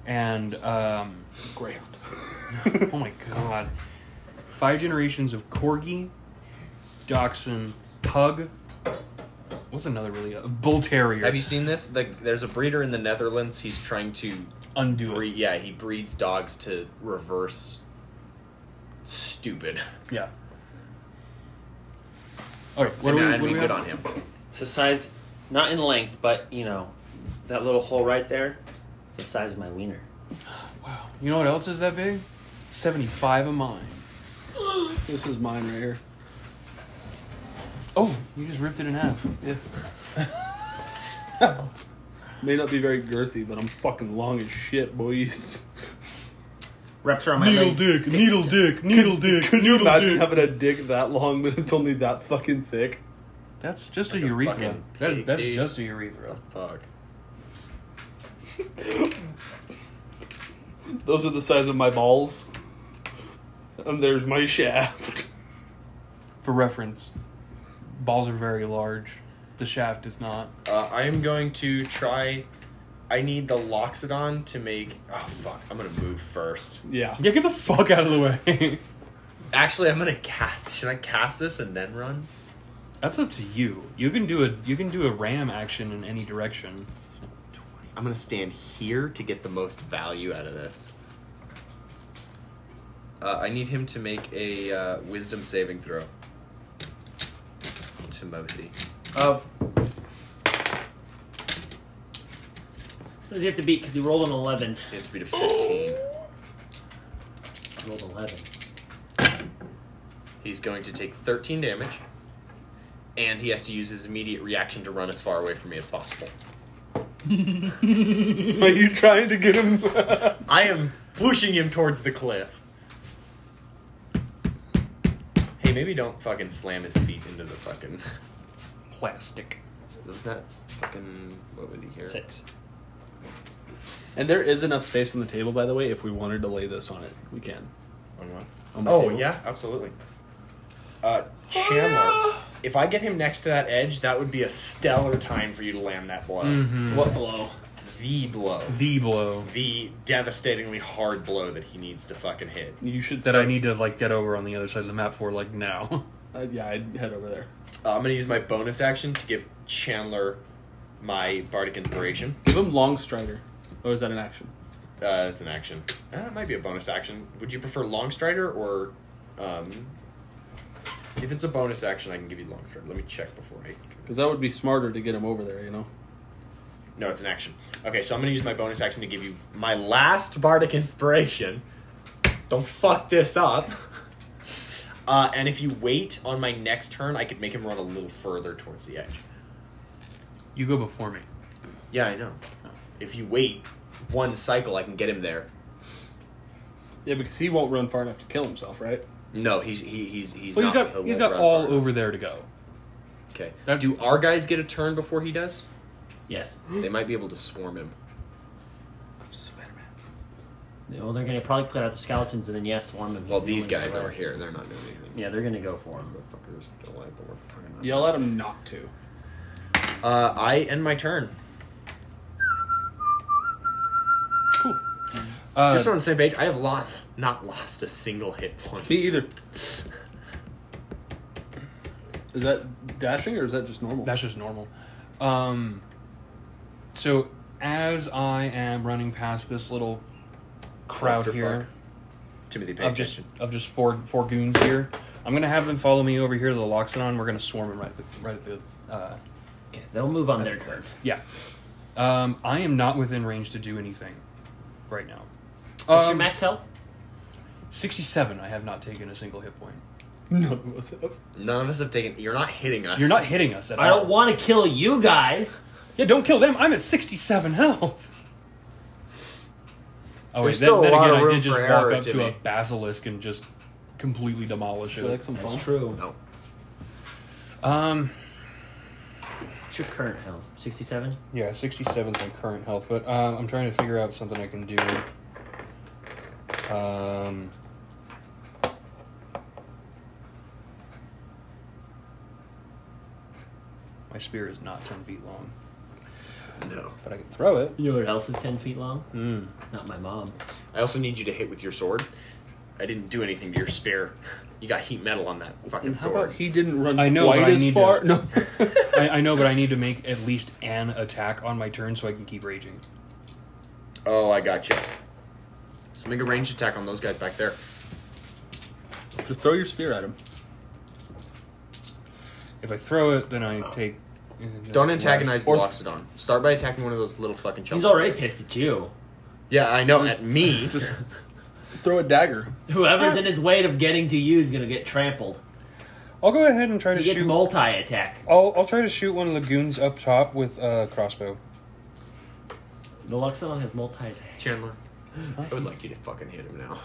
A: and um,
B: Greyhound.
A: oh my god, five generations of corgi, dachshund, pug. What's another really a bull terrier?
C: Have you seen this? The, there's a breeder in the Netherlands. He's trying to
A: undo
C: breed.
A: it?
C: Yeah, he breeds dogs to reverse. Stupid.
A: Yeah. All right, what
C: What
A: do we?
C: and
A: What do
C: we
A: we
C: good
A: have?
C: on him.
D: It's the size, not in length, but you know, that little hole right there. It's the size of my wiener.
A: Wow, you know what else is that big? Seventy-five of mine.
B: This is mine right here.
A: Oh, you just ripped it in half. Yeah.
B: May not be very girthy, but I'm fucking long as shit, boys.
R: Reps are on my legs. Six to-
B: dick, needle dick. Could you imagine having a dick that long, but it's only that fucking thick?
A: That's just a urethra.
C: fucking
A: That,
C: pig,
A: that's
C: dude.
A: just a urethra.
C: Fuck.
B: Those are the size of my balls. And there's my shaft.
A: For reference, balls are very large. The shaft is not.
C: Uh, I am going to try. I need the Loxodon to make. Oh fuck! I'm gonna move first.
B: Yeah.
A: Yeah, get the fuck out of the way.
C: Actually, I'm gonna cast. Should I cast this and then run?
A: that's up to you. You can do a you can do a ram action in any direction.
C: I'm gonna stand here to get the most value out of this. Uh, I need him to make a uh, wisdom saving throw. Timothy.
R: Of
S: What does he have to beat? Because he rolled an 11.
C: He has to beat a 15.
S: He rolled 11.
C: He's going to take 13 damage. And he has to use his immediate reaction to run as far away from me as possible.
B: Are you trying to get him?
C: I am pushing him towards the cliff. Hey, maybe don't fucking slam his feet into the fucking.
A: Plastic.
C: What was that? Fucking. What was he here?
D: Six.
B: and there is enough space on the table, by the way, if we wanted to lay this on it. We can.
C: On what?
B: On the
C: Oh
B: table.
C: yeah, absolutely. Uh, Chandler,
B: Oh,
C: if I get him next to that edge, that would be a stellar time for you to land that blow.
A: Mhm.
C: What blow? Mm-hmm. The blow.
A: The blow
C: The devastatingly hard blow that he needs to fucking hit.
B: You should.
A: that I need to like get over on the other side of the map for like now.
B: Uh, yeah, I'd head over there.
C: Uh, I'm gonna use my bonus action to give Chandler my bardic inspiration.
B: Give him long strider. Or is that an action?
C: Uh, it's an action. Uh, it might be a bonus action. Would you prefer Longstrider or, um, if it's a bonus action, I can give you Longstrider. Let me check before I.
B: Because that would be smarter to get him over there, you know?
C: No, it's an action. Okay, so I'm gonna use my bonus action to give you my last bardic inspiration. Don't fuck this up. Uh, and if you wait on my next turn, I could make him run a little further towards the edge.
A: You go before me.
C: Yeah, I know. If you wait one cycle, I can get him there.
B: Yeah, because he won't run far enough to kill himself, right?
C: No, he's he, he's he's
A: Well,
C: not.
A: he's got
C: he
A: he's
C: won't
A: got
C: run
A: all
C: far.
A: over there to go.
C: Okay. Do our guys get a turn before he does?
T: Yes.
C: They might be able to swarm him.
T: Well, they're gonna probably clear out the skeletons and then yes, swarm them.
C: Well, these guys over here, they're not doing anything.
T: Yeah, they're gonna go for him.
B: Yell at him not to.
C: Uh, I end my turn.
B: Cool.
C: Just on the same page, I have lost, not lost a single hit point.
B: Me either. Is that dashing or is that just normal?
A: That's just normal. Um, so as I am running past this little crowd
C: Clusterfuck.
A: here,
C: Timothy, pay
A: of just
C: attention.
A: of just four four goons here, I'm gonna have them follow me over here to the Loxodon. We're gonna swarm them right right at the. Uh,
T: They'll move on their turn.
A: yeah, um, I am not within range to do anything right now.
T: What's your
A: Um,
T: max health?
A: Sixty-seven. I have not taken a single hit point.
B: No, what's up?
C: None of us have taken. You're not hitting us.
A: You're not hitting us at
T: I
A: all.
T: don't want to kill you guys.
A: Yeah, don't kill them. I'm at 67 health. Oh, wait,
C: There's
A: then,
C: still a
A: then
C: lot
A: again,
C: of
A: I
C: room
A: did just
C: for
A: walk
C: error,
A: up to a
C: Timmy.
A: basilisk and just completely demolish it.
B: Feel like some
T: That's
B: fun?
T: true.
C: No.
A: Um,
T: What's your current health? Sixty-seven.
A: yeah, 67 is my current health, but um, I'm trying to figure out something I can do. Um, my spear is not 10 feet long,
C: No.
A: but I can throw it.
T: You know what else is ten feet long?
C: Hmm.
A: Mm.
T: Not my mom.
C: I also need you to hit with your sword. I didn't do anything to your spear. You got heat metal on that fucking
B: How
C: sword.
B: about he didn't run
A: I know,
B: quite
A: but I
B: as
A: need
B: far?
A: to-
B: No.
A: I, I know, but I need to make at least an attack on my turn so I can keep raging.
C: oh, I got you. So make a ranged attack on those guys back there.
B: Just throw your spear at him.
A: If I throw it, then I take.
C: Don't antagonize the
B: Or-
C: Loxodon. Start by attacking one of those little fucking chumps.
T: He's already pissed at you.
C: Yeah, I know. At me.
B: Throw a dagger.
T: Whoever's in his way of getting to you is gonna get trampled.
A: I'll go ahead and try to
T: He gets
A: shoot.
T: multi-attack.
A: I'll, I'll try to shoot one of the goons up top with a uh, crossbow.
T: The Luxilon has multi-attack.
C: Chandler, I would like you to fucking hit him now.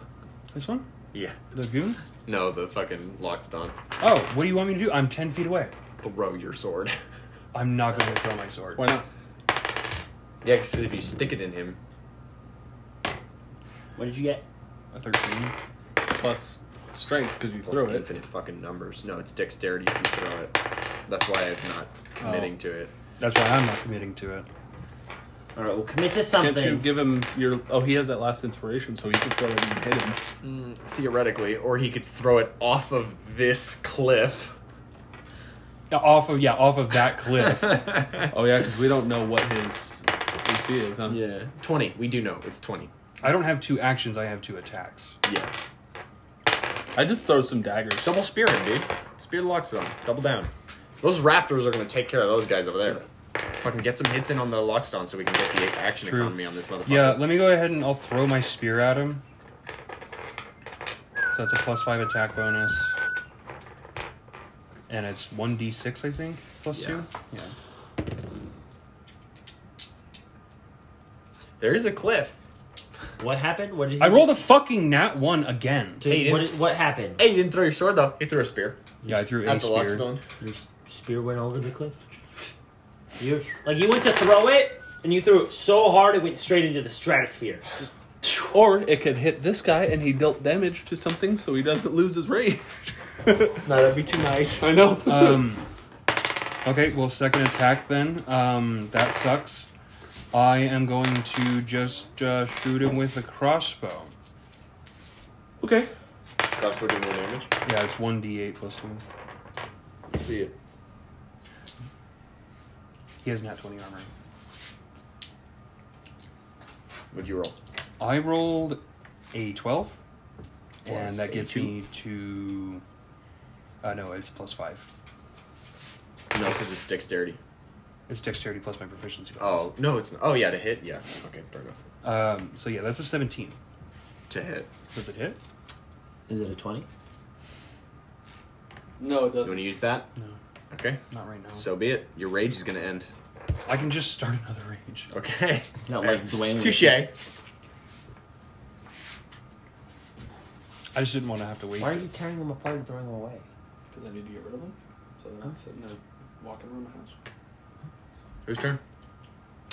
A: This one?
C: Yeah.
A: The goon?
C: No, the fucking Loxodon.
A: Oh, what do you want me to do? I'm 10 feet away.
C: Throw your sword.
A: I'm not going to throw my sword.
B: Why not?
C: Yeah, because if you stick it in him,
T: What did you get?
A: A 13?
B: Plus strength because you
C: plus
B: throw it.
C: infinite fucking numbers. No, it's dexterity if you throw it. That's why I'm not committing
B: Oh.
C: to it.
A: That's why I'm not committing to it.
T: All right, we'll commit to
B: Can't you
T: something.
B: give him your? Oh, he has that last inspiration, so he can throw it and hit him.
C: Mm, Theoretically, or he could throw it off of this cliff.
A: Yeah, Off of, yeah, off of that cliff.
B: Oh yeah, because we don't know what his AC is, huh?
C: yeah. 20. We do know. It's 20.
A: I don't have two actions, I have two attacks.
C: Yeah.
B: I just throw some daggers.
C: Double spear him, dude. Spear the Loxodon. Double down. Those raptors are going to take care of those guys over there. Fucking get some hits in on the Loxodon so we can get the action
A: True.
C: economy on this motherfucker.
A: Yeah, let me go ahead and I'll throw my spear at him. So that's a plus five attack bonus. And it's 1d6, I think, plus
C: Yeah.
A: two? Yeah.
C: There is a cliff.
T: What happened? What did he?
A: I rolled a fucking nat one again.
T: Dude,
C: Hey,
T: what,
C: didn't-
T: did- what happened?
C: Hey, you didn't throw your sword, though. He threw a spear.
A: Yeah, I threw a
C: At the
A: spear.
C: Loxodon.
T: Your s- spear went over the cliff. You like you went to throw it, and you threw it so hard it went straight into the stratosphere. Just-
B: Or it could hit this guy and he dealt damage to something so he doesn't lose his rage.
C: No, that'd be too nice.
B: I know.
A: Um, okay, well, second attack then. Um, that sucks. I am going to just uh, shoot him with a crossbow.
B: okay.
C: Scotch doing more damage.
A: Yeah, it's 1d8 plus 2.
C: Let's see it.
A: He has nat 20 armor.
C: What'd you roll?
A: I rolled a 12,
C: Plus
A: and that gets
C: a two.
A: me to. Uh, no, it's plus 5.
C: No, because it's dexterity.
A: It's dexterity plus my proficiency. bonus.
C: Oh no, it's not. oh yeah to hit yeah okay fair enough
A: Um, so yeah, that's a 17.
C: to hit.
A: Does it hit?
T: Is it a twenty?
B: No, it
C: You want to use that?
A: No,
C: Okay,
A: not right now.
C: so be it. Your rage is gonna end.
A: I can just start another range.
C: Okay,
T: It's not like Dwayne.
C: touche.
A: I just didn't want to have to waste
T: Why are
A: it.
T: you tearing them apart and throwing them away?
B: Because I need to get rid of him.
A: So they're not sitting there walking around the house.
C: Whose turn?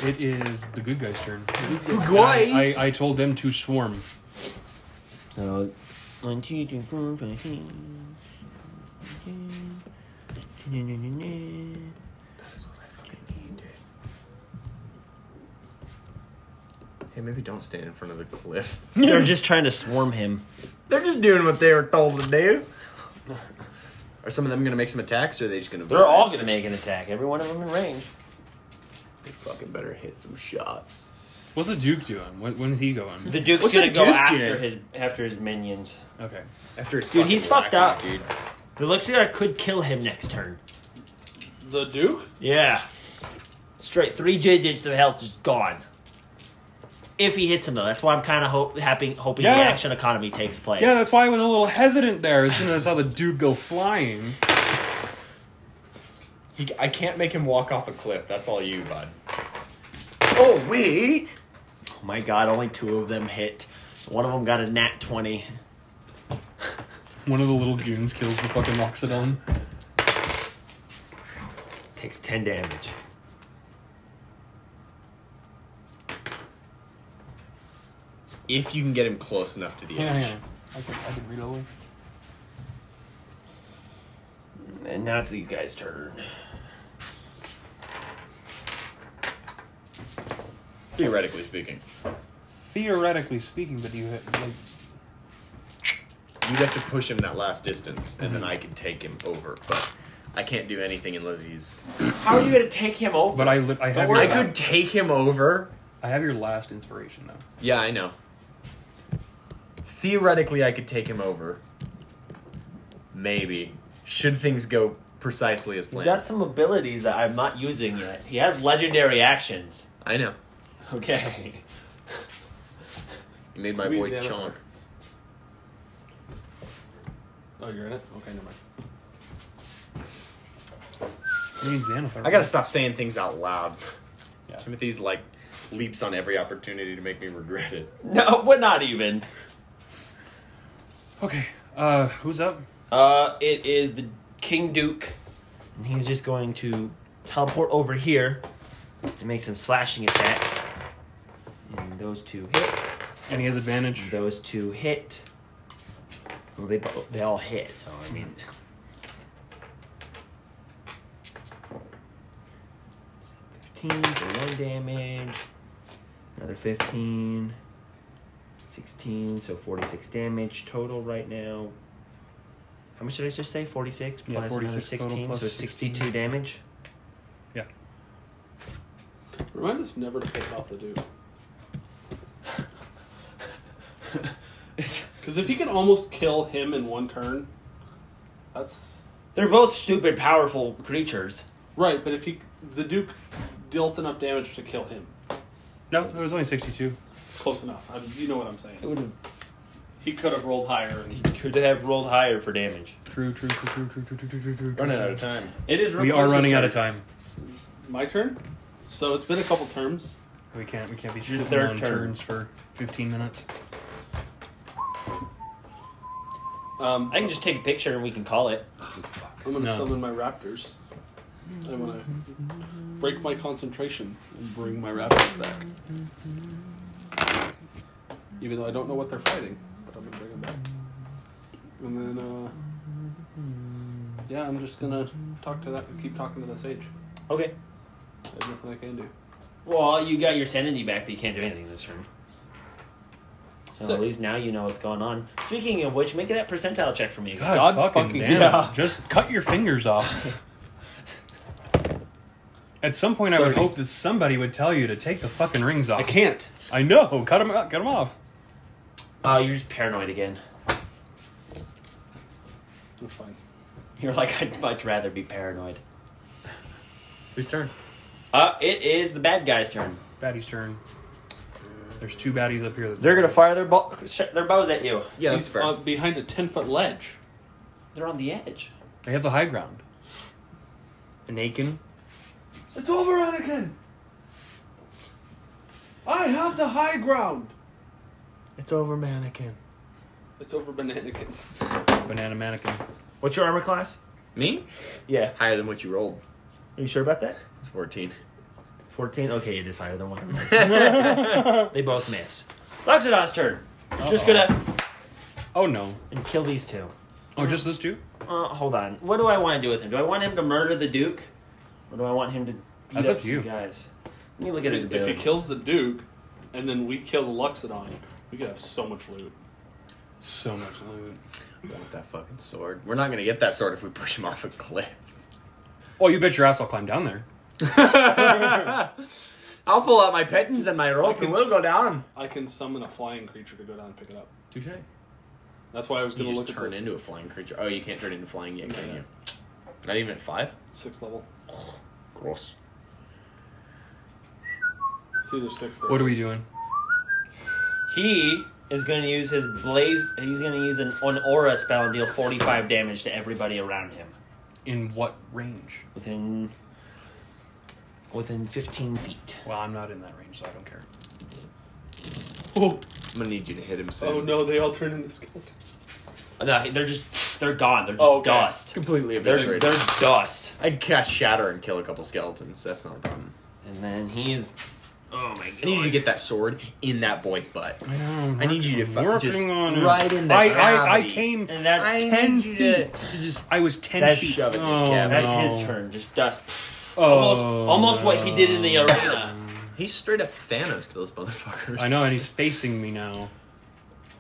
A: It is the good guy's turn.
C: Good guys?
A: I, I told them to swarm.
D: So, one, two, three, four, five, six.
C: Hey, maybe don't stand in front of the cliff.
D: They're just trying to swarm him.
C: They're just doing what they were told to do. Are some of them going to make some attacks, or are they just going to?
D: They're all going to make an attack. Every one of them in range.
C: They fucking better hit some shots.
A: What's the Duke doing? When, when did he go on?
D: The Duke's
C: What's
D: going
C: the
D: to go
C: Duke
D: after
C: doing?
D: his after his minions.
A: Okay.
C: After his
D: Dude, he's
C: fucking
D: fucked
C: wackos,
D: up.
C: dude.
U: The Elixir could kill him next turn.
B: The Duke?
U: Yeah. Straight three digits of health just gone. If he hits him though, that's why I'm kind of hope, happy, hoping
A: Yeah.
U: the action economy takes place.
A: Yeah, that's why I was a little hesitant there as soon as I saw the Duke go flying.
C: He, I can't make him walk off a cliff. That's all you, bud. Oh wait.
U: Oh my god, only two of them hit. One of them got a nat twenty.
A: One of the little goons kills the fucking Loxodon.
U: Takes ten damage.
C: If you can get him close enough to the edge.
A: I can, I can read over.
D: And now it's these guys' turn.
C: Theoretically speaking,
A: Theoretically speaking, but you hit. Like,
C: you'd have to push him that last distance, and then I can take him over. But I can't do anything unless he's.
D: How are you going to take him over?
A: but I, li- I have. Your
C: I
A: la-
C: could take him over.
A: I have your last inspiration though.
C: Yeah, I know. Theoretically, I could take him over. Maybe. Should things go precisely as
D: He's
C: planned.
D: got some abilities that I'm not using yet. He has legendary actions.
C: I know.
D: Okay.
C: You made my
A: Who is
C: boy
A: Xanathar?
C: chonk.
A: Oh, you're in it. Okay, never mind. I mean Xanathar.
C: I gotta stop saying things out loud.
A: Yeah.
C: Timothy's like leaps on every opportunity to make me regret it.
D: No, we're not even.
A: Okay. Uh, who's up?
D: Uh, it is the King Duke.
U: And he's just going to teleport over here and make some slashing attacks. And those two hit.
A: And he has advantage.
U: Those two hit. Well, they bo- they all hit. So I mean,
A: Mm-hmm.
D: Fifteen for one damage.
U: another 15, 16, so 46 damage total right now. How much did I just say? 46
A: Yeah,
U: plus another
A: 46 total
U: 16,
A: plus
U: so
A: 16.
U: 62 damage.
A: Yeah.
B: Remind us never to piss off the Duke. Because if he can almost kill him in one turn, that's.
D: They're both stupid, powerful creatures.
B: Right, but if he. The Duke dealt enough damage to kill him.
A: No, it was only sixty-two.
B: It's close enough. I, you know what I'm saying.
D: It would have
B: He could have rolled higher.
D: he could have rolled higher for damage.
A: True, true, true, true, true, true, true, true, true.
C: Running out of time.
D: It is.
A: We are
D: Rufus's
A: running out
D: turn.
A: of time.
B: It's my turn? So it's been a couple turns.
A: We can't. We can't be
D: Your
A: sitting
D: third
A: on
D: turn.
A: turns for fifteen minutes.
B: Um,
D: I can just take a picture and we can call it.
B: I'm gonna
A: No.
B: summon my raptors. I wanna break my concentration and bring my raptors back. Even though I don't know what they're fighting, but I'm gonna bring them back. And then, uh, yeah, I'm just gonna talk to that. Keep talking to that sage.
D: Okay.
B: There's nothing I can do.
D: Well, you got your sanity back, but you can't do anything this turn. So,
B: Sick.
D: at least now you know what's going on. Speaking of which, make that percentile check for me. again.
A: God,
B: God
A: fucking,
B: fucking
A: damn!
B: yeah.
A: Just cut your fingers off. At some point, I would
B: 30.
A: hope that somebody would tell you to take the fucking rings off.
B: I can't.
A: I know. Cut them. Cut them off.
D: Oh, you're just paranoid again.
B: That's fine.
D: You're like, I'd much rather be paranoid.
C: Whose turn?
D: Uh, it is the bad guy's turn.
A: Baddie's turn. There's two baddies up here. That's
D: They're gonna fire their bo- sh- their bows at you.
C: Yeah,
B: He's uh, behind a ten foot ledge.
D: They're on the edge.
A: They have the high ground.
C: An Aiken.
B: It's over, Anakin. I have the high ground.
C: It's over, mannequin.
B: It's over, Bananakin.
A: Banana mannequin.
U: What's your armor class?
C: Me?
V: Yeah.
C: Higher than what you rolled.
V: Are you sure about that?
C: It's 14.
V: 14? Okay, it is higher than one.
D: they both miss. Loxodon's turn. Just gonna
A: Oh no.
D: and kill these two.
A: Oh, just those two?
D: Uh, hold on. What do I want to do with him? Do I want him to murder the Duke, or do I want him to beat
A: That's
D: up
A: up to
D: some
A: you.
D: guys? Let me look at his
B: if he
D: abilities.
B: kills the Duke, and then we kill the Luxodon, we could have so much loot.
A: So much loot.
C: I want that fucking sword. We're not going to get that sword if we push him off a cliff.
A: Oh, you bet your ass I'll climb down there.
C: I'll pull out my pettins and my
B: Like
C: rope and
B: it's-
C: we'll go down.
B: I can summon a flying creature to go down and pick it up.
A: Touche.
B: That's why I was
C: You
B: going to
C: just
B: look at
C: turn
B: the
C: into a flying creature. Oh, you can't turn into flying yet, can
B: Yeah.
C: you? Not even at five?
B: sixth level.
C: Gross.
B: It's either sixth. Or
A: What are we doing?
D: He is going to use his blaze. He's going to use an, an aura spell and deal forty-five damage to everybody around him
A: In what range?
D: within within fifteen feet.
A: Well, I'm not in that range, so I don't care.
C: I'm going to need you to hit him soon.
B: Oh no! They all turn into skeletons.
D: No, they're just they're gone. They're just
B: Oh, okay.
D: dust.
C: Completely
D: They're,
C: eviscerated.
D: they're dust.
C: I can cast Shatter and kill a couple skeletons. That's not a problem.
D: And then he is. Oh my god!
C: I need you to get that sword in that boy's butt.
A: I know.
C: I need you to fucking
A: working
C: just
A: on it.
C: right in the
A: I, I, I
C: cavity.
A: came.
D: And that's
C: I
A: ten
C: need you to-
A: feet.
C: to just
A: I was ten
C: That's
A: feet.
C: shoving his
A: Oh,
C: cavity.
D: that's
A: no.
D: his turn. Just dust.
A: Oh,
D: Almost, almost what he did in the
A: no.
D: arena.
C: He's straight up Thanos to those motherfuckers.
A: I know, and he's facing me now.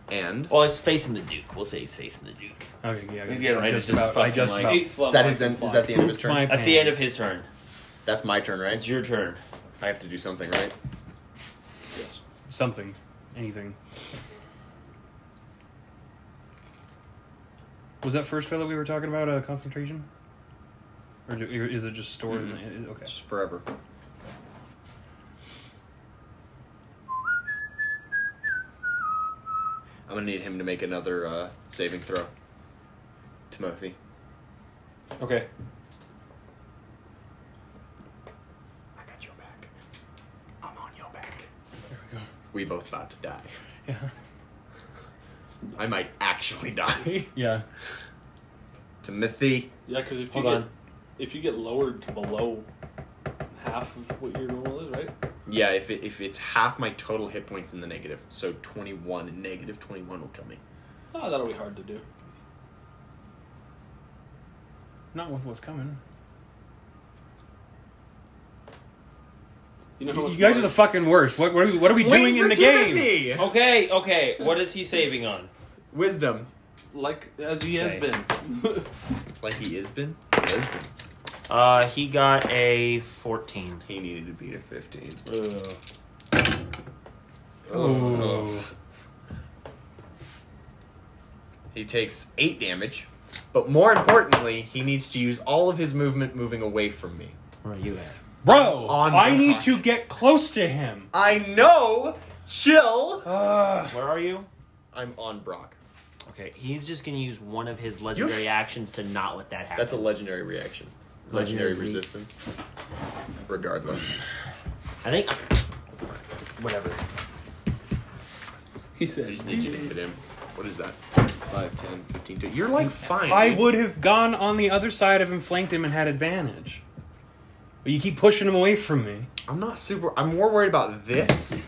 C: And
D: Well, he's facing the Duke. We'll say he's facing the Duke.
A: Okay, yeah. I
D: He's
A: guess
D: getting
A: I
D: ready to
A: just
D: just
A: about. I
D: fucking,
A: just
D: like-
A: about.
B: Eighth level.
C: is that
B: I
C: his
B: can
C: end, is
B: fly.
C: that the end of his turn?
A: Oh, My
D: That's the end
A: pants.
D: of his turn.
C: That's my turn, right?
D: It's your turn.
C: I have to do something, right?
B: Yes.
A: something, anything. Was that first spell that we were talking about a concentration, or do, or is it just stored? In the, okay,
C: Just forever. I'm gonna need him to make another uh, saving throw. Timothy.
B: Okay.
C: I got your back. I'm on your back.
A: there we go.
C: We both about to die.
A: Yeah,
C: I might actually die.
A: yeah.
C: Timothy.
B: Yeah, because if you
D: Hold
B: get
D: on.
B: if you get lowered to below half of what your normal is, right?
C: Yeah, if, it, if it's half my total hit points in the negative, so 21 and negative 21 will kill me.
B: Oh, that'll be hard to do.
A: Not with what's coming.
B: You know how
A: You
B: much
A: guys are
B: more-
A: the fucking worst. What, what, are, we, what are we doing in the game?
D: Okay, okay. What is he saving on?
C: Wisdom.
B: like as he has
D: Okay.
B: been.
C: Like he is been? He has been.
D: Uh, he got a fourteen.
C: He needed to beat a 15.
A: Oh,
C: He takes 8 damage, but more importantly, he needs to use all of his movement moving away from me.
D: Where are you at?
A: bro!
C: On
A: I
C: my
A: need
C: watch.
A: to get close to him.
C: I know! Chill!
A: Uh,
D: Where are you?
C: I'm on Brock.
D: Okay, he's just gonna use one of his legendary
C: You're f-
D: actions to not let that happen.
C: That's a legendary reaction. Legendary,
D: Legendary.
C: resistance. Regardless.
D: I think. Whatever.
B: he
C: I
B: says
C: just need you to hit him. What is that? 5, 10, 15, 20. You're like fine.
A: I
C: dude.
A: would have gone on the other side of him, flanked him, and had advantage. But you keep pushing him away from me.
C: I'm not super. I'm more worried about this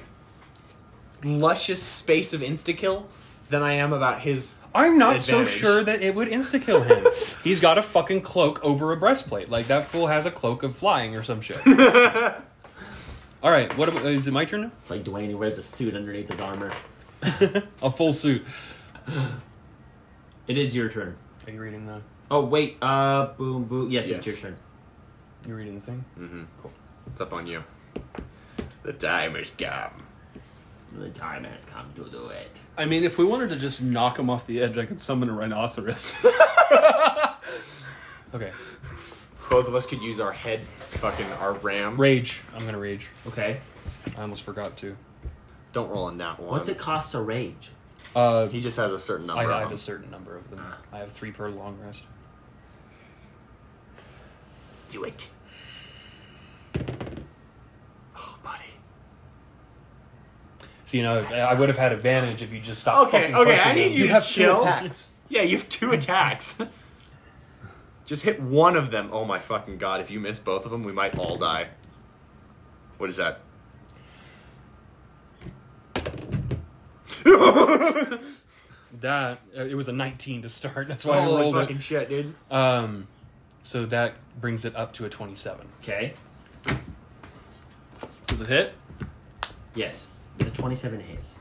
C: luscious space of insta kill than I am about his.
A: I'm not so
C: advantage.
A: sure that it would insta kill him. He's got a fucking cloak over a breastplate. Like that fool has a cloak of flying or some shit. All right, what about, is it? My turn
D: It's like Dwayne. He wears a suit underneath his armor.
A: now? a full suit.
D: It is your turn.
A: Are you reading the?
D: Oh wait. Uh, boom, boom. Yes,
C: Yes.
D: it's your turn.
A: You reading the thing?
C: Mm-hmm. Cool. It's up on you. The time is come.
D: The time has come to do it.
B: I mean, if we wanted to just knock him off the edge, I could summon a rhinoceros.
A: Okay,
C: Both of us could use our head, fucking our ram.
A: rage. I'm gonna rage.
D: Okay.
A: I almost forgot to.
C: Don't roll on that one.
D: What's it cost to rage?
A: Uh,
C: He just has a certain
A: I
C: number.
A: have
C: on
A: a Ah.
C: him.
A: certain number of them. I have three per long rest.
D: Do it.
C: Oh, buddy.
A: So you know, I would have had advantage if you just stopped.
C: Okay,
A: fucking
C: okay.
A: pushing
C: I need
A: him.
C: you to
B: have two
C: chill.
B: attacks.
C: Yeah, you have two attacks. Just hit one of them. Oh my fucking god! If you miss both of them, we might all die. What is that?
A: that uh, it was a 19 to start. That's why
C: Holy
A: I rolled
C: fucking
A: it.
C: shit, dude.
A: Um, so that brings it up to a 27.
W: Okay.
A: Does it hit?
W: Yes. The 27 hits.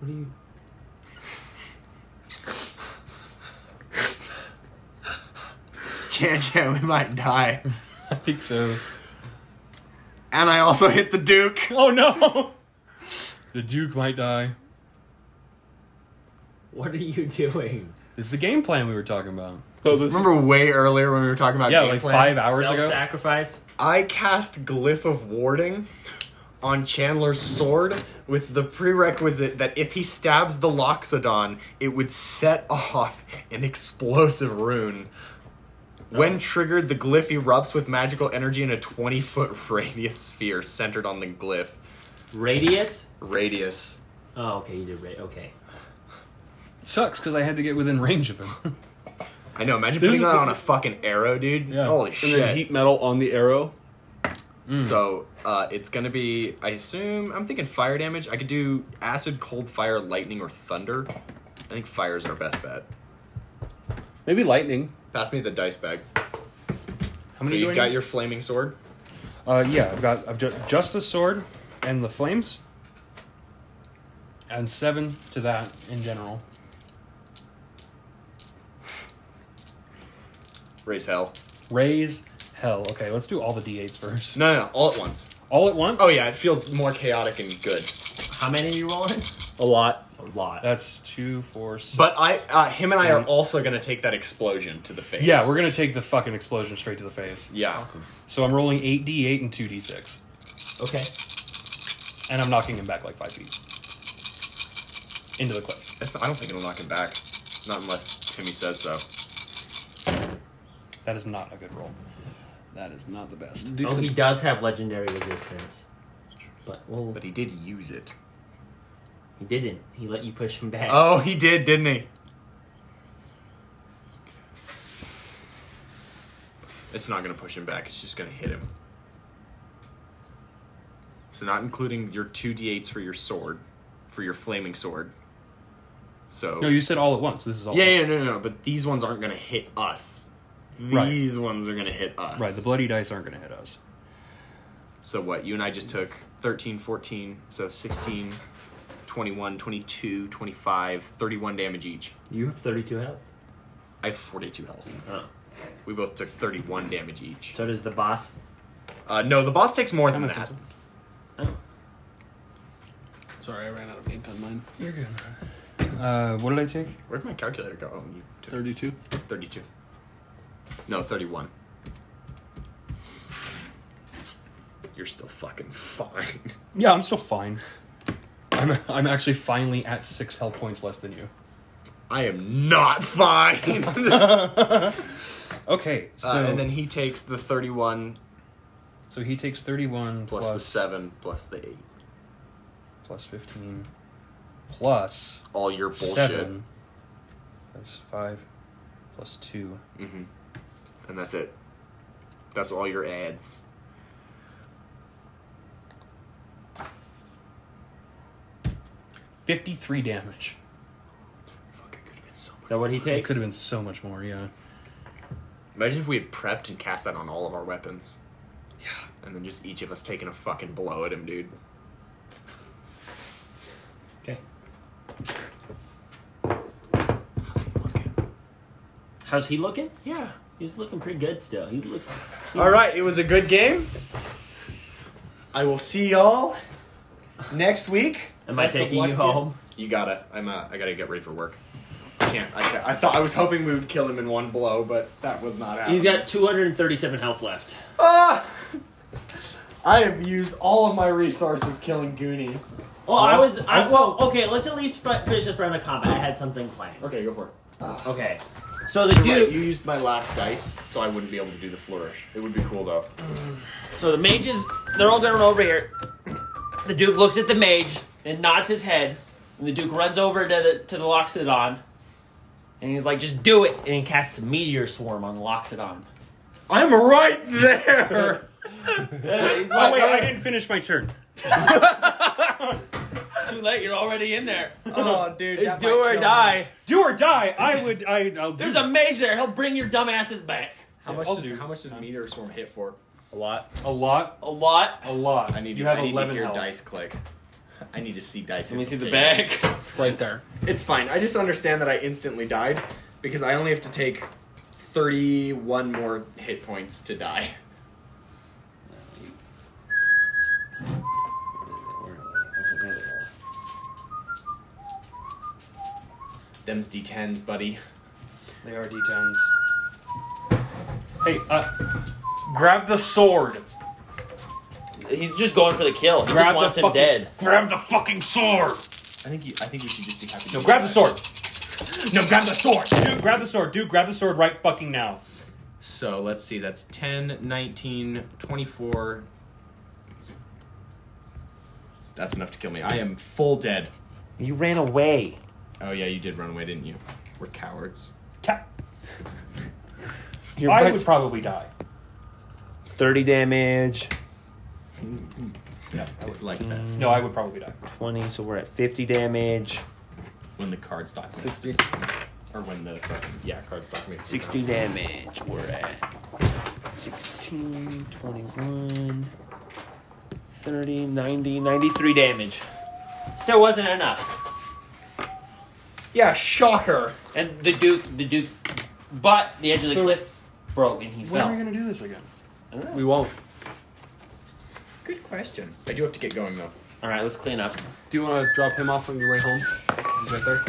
I: What are you?
C: Chan Chan, we might die.
A: I think so.
C: And I also hit the Duke.
A: Oh no! The Duke might die.
W: What are you doing?
A: This is the game plan we were talking about.
C: Remember way earlier when we were talking about
A: Yeah,
C: game
A: like
C: plan?
A: five hours ago?
W: Self-sacrifice.
C: I cast Glyph of Warding on Chandler's sword with the prerequisite that if he stabs the Loxodon, it would set off an explosive rune.
B: Oh.
C: When triggered, the glyph erupts with magical energy in a 20 foot radius sphere centered on the glyph.
W: Radius?
C: Radius.
W: Oh, okay, you did ra- okay.
A: Sucks because I had to get within range of him.
C: I know, imagine
B: This
C: putting
B: is
C: that
B: the-
C: on a fucking arrow, dude.
B: Yeah.
C: Holy
B: and
C: shit.
B: then heat metal on the arrow.
A: Hmm.
C: So uh, it's gonna be, I assume, I'm thinking fire damage. I could do acid, cold fire, lightning, or thunder. I think fire's our best bet.
A: Maybe lightning.
C: Pass me the dice bag.
A: How many
C: so
A: do I
C: you've got
A: need?
C: your flaming sword.
A: Uh, yeah, I've got I've ju- just the sword and the flames, and seven to that in general.
C: Raise hell.
A: Raise hell. Okay, let's do all the d8s first.
C: No, no, no, all at once.
A: All at once.
C: Oh yeah, it feels more chaotic and good.
W: How many are you rolling?
C: A lot.
W: A lot.
A: That's two, four, six.
C: But I, uh, him and I are also gonna take that explosion to the face.
A: Hmm. yeah, we're gonna take the fucking explosion straight to the face.
C: Yeah.
A: So I'm rolling eight d8 and two d6,
W: Okay.
A: and I'm knocking him back like five feet into the cliff.
C: That's, I don't think it'll knock him back, not unless Timmy says so.
A: That is not a good roll. That is not the best.
W: Oh, he does have legendary resistance. But, well,
C: But he did use it.
W: he didn't. He let you push him back.
C: Oh, he did, didn't he? It's not gonna push him back. It's just gonna hit him. So not including your two d8s for your sword, for your flaming sword. So
A: No, you said all at once. This is all.
C: yeah,
A: at
C: yeah,
A: once.
C: no, no, no. But these ones aren't gonna hit us.
A: Right.
C: These ones are gonna hit us.
A: Right, the bloody dice aren't going to hit us.
C: So what? You and I just took 13, 14, so 16, 21, 22, 25, 31 damage each.
W: You have 32 health.
C: I have 42 health.
W: Oh.
C: We both took 31 damage each.
W: So does the boss.
C: Uh, no, the boss takes more than that.
W: Oh,
B: Sorry, I ran out of ink on mine.
A: You're good. Uh, what did I take?
C: Where'd my calculator go? Oh, you took
B: 32.
C: 32. No, 31. You're still fucking fine.
A: Yeah, I'm still fine. I'm I'm actually finally at six health points less than you.
C: I am not fine.
A: Okay, so
C: Uh, and then he takes the 31
A: so he takes thirty one
C: plus,
A: plus
C: the 7 plus the 8.
A: plus fifteen plus
C: All your bullshit.
A: seven. That's five plus two.
C: Mm-hmm. And that's it. That's all your ads.
A: Fifty three damage.
C: Fuck, it could have been so much.
W: Is that what he
A: It
W: takes?
A: could have been so much more. Yeah.
C: Imagine if we had prepped and cast that on all of our weapons. Yeah. And then just each of us taking a fucking blow at him, dude.
W: Okay.
C: How's he looking?
W: How's he looking?
C: Yeah.
W: He's looking pretty good still. He looks.
C: All right, it was a good game. I will see y'all next week.
W: Am I
C: Best of
W: taking
C: luck
W: you
C: to-
W: home?
C: You gotta. I'm. Uh, I gotta get ready for work. I can't. I, can't- I thought I was hoping we would kill him in one blow, but that was not happening.
W: He's got 237 health left.
C: Ah! I have used all of my resources killing Goonies.
W: Well, Oh, I was. I,
C: That's-
W: well, okay. Let's at least fi- finish this round of combat. I had something planned.
C: Okay, go for it.
W: Okay.
D: So the
C: You're
D: dude-
C: right, you used my last dice, so I wouldn't be able to do the flourish. It would be cool though.
D: So the mages, they're all going over here. The Duke looks at the mage and nods his head. And the Duke runs over to the to the Loxodon. And he's like, just do it. And he casts a meteor swarm on Loxodon.
C: I'm right there!
F: oh, wait, I didn't finish my turn.
D: It's too late, you're already in there.
X: Oh, dude.
D: It's do or die.
F: Do or die. I would. I. I'll do
D: There's a mage there. He'll bring your dumb asses back.
C: How much
F: I'll
C: does
F: do.
C: how much does meteor swarm hit for?
X: A lot.
F: a lot.
D: A lot.
F: A lot.
C: I need
F: you
C: to,
F: have
C: I need to
F: 11
C: hear
F: health.
C: dice click. I need to see dice.
D: Let me see the
C: click.
D: bag.
B: Right there.
C: It's fine. I just understand that I instantly died because I only have to take 31 more hit points to die. Them's d10s, buddy.
F: They are d10s. Hey, uh, grab the sword.
D: He's just going for the kill. He
F: Grab
D: just
F: the
D: wants him
F: fucking-
D: dead.
F: Grab the fucking sword.
C: I think you, I think we should just be happy.
F: No, grab the sword.
C: No, grab the sword.
F: Dude, grab the sword. Dude, grab the sword right fucking now.
C: So let's see. That's 10, 19, 24. That's enough to kill me. I am full dead.
K: You ran away.
C: Oh yeah, you did run away, didn't you? We're cowards.
F: Ca-
K: Your
F: I
K: butt-
F: would probably die.
K: It's 30 damage,
C: Yeah, I would like that.
F: No, I would probably die.
K: 20, so we're at 50 damage,
C: When the card stock makes
K: 60.
C: this- or when the fucking yeah card stock makes this
K: 60
C: sound.
K: damage. We're at 16, 21, 30, 90, 93 damage.
D: Still wasn't enough.
C: Yeah, shocker.
D: And the Duke, the Duke, but the edge of the cliff broke and he
F: When are we
D: fell.
F: gonna do this again?
D: I don't know.
F: We won't.
C: Good question. I do have to get going though.
D: All right, let's clean up.
B: Do you want to drop him off on your way home? He's right there.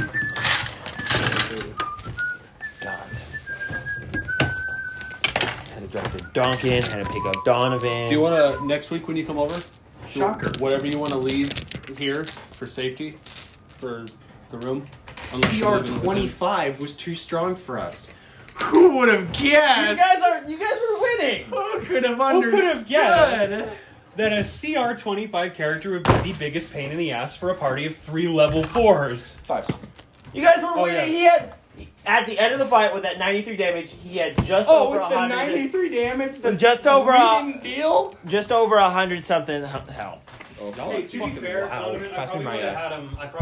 K: God. Had to drop to Donkin, had to pick up Donovan.
B: Do you want to next week when you come over?
C: Shocker.
B: Whatever you want to leave here for safety, for the room. Unless you're
C: CR
B: living with
C: twenty
B: him.
C: five was too strong for us. Who would have guessed?
D: are you guys were winning.
C: Who could have
F: Who
C: understood?
F: could have guessed that a CR25 character would be the biggest pain in the ass for a party of three level fours?
C: Five.
D: You guys were
F: Oh,
D: winning.
F: yeah.
D: He had at the end of the fight with that 93 damage, he had just
C: Oh,
D: over
C: with the
D: 100
C: ninety three damage. The
D: Just over a-
C: winning deal.
D: just over 100 something health.
C: Oh,
F: Hey, to be fair, Donovan, I
C: Pass me
F: probably
C: my.
F: would
C: uh,
F: have had him. I probably